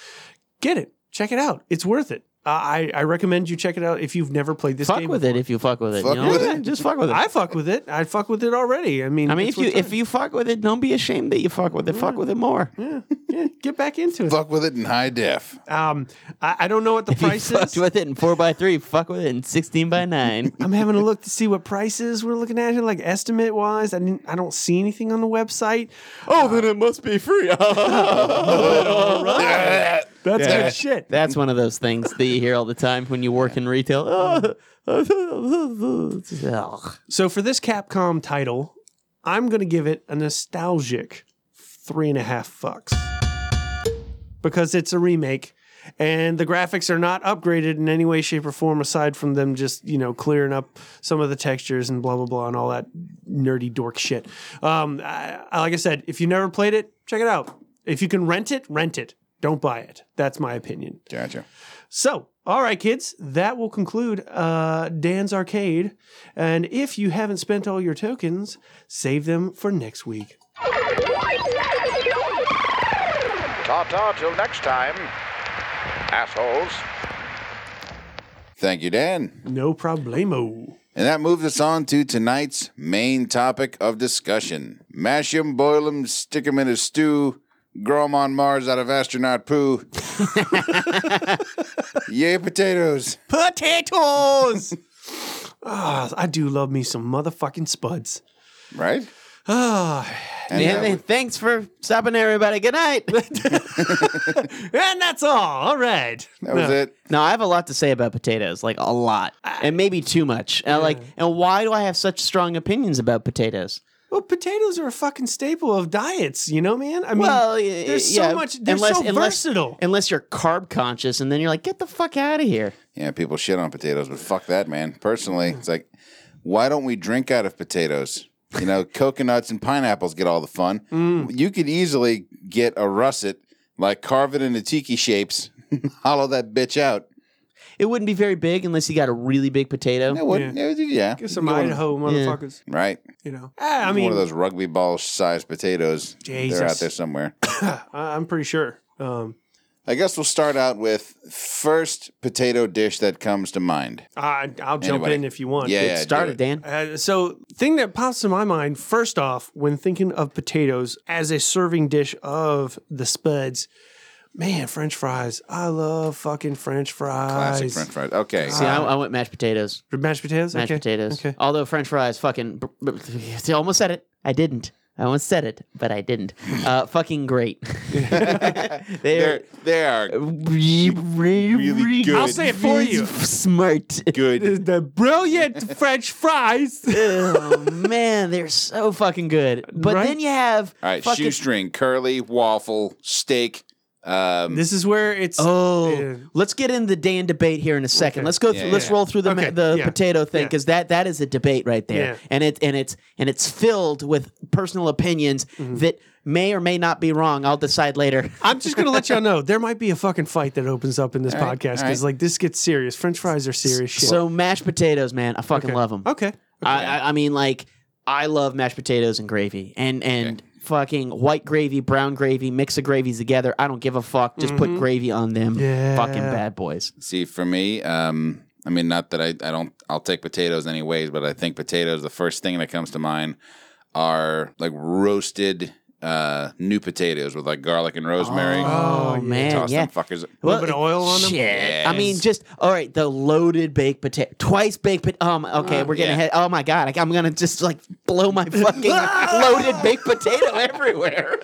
get it. Check it out. It's worth it. Uh, I I recommend you check it out if you've never played this Fuck game. with it before. if you fuck with it. Fuck you know? with Yeah, it. Just fuck with it. I fuck with it. I fuck with it already. I mean, I mean, it's if you what's if on. you fuck with it, don't be ashamed that you fuck with it. Fuck with it more. yeah, get back into it. Fuck with it in high def. Um, I, I don't know what the If you price is. fucked with it in four by three, fuck with it in sixteen by nine. I'm having a look to see what prices we're looking at here, like estimate wise. I didn't, I don't see anything on the website. oh, then it must be free. That's Yeah. good shit. That's one of those things that you hear all the time when you work in retail. Ugh. So for this Capcom title, I'm gonna give it a nostalgic three and a half fucks because it's a remake. And the graphics are not upgraded in any way, shape, or form, aside from them just you know clearing up some of the textures and blah blah blah and all that nerdy dork shit. Um, I, I- like I said, if you never played it, check it out. If you can rent it, rent it. Don't buy it. That's my opinion. Gotcha. So, all right, kids, that will conclude uh, Dan's Arcade. And if you haven't spent all your tokens, save them for next week. Ta ta till next time, assholes. Thank you, Dan. No problemo. And that moves us on to tonight's main topic of discussion. Mash 'em, boil 'em, stick 'em in a stew, grow 'em on Mars out of astronaut poo. Yay, potatoes. Potatoes! Ah, I do love me some motherfucking spuds. Right? Ah, And Yeah, that man, was- thanks for stopping, everybody. Good night. and that's all. All right. that was No. it. No, I have a lot to say about potatoes, like a lot, and maybe too much. And like, and why do I have such strong opinions about potatoes? Well, potatoes are a fucking staple of diets, you know, man? I mean, well, y- there's yeah, so much, they're so versatile. Unless you're carb conscious, and then you're like, get the fuck out of here. Yeah, people shit on potatoes, but fuck that, man. Personally, it's like, why don't we drink out of potatoes? You know, coconuts and pineapples get all the fun. You could easily get a russet, like carve it into tiki shapes, hollow that bitch out. It wouldn't be very big unless you got a really big potato. It would, yeah. yeah. Get some Idaho motherfuckers. Right. You know, Ah, I one mean, of those rugby ball sized potatoes. They're out Jesus. there somewhere. I- I'm pretty sure. Um, I guess we'll start out with first potato dish that comes to mind. I, I'll jump Anybody? in if you want. Yeah, yeah. Get do started, it. Dan. Uh, so, thing that pops to my mind first off when thinking of potatoes as a serving dish of the spuds, man, French fries. I love fucking French fries. Classic French fries. Okay. See, I, I went mashed potatoes. mashed potatoes. Mashed Uh, okay. potatoes. Okay. Although French fries, fucking. See, I almost said it. I didn't. I almost said it, but I didn't. Uh, fucking great. they're, They're they are re- re- really good. I'll say it for you. Smart. good. The brilliant Oh, French fries. oh man, they're so fucking good. But Right? then you have All right. fucking Shoestring, curly, waffle, steak. Um, This is where it's. Oh, Yeah. let's get into the Dan debate here in a second. Let's go. through, Yeah, let's yeah. roll through the Okay, the yeah. potato thing Yeah. because that that is a debate right there, Yeah. and it and it's and it's filled with personal opinions Mm-hmm. that may or may not be wrong. I'll decide later. I'm just gonna let y'all know there might be a fucking fight that opens up in this right, podcast all because right. like this gets serious. French fries are serious shit. So mashed potatoes, man, I fucking love 'em. love them. okay, I, I I mean, like I love mashed potatoes and gravy, and and fucking white gravy, brown gravy, mix of gravies together. I don't give a fuck. Just put gravy on them. Mm-hmm. Yeah. Fucking bad boys. See, for me, um, I mean, not that I, I don't, I'll take potatoes anyways, but I think potatoes, the first thing that comes to mind are like roasted uh, new potatoes with like garlic and rosemary. Oh, man, Toss yeah. them fuckers. Well, bit of oil on them? Shit. I mean, Yes. just all right. The loaded baked potato, twice baked. Pot- um. Okay, we're getting yeah. ahead. Oh my god, I, I'm gonna just like blow my fucking loaded baked potato everywhere.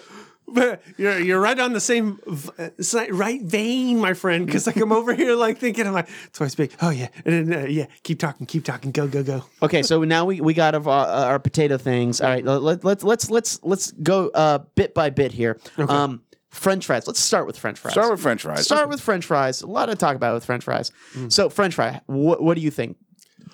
But you're you're right on the same v- uh, si- right vein, my friend. Because like I'm over here like thinking I'm like twice big. Oh yeah, and then, uh, yeah. Keep talking, keep talking. Go go go. Okay, so now we, we got of our, uh, our potato things. All right, let, let, let's let's let's go uh, bit by bit here. Um, French fries. Let's start with French fries. Mm. Start with French fries. Start with French fries. A lot to talk about with French fries. So French fry. What what do you think?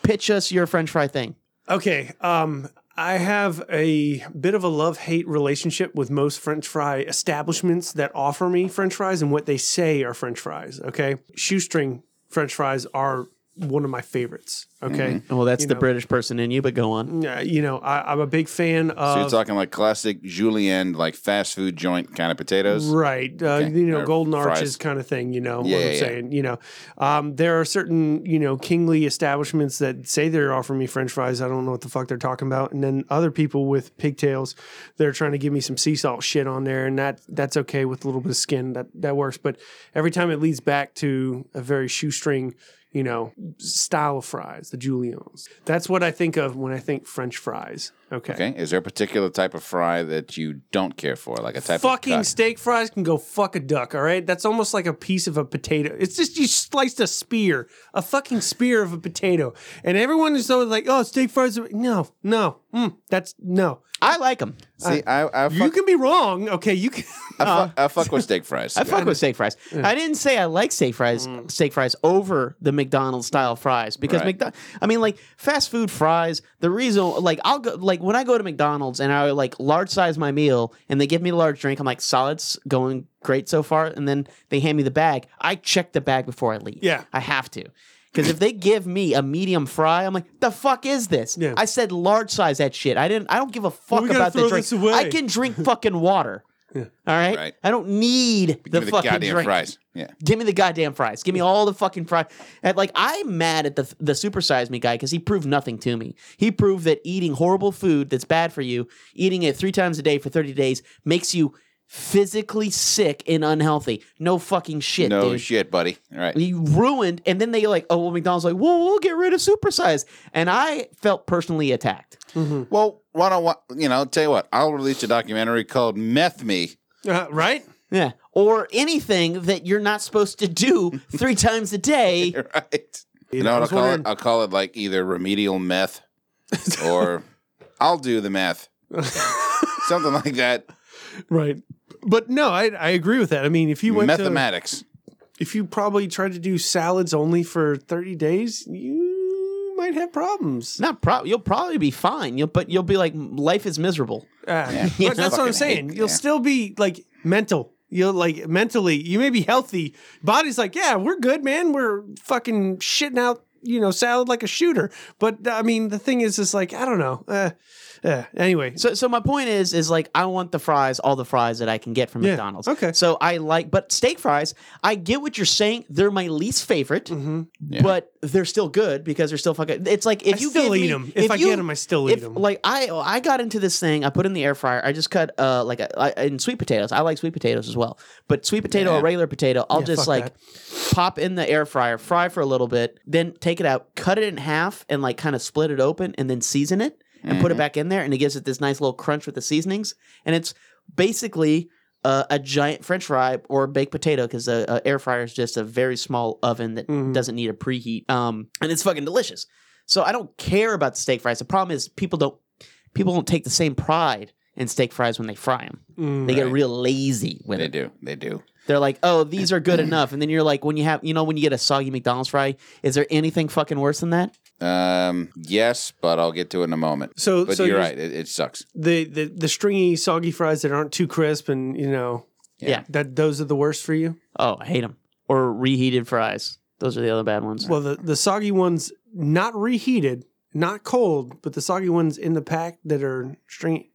Pitch us your French fry thing. Okay. Um, I have a bit of a love hate relationship with most French fry establishments that offer me French fries and what they say are French fries. Okay, shoestring French fries are one of my favorites. Okay, Well, that's the know. British person in you, but go on. Uh, you know I, I'm a big fan of. Mm-hmm. so you're talking like classic julienne, like fast food joint kind of potatoes. Right. Uh, You know, Or golden fries. arches kind of thing, you know Yeah, what I'm yeah, yeah. saying? You know, um, there are certain, you know, kingly establishments that say they're offering me french fries. I don't know what the fuck they're talking about. And then other people with pigtails, they're trying to give me some sea salt shit on there. And that that's okay with a little bit of skin. That, that works. But every time it leads back to a very shoestring, you know, style of fries, the Julien's. That's what I think of when I think french fries. Okay. Okay. Is there a particular type of fry that you don't care for? Like a type fucking of cut? steak fries can go fuck a duck, all right? That's almost like a piece of a potato. It's just you sliced a spear, a fucking spear of a potato. And everyone is always like, oh, steak fries. Are... No, no. Mm, that's no. I like them. See, I, I, fuck, You can be wrong. Okay, you can. I, fuck, I fuck with steak fries. I fuck with steak fries. I didn't say I like steak fries, Mm. steak fries over the McDonald's style fries because Right. McDonald's. I mean, like fast food fries. The reason, like, I'll go like when I go to McDonald's and I like large size my meal and they give me a large drink. I'm like, solids going great so far, and then they hand me the bag. I check the bag before I leave. Yeah. I have to. Because if they give me a medium fry, I'm like, the fuck is this? Yeah. I said large size that shit. I didn't. I don't give a fuck we gotta about the throw drink. this away. I can drink fucking water. All right? Right. I don't need the Give me the fucking goddamn drink. fries. Yeah. Give me the goddamn fries. Give me all the fucking fries. And like I'm mad at the the supersize me guy because he proved nothing to me. He proved that eating horrible food that's bad for you, eating it three times a day for thirty days, makes you physically sick and unhealthy. No fucking shit, no dude. shit, buddy. All right. He ruined, and then they like, oh well, McDonald's like, well, we'll get rid of supersize, and I felt personally attacked. Well, why don't wa- you know? Tell you what, I'll release a documentary called "Meth Me." Uh, right? Yeah, or anything that you're not supposed to do three times a day. Right? You know I what I'll was call it? wondering- I'll call it like either remedial meth, or I'll do the meth, something like that. Right. But no, I, I agree with that. I mean, if you went to, Mathematics. if you probably tried to do salads only for 30 days, you might have problems. Not prob. You'll probably be fine. You'll but you'll be like life is miserable. Ah, Yeah. but that's Fucking what I'm hate- saying. You'll yeah. still be like mental. You're like mentally, you may be healthy. Body's like, yeah, we're good, man. We're fucking shitting out, you know, salad like a shooter. But I mean, the thing is, is like, I don't know. Uh, uh, anyway, So, so my point is, is like I want the fries, all the fries that I can get from Yeah, McDonald's. okay. So I like, but steak fries. I get what you're saying. They're my least favorite, Mm. but they're still good because they're still fucking. It's like if Mm-hmm. I you still give eat me- 'em. If I you- get 'em, I still eat if, 'em. Like I, I got into this thing. I put in the air fryer. I just cut uh like a, I, and sweet potatoes. I like sweet potatoes as well, but sweet potato or regular potato, I'll just fuck like that. pop in the air fryer, fry for a little bit, then take it out, cut it in half, and like kind of split it open, and then season it and put it back in there, and it gives it this nice little crunch with the seasonings, and it's basically uh, a giant French fry or baked potato because the uh, air fryer is just a very small oven that Mm-hmm. doesn't need a preheat, um, and it's fucking delicious. So I don't care about steak fries. The problem is people don't people don't take the same pride in steak fries when they fry them. Mm. they get real lazy with They it. do. They do. They're like, oh, these are good enough. And then you're like, when you have, you know, when you get a soggy McDonald's fry, is there anything fucking worse than that? Um, yes, but I'll get to it in a moment. So- but so you're you're- right. It, it sucks. the, the the stringy, soggy fries that aren't too crisp, and you know Yeah. that those are the worst for you. Oh, I hate them. Or reheated fries. Those are the other bad ones. Well, the the soggy ones not reheated, not cold, but the soggy ones in the pack that are stringy,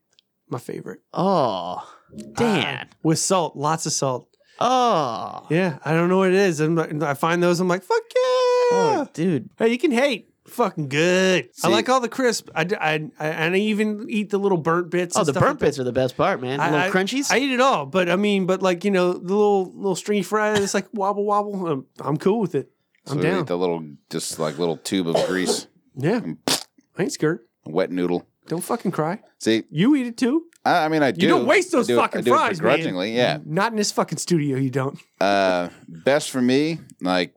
my favorite. Uh, oh, Uh, damn. With salt, lots of salt. oh. Yeah, I don't know what it is. I'm like, I find those. I'm like, fuck yeah. Oh, dude. Hey, you can hate. Fucking good. I See- like all the crisp. I, d- I, I- and I even eat the little burnt bits. Oh, and the stuff like burnt that. bits are the best part, man. The I- little I- crunchies. I, eat it all, but I mean, but like you know, the little little stringy fry that's like wobble wobble. I'm, I'm cool with it. I'm So we down. eat the little, just like little tube of grease, Yeah, I ain't scared. wet noodle. Don't fucking cry. See, You eat it too. I, I mean, I do. You do. not waste those I do it- fucking I do it fries, begrudgingly, man. Not in this fucking studio. You don't. yeah. Uh, best for me, like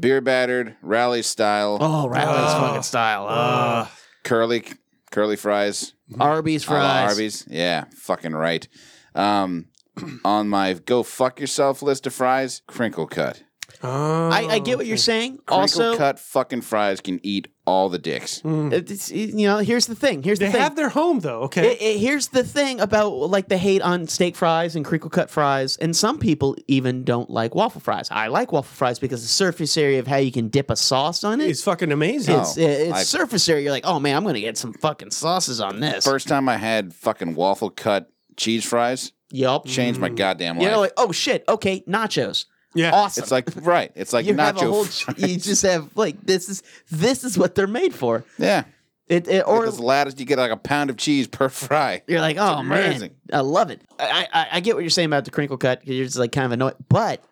beer battered rally style oh, Rattler's Oh. fucking style. Uh, curly curly fries, Oh. Arby's a la fries. Arby's. Yeah, fucking right. Um, on my go fuck yourself list of fries, crinkle cut, uh, I, Oh, I get what you're saying. crinkle also, cut fucking fries can eat all the dicks. Mm. it's, you know, here's the thing. Here's They the thing. have their home though. Okay. It, it- here's the thing about like the hate on steak fries and crinkle cut fries, and some people even don't like waffle fries. I like waffle fries because the surface area of how you can dip a sauce on it. it's fucking amazing. It's, it's I- surface area. You're like, oh man, I'm gonna get some fucking sauces on this. First time I had fucking waffle cut cheese fries, yup. changed my goddamn life. Mm. You know, like, oh shit, okay, nachos. yeah. Awesome. it's like right, it's like you have a nacho. whole. fries. You just have like this is this is what they're made for. yeah, It, it or or as loud as you get like a pound of cheese per fry. You're like, oh man, amazing. I love it. I, I I get what you're saying about the crinkle cut. 'cause You're just like kind of annoyed, but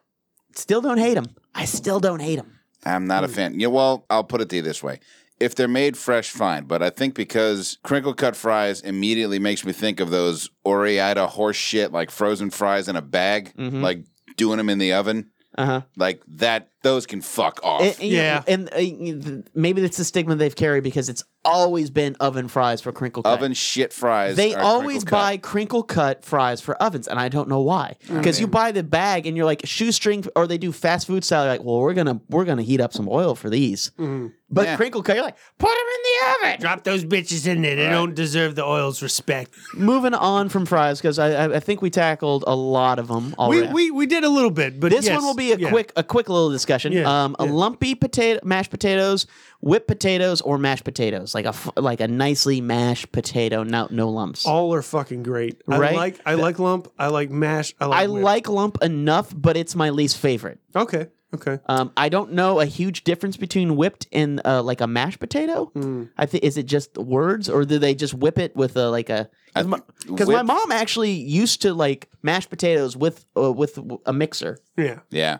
still don't hate them. I still don't hate them. I'm Mm. not a fan. Yeah, well, I'll put it to you this way. If they're made fresh, fine. But I think because crinkle cut fries immediately makes me think of those Oreada horse shit, like frozen fries in a bag, Mm-hmm. like doing them in the oven. Uh huh. Like that, those can fuck off. Yeah. and, uh, you- th- maybe that's the stigma they've carried because it's always been oven fries for crinkle cut. oven shit fries. They are always crinkle cut. buy crinkle cut fries for ovens, and I don't know why. Because you buy the bag and you're like shoestring, or they do fast food style. You're like, well, we're gonna we're gonna heat up some oil for these. Mm-hmm. But Yeah. crinkle cut, you're like, put them in the oven. Drop those bitches in there. They don't deserve the oil's respect. Moving on from fries because I, I I think we tackled a lot of them already. We, we we did a little bit, but Oh, This yes, one will be a yeah. quick a quick little discussion. Yeah, um, a lumpy potato, mashed potatoes, whipped potatoes, or mashed potatoes, like a f- like a nicely mashed potato, no no lumps. All are fucking great. Right? I like I like lump. I like mash. I like. I whip. like lump enough, but it's my least favorite. Okay. Okay. Um, I don't know a huge difference between whipped and uh, like a mashed potato. Hmm. I think is it just words or do they just whip it with a like a I because my, think 'cause my whipped- mom actually used to like mashed potatoes with uh, with a mixer, Yeah. Yeah,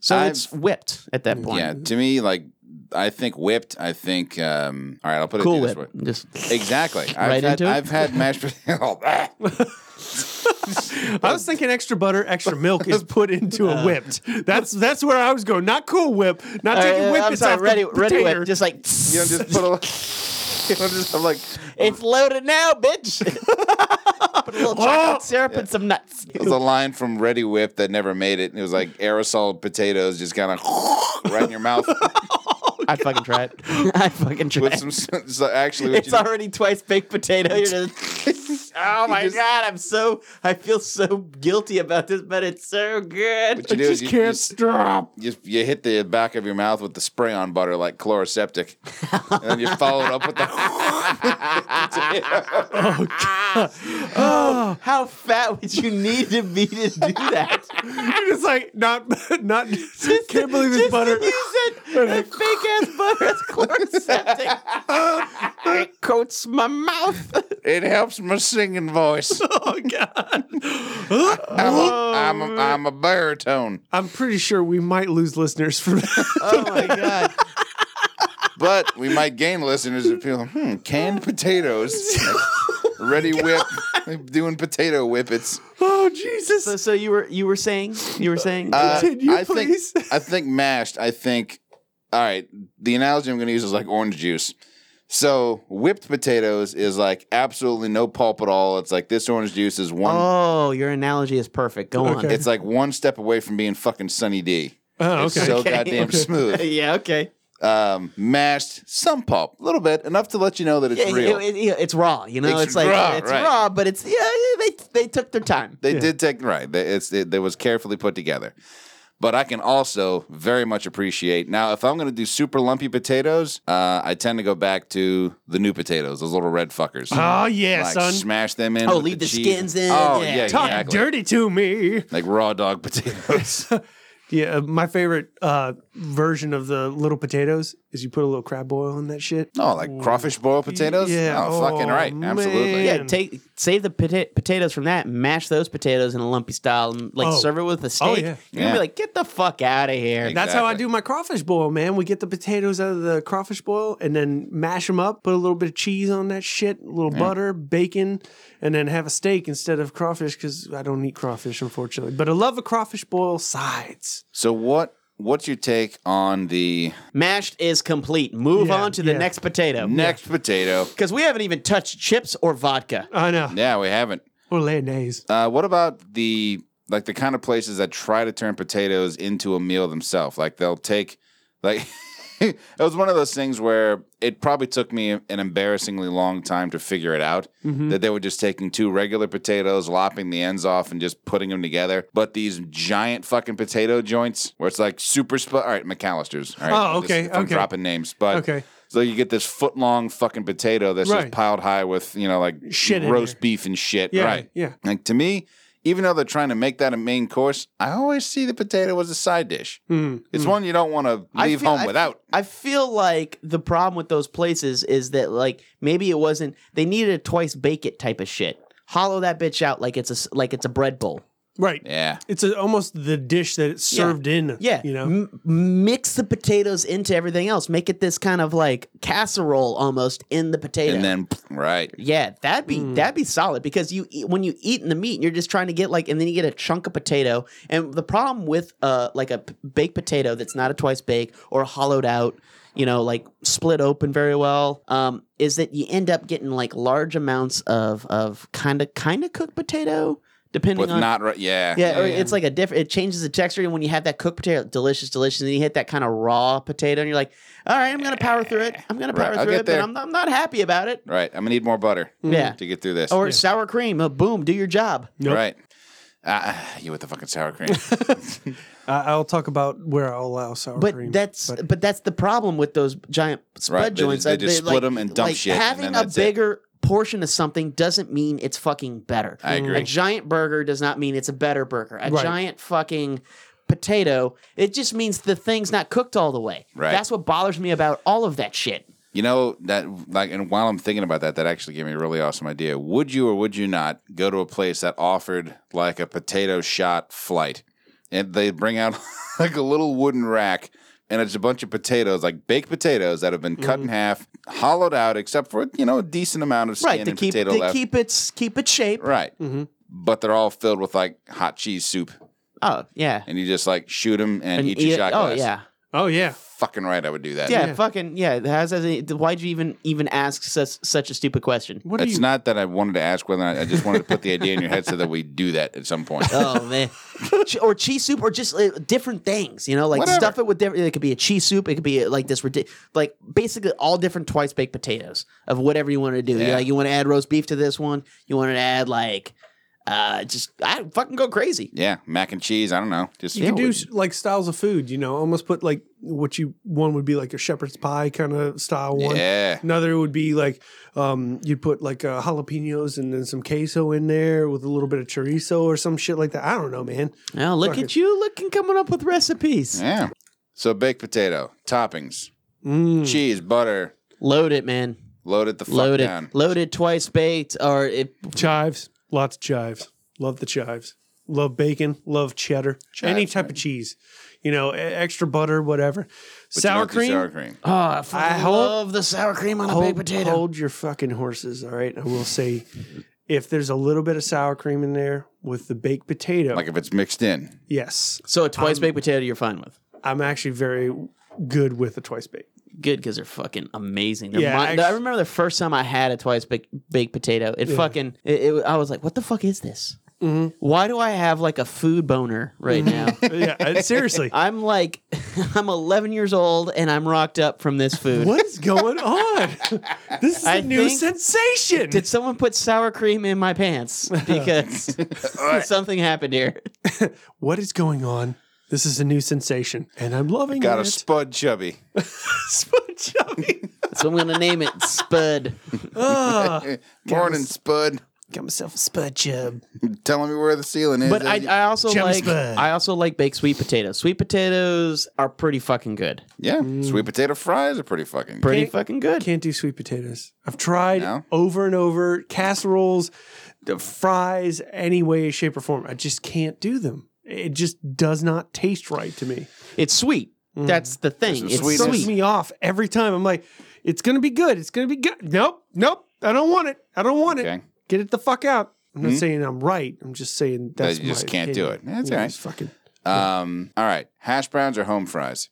so I've- it's whipped at that point. yeah. To me, like I think whipped. I think. um All right, I'll put it cool to you this whip. way. Just Exactly. Right I've had, into it? I've had mashed potatoes. I Oh. was thinking extra butter, extra milk is put into Uh. a whipped. That's that's where I was going. Not cool whip. Not All right, taking whip. Uh, I'm it's sorry, off the ready, ready potato. whip, just like You don't just put a little. You don't just have like. it's loaded now, bitch. put a little chocolate syrup and some nuts. It was a line from Ready Whip that never made it. It was like aerosol potatoes just kind of right in your mouth I fucking tried. I fucking tried. with some. So actually, what it's you do- already twice baked potato. You're just Oh my just- god, I'm so I feel so guilty about this, but it's so good. What you do is just you, can't you, stop. you, you hit the back of your mouth with the spray on butter like chloroseptic, and then you follow it up with the. Oh, how fat would you need to be to do that? I'm just like not not Just- can't believe this just butter. You said that fake ass butter is chloroseptic. it coats my mouth. it helps my singing voice. Oh god. I'm a, I'm a, I'm a baritone. I'm pretty sure we might lose listeners for that. Oh my god. But we might gain listeners if people, hmm, canned potatoes. Ready whip. Doing potato whippets. oh Jesus. So, so you were you were saying you were saying Uh, Continue, I please. Think, I think mashed. I think, all right, the analogy I'm going to use is like orange juice. So whipped potatoes is like absolutely no pulp at all. It's like this orange juice is one. Oh, your analogy is perfect. Go on. Okay. It's like one step away from being fucking Sunny D. Oh, It's okay. so Okay. goddamn Okay. smooth. yeah, okay. Um, mashed, some pulp, a little bit, enough to let you know that it's Yeah, real. it- it- it's raw, you know. It's, It's like raw, it's right. raw, but it's yeah. yeah, They they took their time. They did take right. They, it's it, they was carefully put together. But I can also very much appreciate now if I'm going to do super lumpy potatoes, uh, I tend to go back to the new potatoes, those little red fuckers. Oh yeah, like son. smash them in. Oh, with leave the cheese. skins in, Oh yeah. yeah, Talk exactly. dirty to me. Like raw dog potatoes. Yeah, uh, my favorite uh, version of the little potatoes is you put a little crab oil in that shit. oh, like crawfish boiled potatoes. Yeah, Oh, fucking oh, right. Absolutely. Yeah, Man. take save the pota- potatoes from that, mash those potatoes in a lumpy style, and like Oh. serve it with a steak. yeah. You're gonna Yeah. be like, get the fuck out of here. Exactly. That's how I do my crawfish boil, man. We get the potatoes out of the crawfish boil and then mash them up, put a little bit of cheese on that shit, a Mm. little butter, bacon, and then have a steak instead of crawfish because I don't eat crawfish, unfortunately. But I love a crawfish boil sides. So what? What's your take on the Mashed is complete. Move Yeah, on to the yeah. next potato. next potato? Because we haven't even touched chips or vodka. I know. Yeah, we haven't. Or mayonnaise. Uh, what about the like the kind of places that try to turn potatoes into a meal themselves? Like they'll take like it was one of those things where it probably took me an embarrassingly long time to figure it out Mm-hmm. that they were just taking two regular potatoes, lopping the ends off, and just putting them together. But these giant fucking potato joints where it's like super split. All right, McAllister's. All right, Oh, just- okay, if I'm okay. dropping names, but Okay. So you get this foot long fucking potato that's Right. just piled high with you know like Shit in roast there. beef and shit. Yeah, right. yeah. Like to me, even though they're trying to make that a main course, I always see the potato as a side dish. It's one you don't want to Hmm, I leave feel- home I- without. I feel like the problem with those places is that like maybe it wasn't they needed a twice bake it type of shit. Hollow that bitch out like it's a s- like it's a bread bowl. Right. Yeah. It's a, almost the dish that it's served in. Yeah, You know? M- mix the potatoes into everything else. Make it this kind of like casserole almost in the potato. And then right. yeah, that'd be that'd be solid because you eat, when you eat in the meat, you're just trying to get like, and then you get a chunk of potato. And the problem with uh like a p- baked potato that's not a twice baked or hollowed out, you know, like split open very well, um, is that you end up getting like large amounts of of kind of kind of cooked potato, depending But on not right. Yeah. yeah, or it's like a different. It changes the texture, and when you have that cooked potato, delicious, delicious, and you hit that kind of raw potato, and you're like, "All right, I'm gonna power through it. I'm gonna Right, power I'll through get it, there. but I'm, I'm not happy about it." Right. I'm gonna need more butter. Yeah. To get through this. Or sour cream, uh, boom, do your job. Nope. Right. Ah, you with the fucking sour cream. I, I'll talk about where I'll allow sour But cream. that's but, that's the problem with those giant spud Right, they joints. just- they Uh, just split 'em and dump like shit, and Having then a that's it. bigger portion of something doesn't mean it's fucking better. I agree. A giant burger does not mean it's a better burger. A Right. giant fucking potato, it just means the thing's not cooked all the way. Right. That's what bothers me about all of that shit. You know that like and while I'm thinking about that, that actually gave me a really awesome idea. Would you or would you not go to a place that offered like a potato shot flight? And they bring out like a little wooden rack and it's a bunch of potatoes, like baked potatoes that have been cut in half, hollowed out, except for you know, a decent amount of skin Mm-hmm. right to and keep potato to left. keep Mm-hmm. its keep its shape. right. But they're all filled with like hot cheese soup. Oh yeah, And you just like shoot them and, eat eat your it- shot oh glass. yeah, Oh yeah. Fucking right, I would do that. Yeah, Yeah. fucking yeah. it Has, has any- why'd you even even ask such, such a stupid question? What are It's you? not that I wanted to ask whether or not, I just wanted to put the idea in your head so that we do that at some point. Oh man, Ch- or cheese soup, or just uh, different things. You know, like Whatever. stuff it with different. It could be a cheese soup. It could be uh, like this ridiculous, like basically all different twice baked potatoes of whatever you want to do. You- Yeah. Like you want to add roast beef to this one. You want to add like, uh, just I fucking go crazy. yeah, mac and cheese. I don't know. Just You could do s- like styles of food, you know, almost put like what you one would be like a shepherd's pie kind of style one. Yeah. Another would be like um, you'd put like uh, jalapenos and then some queso in there with a little bit of chorizo or some shit like that. I don't know, man. Now look Fuck at you, looking coming up with recipes. Yeah. So baked potato toppings, Hmm. Mm. cheese, butter, Load it, man. load it the fuck Load down. it. Load it twice baked, or it, Chives, lots of chives. Love the chives. Love bacon. Love cheddar. Any type of cheese, you know, e- extra butter, whatever. But you sour don't do cream. Sour cream. oh, I, fucking hold- love the sour cream on a baked potato. hold your fucking horses, all right? I will say, if there's a little bit of sour cream in there with the baked potato, Like if it's mixed in. yes, So a twice baked potato, you're fine with. I'm actually very good with the twice baked. good because they're fucking amazing. They're Yeah, mon- actu- I remember the first time I had a twice baked, baked potato. It fucking, it, it, I was like, what the fuck is this? Why do I have like a food boner right now? yeah, I- seriously. I'm like, I'm 11 years old and I'm rocked up from this food. what is going on? This is a I new think- sensation. Did someone put sour cream in my pants? Because something happened here. what is going on? This is a new sensation, and I'm loving Got a it. spud chubby. SpongeBob. So I'm going to name it Spud. Eh, Morning, Spud. Got myself a spud chub. Telling me where the ceiling is. eh? But I, is it? I also Chubby like Spud. I also like baked sweet potatoes. Sweet potatoes are pretty fucking good. yeah, Mm. sweet potato fries are pretty fucking. good. Pretty Can't- fucking good. Can't do sweet potatoes. I've tried No? over and over casseroles, the fries, any way, shape, or form. I just can't do them. It just does not taste right to me. Mm. It's sweet. That's the thing. some It's It sweetness. throws Mm. sweet. me off every time. I'm like, it's gonna be good. It's gonna be good. Nope, nope. I don't want it. I don't want it. Okay. Get it the fuck out. I'm not saying I'm right. I'm just saying that's Hmm? you just my can't do opinion. it. That's Yeah, all right. it's Fucking Um, all right, hash browns or home fries?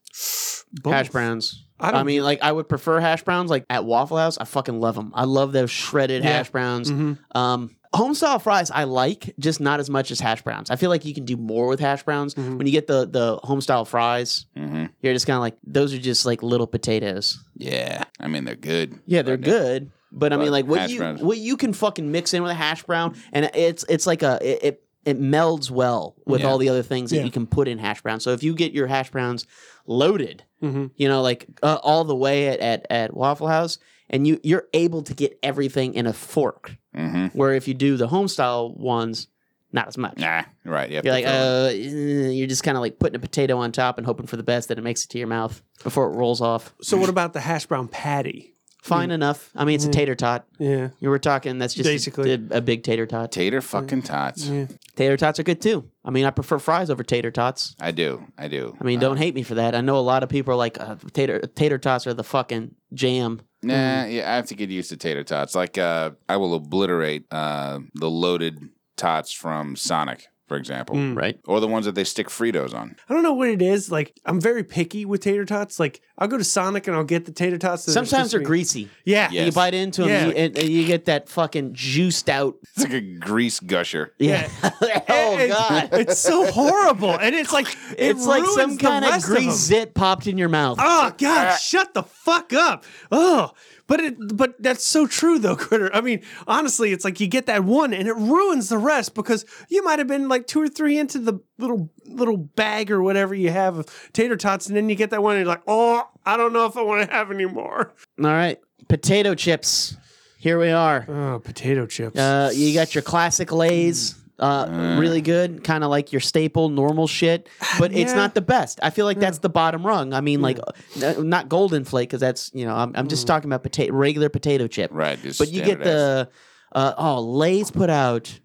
Hash browns. I I, don't- mean, like, I would prefer hash browns. Like at Waffle House, I fucking love them. I love those shredded hash browns. Mm-hmm, Um, home style fries, I like, just not as much as hash browns. I feel like you can do more with hash browns. When you get the the home style fries, Mm-hmm. you're just kind of like those are just like little potatoes. Yeah, I mean they're good. Yeah, they're But, good. But, I mean, But like what hash you browns- what you can fucking mix in with a hash brown, and it's it's like a it it, it melds well with Yeah. all the other things that Yeah. you can put in hash browns. So if you get your hash browns loaded, Mhm. you know, like uh, all the way at, at at Waffle House, and you you're able to get everything in a fork. Mm-hmm. Where if you do the home style ones, not as much. Nah, right. You have You're to like, throw it. uh, eh, you're just kind of like putting a potato on top and hoping for the best that it makes it to your mouth before it rolls off. So what about the hash brown patty? Fine enough. I mean, it's a tater tot. Yeah. You were talking. That's just Basically. a, a big tater tot. tater fucking tots. Tater tots are good too. I mean, I prefer fries over tater tots. I do. I do. I mean, don't hate me for that. I know a lot of people are like uh, tater tater tots are the fucking jam. Nah, yeah, I have to get used to tater tots. Like, uh, I will obliterate uh, the loaded tots from Sonic, for example, Right. or the ones that they stick Fritos on. I don't know what it is. Like I'm very picky with tater tots. Like I'll go to Sonic and I'll get the tater tots. that are Sometimes supposed they're to be- greasy. Yeah. Yeah. You Yes. bite into them, Yeah. you, and, and you get that fucking juiced out. It's like a grease gusher. Yeah. oh It- god. It's so horrible, and it's like it It's like some ruins the kind of rest grease them. zit popped in your mouth. Oh God! Shut the fuck up! Oh, but it, but that's so true though, Critter. I mean, honestly, it's like you get that one, and it ruins the rest because you might have been like two or three into the little little bag or whatever you have of tater tots, and then you get that one, and you're like, oh, I don't know if I want to have any more. All right. Potato chips. Here we are. Oh, potato chips. Uh, you got your classic Lay's, uh, really good, kind of like your staple normal shit, but it's Yeah. not the best. I feel like that's the bottom rung. I mean, like uh, n- not golden flake because that's you know I'm, I'm Mm. just talking about potato regular potato chip, Right. just But you get standardized. the uh, oh Lay's put out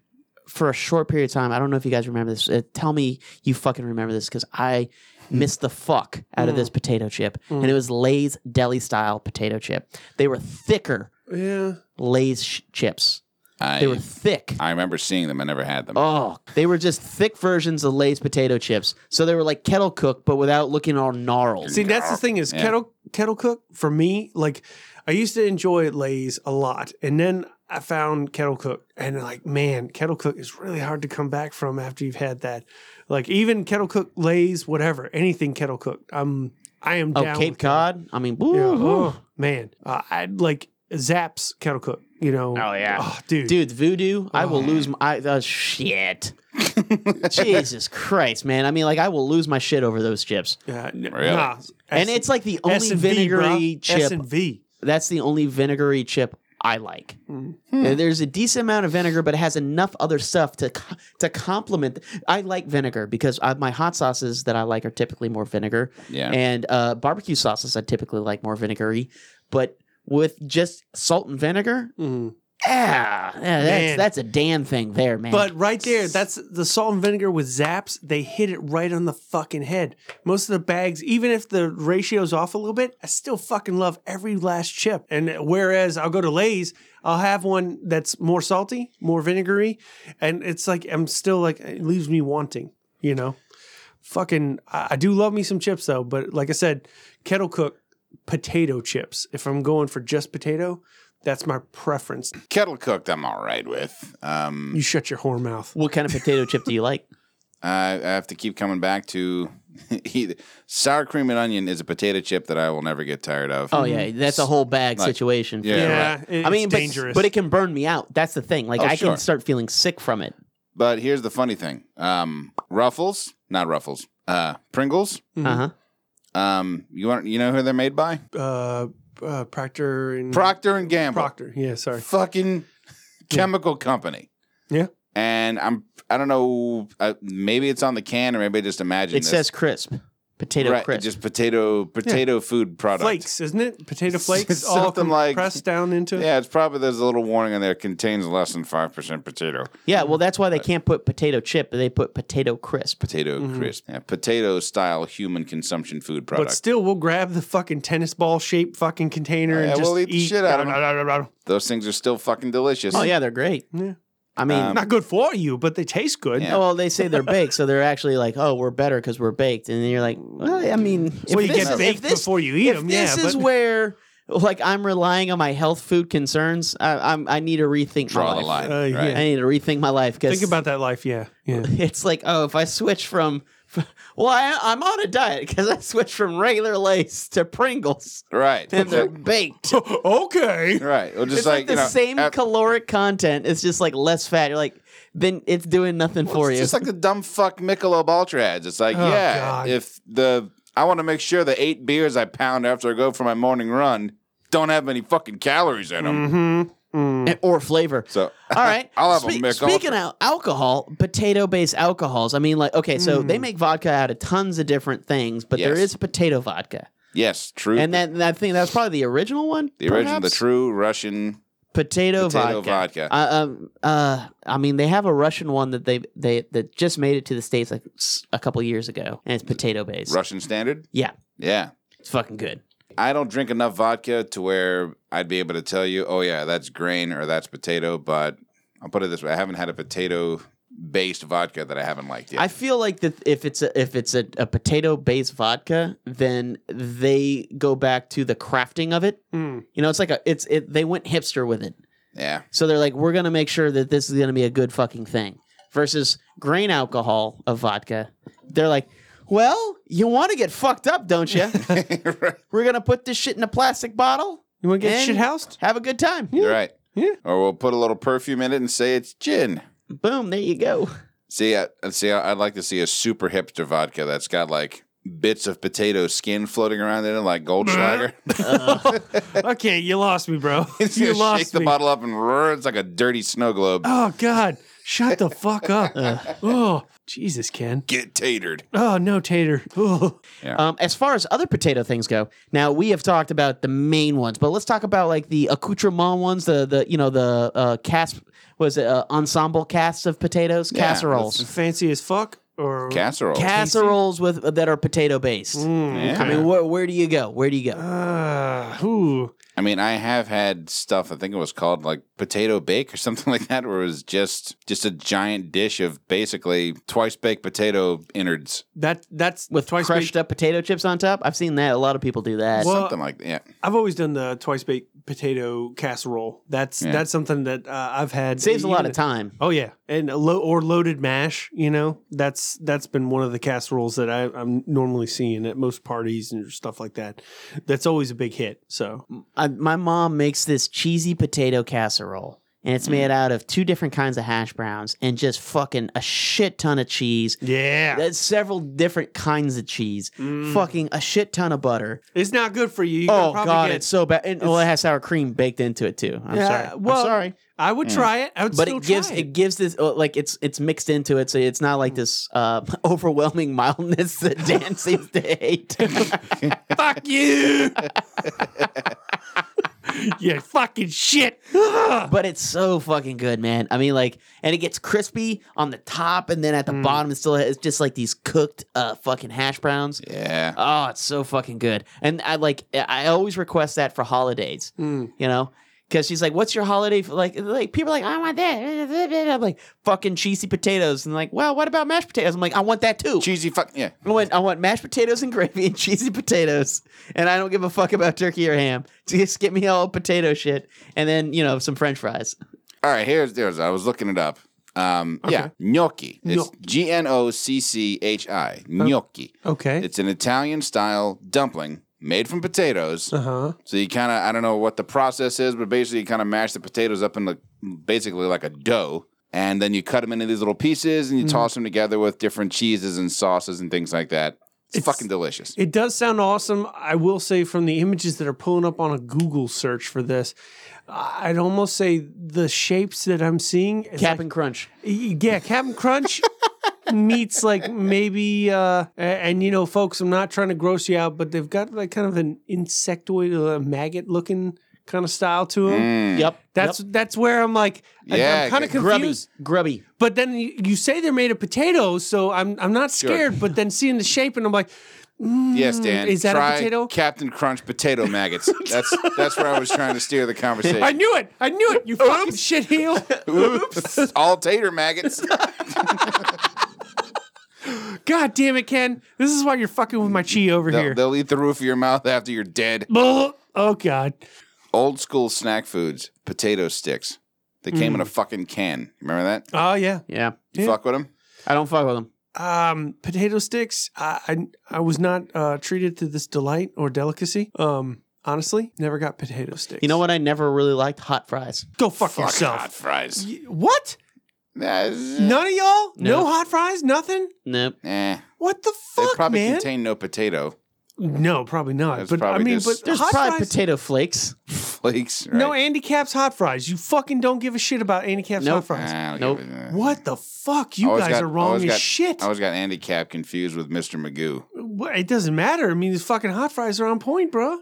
for a short period of time. I don't know if you guys remember this. Uh, tell me you fucking remember this because I. Missed the fuck out of Mm. this potato chip, and it was Lay's deli style potato chip. They were thicker yeah. Lay's sh- chips. I, They were thick. I remember seeing them. I never had them. Oh, they were just thick versions of Lay's potato chips. So they were like kettle cooked, but without looking all gnarled. See, that's the thing is Yeah. kettle kettle cook for me. Like, I used to enjoy Lay's a lot, and then I found kettle cook, and like, man, kettle cook is really hard to come back from after you've had that. Like, even kettle cook Lay's, whatever, anything kettle cooked. I'm I am oh, down. Cape with that. Cod. I mean, Yeah. woo-hoo. Oh man, uh, I like Zaps kettle cook. You know. Oh, yeah. dude. dude, voodoo. I Oh, will lose my I, uh, shit. Jesus Christ, man. I mean, like I will lose my shit over those chips. Yeah, n- Really? nah, and S- it's like the only S&V, vinegary bruh. chip. S&V. That's the only vinegary chip I like. Mm-hmm. And There's a decent amount of vinegar, but it has enough other stuff to co- to complement. I like vinegar because I, my hot sauces that I like are typically more vinegar. Yeah. And uh, barbecue sauces I typically like more vinegary, but with just salt and vinegar, Mm. ah, yeah, that's Man. that's a damn thing there, man. But right there, that's the salt and vinegar with Zaps. They hit it right on the fucking head. Most of the bags, even if the ratio's off a little bit, I still fucking love every last chip. And whereas I'll go to Lay's, I'll have one that's more salty, more vinegary, and it's like I'm still like it leaves me wanting, you know. Fucking, I I do love me some chips though, but like I said, kettle cook potato chips. If I'm going for just potato, that's my preference. Kettle cooked, I'm all right with. Um, You shut your whore mouth. what kind of potato chip do you like? I, I have to keep coming back to either sour cream and onion is a potato chip that I will never get tired of. Oh yeah, that's a whole bag Like- situation. Yeah, right. it- I mean, it's but, dangerous. but it can burn me out. That's the thing. Like Oh, I sure. can start feeling sick from it. But here's the funny thing: um, Ruffles, not Ruffles, uh, Pringles. Mm-hmm. Uh huh. Um, you want you know who they're made by? uh, uh, Procter and Procter and Gamble. Procter. Yeah, sorry. fucking chemical company. Yeah. And I'm I don't know uh, maybe it's on the can or maybe I just imagine It this. says crisp, potato right, crisp. just potato potato food product. Flakes, isn't it? Potato flakes, all Something like- compressed down into. Yeah, it's probably there's a little warning on there. Contains less than five percent potato. yeah, well, that's why they can't put potato chip. They put potato crisp. Potato crisp. Yeah, potato style human consumption food Mm-hmm. But product. still, we'll grab the fucking tennis ball shaped fucking container Yeah, and just we'll eat the shit out of 'em. blah, blah, blah, blah. Those things are still fucking delicious. Oh yeah, they're great. Yeah. I mean, Um, Not good for you, but they taste good. Yeah. oh, well, they say they're baked, so they're actually like, oh, we're better because we're baked. And then you're like, well, I mean, if Well, you this get is- baked if this- before you eat if them. This yeah, is but where like I'm relying on my health food concerns. I, I'm I need to rethink Draw my the life. line. Uh, right? yeah. I need to rethink my life because think about that life. Yeah, yeah. it's like oh if i switch from well I, i'm on a diet because i switched from regular lace to pringles Right. and they're baked okay. right. Well, just it's like, the you know, same at- caloric content it's just like less fat you're like then it's doing nothing for It's you just like the dumb fuck Michelob Ultra ads. It's like, Oh, yeah, God. if the I want to make sure the eight beers I pound after I go for my morning run don't have any fucking calories Mm. in them. Mm-hmm, mm. And- or flavor So all right. I'll have a Spe- Mick Speaking Ultra. of alcohol, potato-based alcohols. I mean, like, okay, so they make vodka out of tons of different things, but there Hmm. Yes. is potato vodka, yes, true. and that that thing that's probably the original one. the original, the perhaps? true Russian. potato, Potato vodka. vodka. Uh, um, uh, I mean, they have a Russian one that they they that just made it to the states like s- a couple years ago, and it's potato based. Russian standard? Yeah, Yeah. it's fucking good. I don't drink enough vodka to where I'd be able to tell you, oh, yeah, that's grain or that's potato. But I'll put it this way I haven't had a potato based vodka that I haven't liked yet. I feel like that if it's a, if it's a, a potato based vodka, then they go back to the crafting of it. Mm. You know, it's like a it's it. They went hipster with it, yeah. so they're like, we're gonna make sure that this is gonna be a good fucking thing. Versus grain alcohol of vodka, they're like, well, you want to get fucked up, don't you? We're gonna put this shit in a plastic bottle. You want to get And shit housed? Have a good time. You're right. Yeah. Or we'll put a little perfume in it and say it's gin. Boom, there you go. See, I, I'd see, I- I'd like to see a super hipster vodka that's got like bits of potato skin floating around in it, like Goldschlager. okay, you lost me, bro. It's you gonna lost shake the me. bottle up and roar. It's like a dirty snow globe. Oh God, shut the fuck up. oh Jesus, Ken. Get tatered. Oh no, Tater. Oh. Um, as far as other potato things go, now we have talked about the main ones, but let's talk about like the accoutrement ones, the the you know the uh, cast was it uh, ensemble casts of potatoes, Yeah, casseroles. fancy as fuck. or Casserole. Casseroles with uh, that are potato based. Mm, Yeah. I mean, wh- where do you go? Where do you go? ah, ooh. I mean, I have had stuff. I think it was called like potato bake or something like that, where it was just just a giant dish of basically twice baked potato innards, That that's With twice crushed baked- up potato chips on top. I've seen that. A lot of people do that. Well- something like that. Yeah. I've always done the twice baked potato casserole. That's Yeah. that's something that uh, I've had. Saves a lot Even- of time. Oh yeah, and a lo- or loaded mash. You know, that's that's been one of the casseroles that I, I'm normally seeing at most parties and stuff like that. That's always a big hit. So I, Uh, my mom makes this cheesy potato casserole, and it's Mm. made out of two different kinds of hash browns and just fucking a shit ton of cheese. yeah, That's several different kinds of cheese. Fucking a shit ton of butter. it's not good for you. you oh god, get, it's so bad. And, well, it has sour cream baked into it too. I'm Yeah, sorry. well, I'm sorry, I would try it. I would, Mm. but still it gives try it. gives this uh, like it's it's mixed into it, so it's not Mm. like this uh, overwhelming mildness that Dan seems to hate. Fuck you. you fucking shit. Ugh. but it's so fucking good, man. I mean, like, and it gets crispy on the top, and then at the bottom, it's still it's just like these cooked uh, fucking hash browns. Yeah. uh, Oh, it's so fucking good. And I like I always request that for holidays. You know? Because she's like, "What's your holiday?" For? Like, like people are like, "I want that." I'm like, "Fucking cheesy potatoes," and like, "Well, what about mashed potatoes?" I'm like, "I want that too. Cheesy fuck. Yeah. I want, I want mashed potatoes and gravy and cheesy potatoes, and I don't give a fuck about turkey or ham. Just get me all potato shit, and then you know some French fries. All right. Here's there's. I was looking it up. Um, Yeah. Gnocchi. It's G N O C C H I. Gnocchi. Okay. It's an Italian style dumpling made from potatoes. Uh huh. So you kind of, I don't know what the process is, but basically you kind of mash the potatoes up into basically like a dough. And then you cut them into these little pieces Mm-hmm. and you toss them together with different cheeses and sauces and things like that. It's, It's- fucking delicious. It does sound awesome. I will say from the images that are pulling up on a Google search for this, I'd almost say the shapes that I'm seeing. It's Cap and crunch. like, yeah, Captain Crunch meets like maybe, uh, a- and you know, folks, I'm not trying to gross you out, but they've got like kind of an insectoid, uh, maggot looking kind of style to Mm. them. Yep. That's yep. that's where I'm like, I- Yeah, I'm kind of g- grubby. confused. Grubby. But then you, you say they're made of potatoes, so I'm I'm not scared. But then seeing the shape, and I'm like, yes, Dan. Mm, is that a try potato? Captain Crunch potato maggots. that's that's where I was trying to steer the conversation. I knew it. I knew it. You fucking shit heel. Oops. All tater maggots. God damn it, Ken. This is why you're fucking with my chi over They'll, here. they'll eat the roof of your mouth after you're dead. Bull- oh God. Old school snack foods, potato sticks. They came in a fucking can. Remember that? Oh yeah. Yeah. You Mm. Yeah. fuck with them? I don't fuck with them. Um, potato sticks. I I, I was not uh, treated to this delight or delicacy. Um, honestly, never got potato sticks. You know what? I never really liked hot fries. Go fuck, Fuck hot yourself. fries. Y- What? Nah, None of y'all? No. No. hot fries? Nothing? Nope. Eh. What the They fuck, probably man? contain no potato no, probably not. It's But probably I mean, just- but There's hot probably fries. potato flakes. flakes. Right? No, Andy Cap's hot fries. You fucking don't give a shit about Andy Cap's Nope. hot fries. Nah, I don't Nope. give a- What the fuck? You Always guys got- are wrong always as got- shit. I always got Andy Cap confused with Mr. Magoo. Well, It doesn't matter. I mean, these fucking hot fries are on point, bro.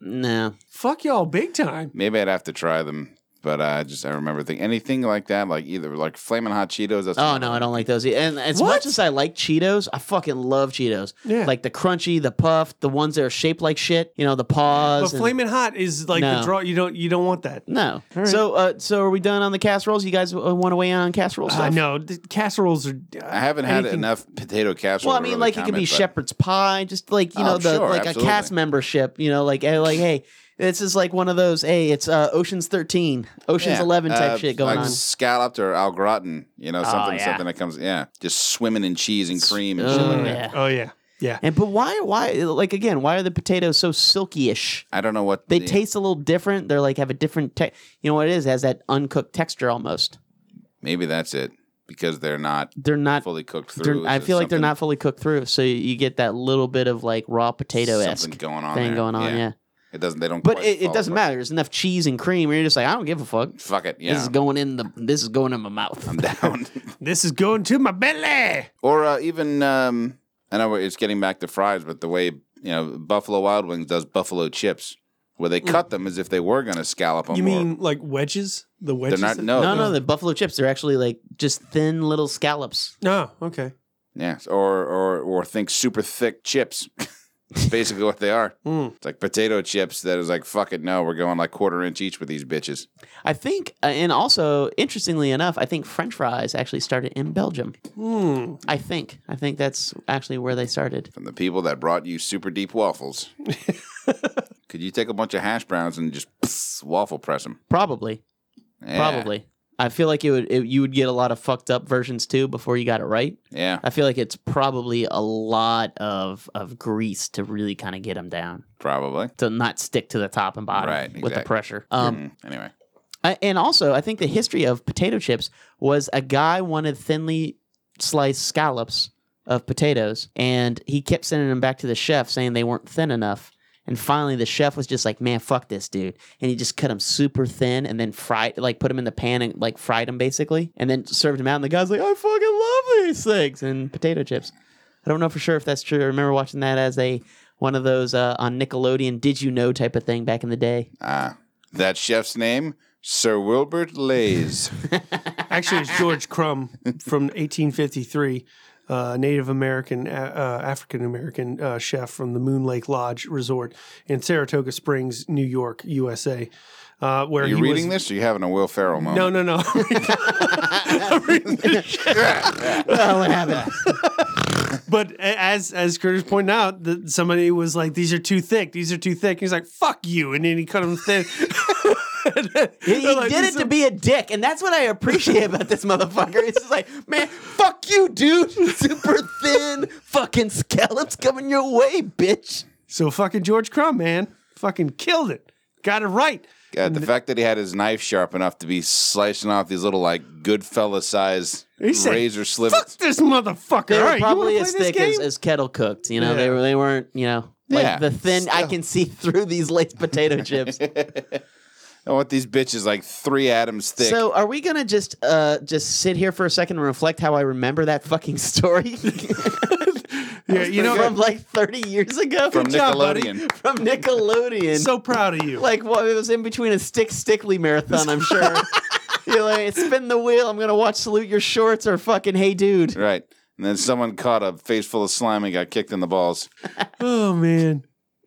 No. Fuck y'all, big time. Maybe I'd have to try them, but I just I remember thinking anything like that, like either like flaming hot Cheetos. That's Oh no, I don't like those. And as What? much as I like Cheetos, I fucking love Cheetos. Yeah. Like the crunchy, the puff, the ones that are shaped like shit. You know, the paws. But and- flaming hot is like the No. draw. You don't. You don't want that. No. So, uh, so are we done on the casseroles? You guys want to weigh in on casserole I stuff? know. Uh, the casseroles are. uh, I haven't had anything- enough potato casserole. Well, I to mean, really like it could comment, be but- shepherd's pie, just like you know, Oh, the sure, like absolutely. a cast membership. You know, like eh, like hey, this is like one of those. Hey, it's uh, Ocean's Thirteen, Ocean's Yeah. Eleven type Uh, shit going like on. Oh, Scalloped or al gratin, you know, something, yeah. something that comes, yeah, just swimming in cheese and cream and shit Oh, like that. yeah. Oh yeah. Yeah. And but why why like again? Why are the potatoes so silky-ish? I don't know what They the- taste a little different. They're like have a different. Te- you know what it is? It has that uncooked texture almost. Maybe that's it because they're not They're not. fully cooked they're- through. I Is it feel like they're something- not fully cooked through, so you get that little bit of like raw potato something esque going on thing there. going on. Yeah, It doesn't. They don't. but quite it, it fall doesn't apart. matter. There's enough cheese and cream, and you're just like, I don't give a fuck. Fuck it. This Yeah. is going in the. This is going in my mouth. I'm down. This is going to my belly. or uh, even um, I know it's getting back to fries, but the way you know Buffalo Wild Wings does buffalo chips, where Mm. they cut them as if they were going to scallop them. You or- mean like wedges? The they're wedges? not? that- No. no, no, the buffalo chips. They're actually like just thin little scallops. No. Oh, Okay. Yeah, or or or think super thick chips. It's basically what they are. It's like potato chips that is like fuck it. No, we're going like quarter inch each with these bitches. I think, uh, and also interestingly enough, I think French fries actually started in Belgium. Hmm. I think, I think that's actually where they started. From the people that brought you super deep waffles. Could you take a bunch of hash browns and just pss, waffle press them? Probably, probably. I feel like it would, it, you would get a lot of fucked up versions too before you got it right. Yeah. I feel like it's probably a lot of of grease to really kind of get them down Probably. to not stick to the top and bottom Right, with the exactly. pressure. Um, Mm, Anyway, I, Uh, and also, I think the history of potato chips was a guy wanted thinly sliced scallops of potatoes, and he kept sending them back to the chef saying they weren't thin enough. And finally, the chef was just like, "Man, fuck this, dude!" And he just cut them super thin, and then fried, like, put them in the pan and like fried them basically, and then served them out. And the guy's like, "I fucking love these things and potato chips." I don't know for sure if that's true. I remember watching that as a one of those uh, on Nickelodeon, "Did you know?" type of thing back in the day. ah, that chef's name Sir Wilbert Lays. Actually, it's George Crumb from 1853, uh, Native American, uh, uh, African American uh, chef from the Moon Lake Lodge Resort in Saratoga Springs, New York, USA. Uh, where Are you he reading was, this? Or are you having a Will Ferrell moment? No, no, no. oh, what happened? but a- as as Curtis pointed out, that somebody was like, "These are too thick. These are too thick." He's like, "Fuck you!" And then he cut them thin. And then He, he they're like, did it "This is to be a dick, and that's what I appreciate about this motherfucker. It's just like, man, fuck you, dude. Super thin fucking scallops coming your way, bitch. So fucking George Crumb, man, fucking killed it. Got it right. God, the fact that he had his knife sharp enough to be slicing off these little like good fella size He said, razor Fuck slivets. this motherfucker. They All were right, you wanna probably play as this thick as, game? as kettle cooked. You know, they Yeah. were they weren't. You know, like Yeah, the thin. I can see through these laced potato chips. I want these bitches like three atoms thick. So, are we gonna just uh just sit here for a second and reflect how I remember that fucking story? yeah, you know, from I'm like thirty years ago from good job, buddy. Nickelodeon. from Nickelodeon. so proud of you. like well, it was in between a stick stickly marathon, I'm sure. You're like, spin the wheel. I'm gonna watch salute your shorts or fucking hey dude. Right. And then someone caught a face full of slime and got kicked in the balls. oh man,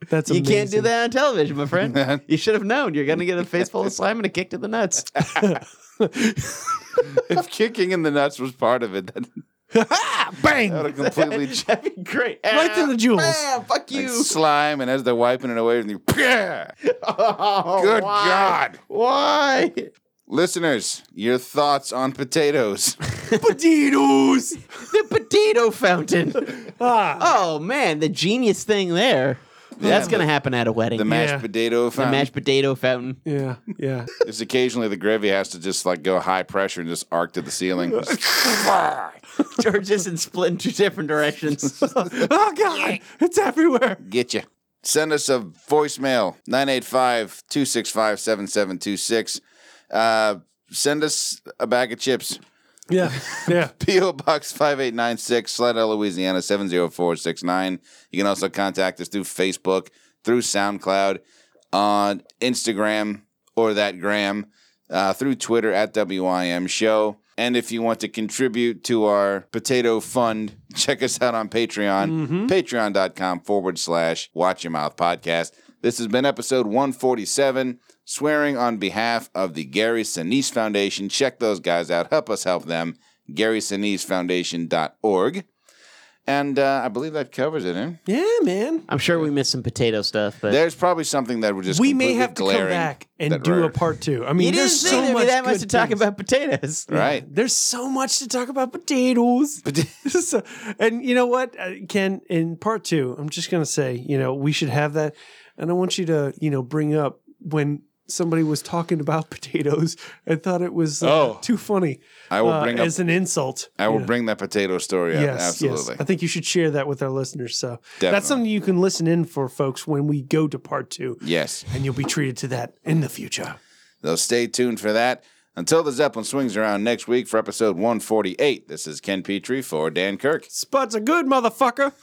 that's You can't do amazing. that on television, my friend. you should have known. You're gonna get a face full of slime and a kick to the nuts. if kicking in the nuts was part of it, that, Ah, Bang! that would have completely ch- That'd be great. Right to the jewels. Bam, fuck like you. slime. And as they're wiping it away, and you, good Oh, why? God, Why? listeners, your thoughts on potatoes? Potatoes. the potato fountain. Ah, Oh man, the genius thing there. That's gonna happen at a wedding. The Yeah. mashed potato the fountain. mashed potato fountain. yeah, yeah. It's occasionally the gravy has to just like go high pressure and just arc to the ceiling. George isn't split in two different directions. oh god, it's everywhere. Get you. Send us a voicemail 985 265 7726. Uh, Send us a bag of chips. Yeah, yeah. P.O. Box 5896, Slidell, Louisiana 70469. You can also contact us through Facebook, through SoundCloud, on Instagram or that gram, uh, through Twitter at WIM Show. And if you want to contribute to our potato fund, check us out on Patreon, Mm-hmm. patreon.com forward slash watch your mouth podcast. This has been episode 147, swearing on behalf of the Gary Sinise Foundation. Check those guys out. Help us help them. GarySiniseFoundation.org. And uh, I believe that covers it. Eh? Yeah, man. I'm sure we missed some potato stuff, but There's probably something that we're just We may completely have to come glaring back and that do we're- a part two. I you mean, didn't there's say so there'd be much that much good to talk things. about potatoes. right. Uh, There's so much to talk about potatoes. So- and you know what, uh, Ken? In part two, I'm just gonna say, you know, we should have that, and I want you to, you know, bring up when somebody was talking about potatoes and thought it was uh, Oh. too funny. I will uh, bring up. as an insult. I will Yeah. bring that potato story up. Yes, Absolutely. yes. I think you should share that with our listeners. So Definitely. that's something you can listen in for, folks, when we go to part two, Yes. and you'll be treated to that in the future. So stay tuned for that. Until the Zeppelin swings around next week for episode 148, this is Ken Petrie for Dan Kirk, Spud's a good motherfucker.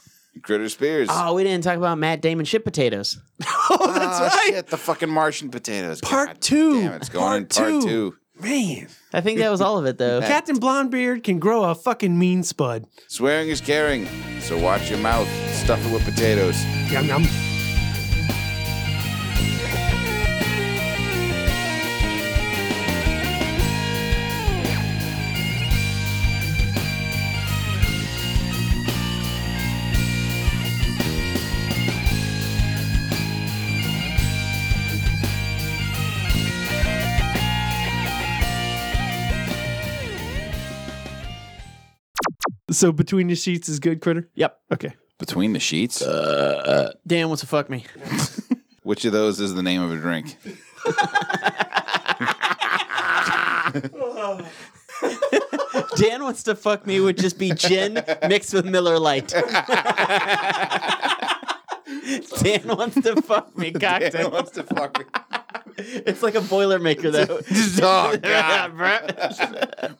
Critter Spears. Ah, Oh, we didn't talk about Matt Damon shit potatoes. that's right. Shit, Ah, the fucking Martian potatoes. Part God two. Damn, it's going in Part part two. two. Man, I think that was all of it, though. Captain Blondebeard can grow a fucking mean spud. Swearing is caring, so watch your mouth. Stuff it with potatoes. Yum yum. So between the sheets is good, critter. Yep. Okay. Between the sheets? Dan wants to fuck me. Uh, Which of those is the name of a drink? Dan wants to fuck me would just be gin mixed with Miller Lite. Dan wants to fuck me Dan cocktail. wants to fuck me. It's like a Boilermaker, though. Oh, Yeah, God. bruh.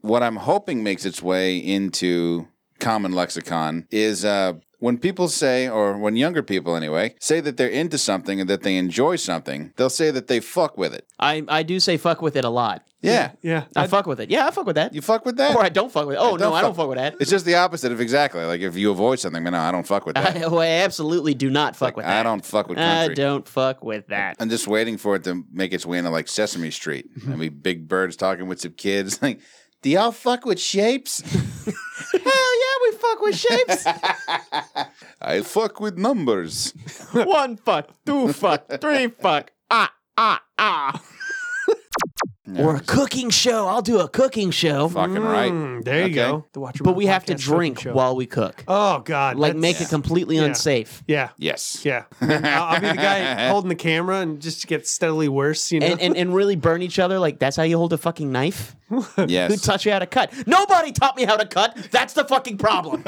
What I'm hoping makes its way into common lexicon is uh, when people say, or when younger people anyway, say that they're into something and that they enjoy something, they'll say that they fuck with it. I, I do say fuck with it a lot. Yeah. Yeah. I fuck with it. Yeah, I fuck with that. You fuck with that? Or I don't fuck with it. Oh, don't no, I don't fuck- fuck with that. It's just the opposite of exactly. Like if you avoid something, no, I don't fuck with that. I, oh, I absolutely do not fuck with that. I don't fuck with I country. don't fuck with that. I'm just waiting for it to make its way into like Sesame Street. I mean, Big Bird's talking with some kids. Like, do y'all fuck with shapes? Hell yeah, we fuck with shapes. I fuck with numbers. One fuck, two fuck, three fuck. Ah, ah, ah. Or a cooking show. I'll do a cooking show. Fucking right. Mm, there you Okay. go. The Watcher But we have to Podcast cooking drink show. while we cook. Oh God! like, that's- make it completely Yeah. unsafe. Yeah, Yes. yeah. I'll, I'll be the guy holding the camera and just get steadily worse. You know. And, and, and really burn each other. Like, that's how you hold a fucking knife? Who Yes. taught you how to cut? Nobody taught me how to cut. That's the fucking problem.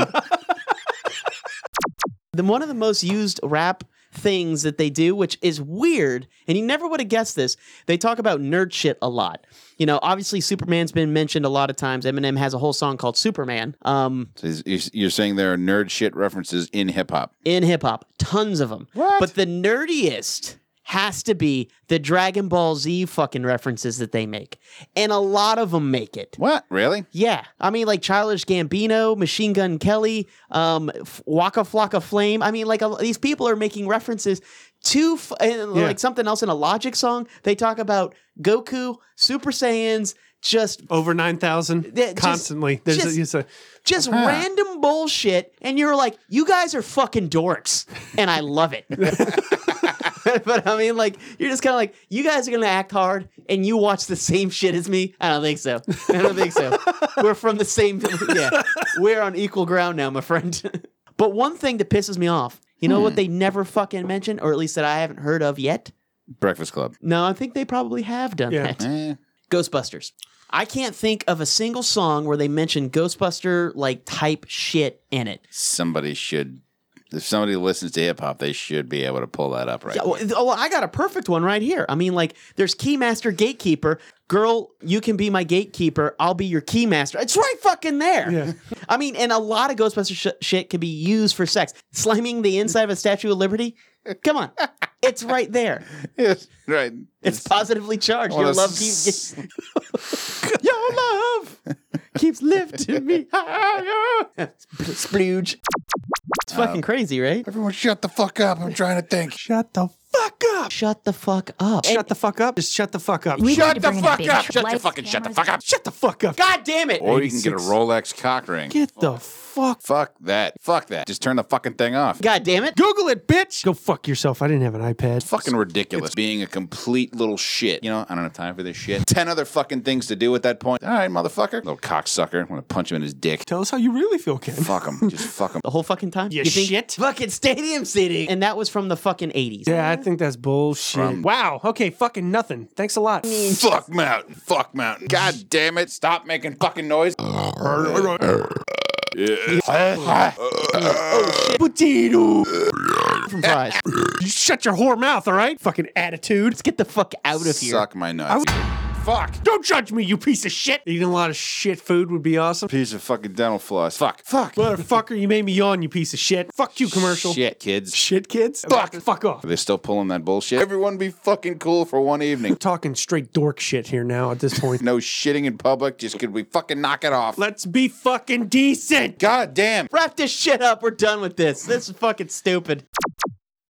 then one of the most used rap things that they do, which is weird, and you never would have guessed this, they talk about nerd shit a lot. You know, obviously Superman's been mentioned a lot of times. Eminem has a whole song called Superman. Um, So is- is- You're saying there are nerd shit references in hip hop. in hip hop, tons of them. But the nerdiest has to be the Dragon Ball Z fucking references that they make, and a lot of them make it. What? Really? Yeah, I mean, like Childish Gambino, Machine Gun Kelly, um, F- Waka Flocka Flame. I mean, like a, these people are making references to f- and, Yeah. like something else in a Logic song. They talk about Goku, Super Saiyans, just over nine thousand Yeah, just- constantly. There's just- a, it's a just random bullshit, and you're like, you guys are fucking dorks, and I love it. but I mean, like, you're just kind of like, you guys are gonna act hard, and you watch the same shit as me. I don't think so. I don't think so. We're from the same. Yeah, we're on equal ground now, my friend. but one thing that pisses me off, you know what they never fucking mention, or at least that I haven't heard of yet. Breakfast Club. No, I think they probably have done Yeah. that. Eh. Ghostbusters. I can't think of a single song where they mention Ghostbuster like type shit in it. Somebody should. If somebody listens to hip hop, they should be able to pull that up right. Yeah, well, oh, I got a perfect one right here. I mean, like, there's Keymaster Gatekeeper. Girl, you can be my gatekeeper. I'll be your keymaster. It's right fucking there. Yeah. I mean, and a lot of Ghostbuster sh- shit can be used for sex. Slamming the inside of a Statue of Liberty. Come on. It's right there. Yes. Right. It's positively charged. Well, Your love it's- keeps Your love keeps lifting me higher. Um, Splooge. It's fucking crazy, right? Everyone shut the fuck up. I'm trying to think. shut the fuck up. Shut the fuck up. Shut the fuck up. Just shut the fuck up. We Shut need to the bring in fuck big up. tr- Shut the lights, fucking shut the cameras. fuck up. shut the fuck up. God damn it. Or you can get a 86. Rolex cock ring. Get the fuck. Fuck that. Fuck that. Just turn the fucking thing off. God damn it. Google it, bitch. Go fuck yourself. I didn't have an iPad. fucking ridiculous. Being a complete little shit. You know, I don't have time for this shit. Ten other fucking things to do at that point. All right, motherfucker. Little cocksucker. I'm gonna punch him in his dick. Tell us how you really feel, Ken. Fuck him. Just fuck him. The whole fucking time? You shit. Fucking Stadium City. And that was from the fucking 80s. Yeah, I think that's bullshit. From- wow. Okay, fucking nothing. Thanks a lot. Fuck Mountain. Fuck Mountain. God damn it. Stop making fucking noise. Uh, Potato. From fries. You shut your whore mouth, all right? Fucking attitude. Let's get the fuck out of here. Suck my nuts. Fuck. Don't judge me, you piece of shit. Eating a lot of shit food would be awesome. Piece of fucking dental floss. Fuck. Fuck. Motherfucker, you made me yawn, you piece of shit. Fuck you, commercial. Shit, kids. Shit, kids. Fuck. Fuck off. Are they still pulling that bullshit? Everyone be fucking cool for one evening. Talking straight dork shit here now at this point. No shitting in public. Just could we fucking knock it off? Let's be fucking decent. God damn. Wrap this shit up. We're done with this. This is fucking stupid.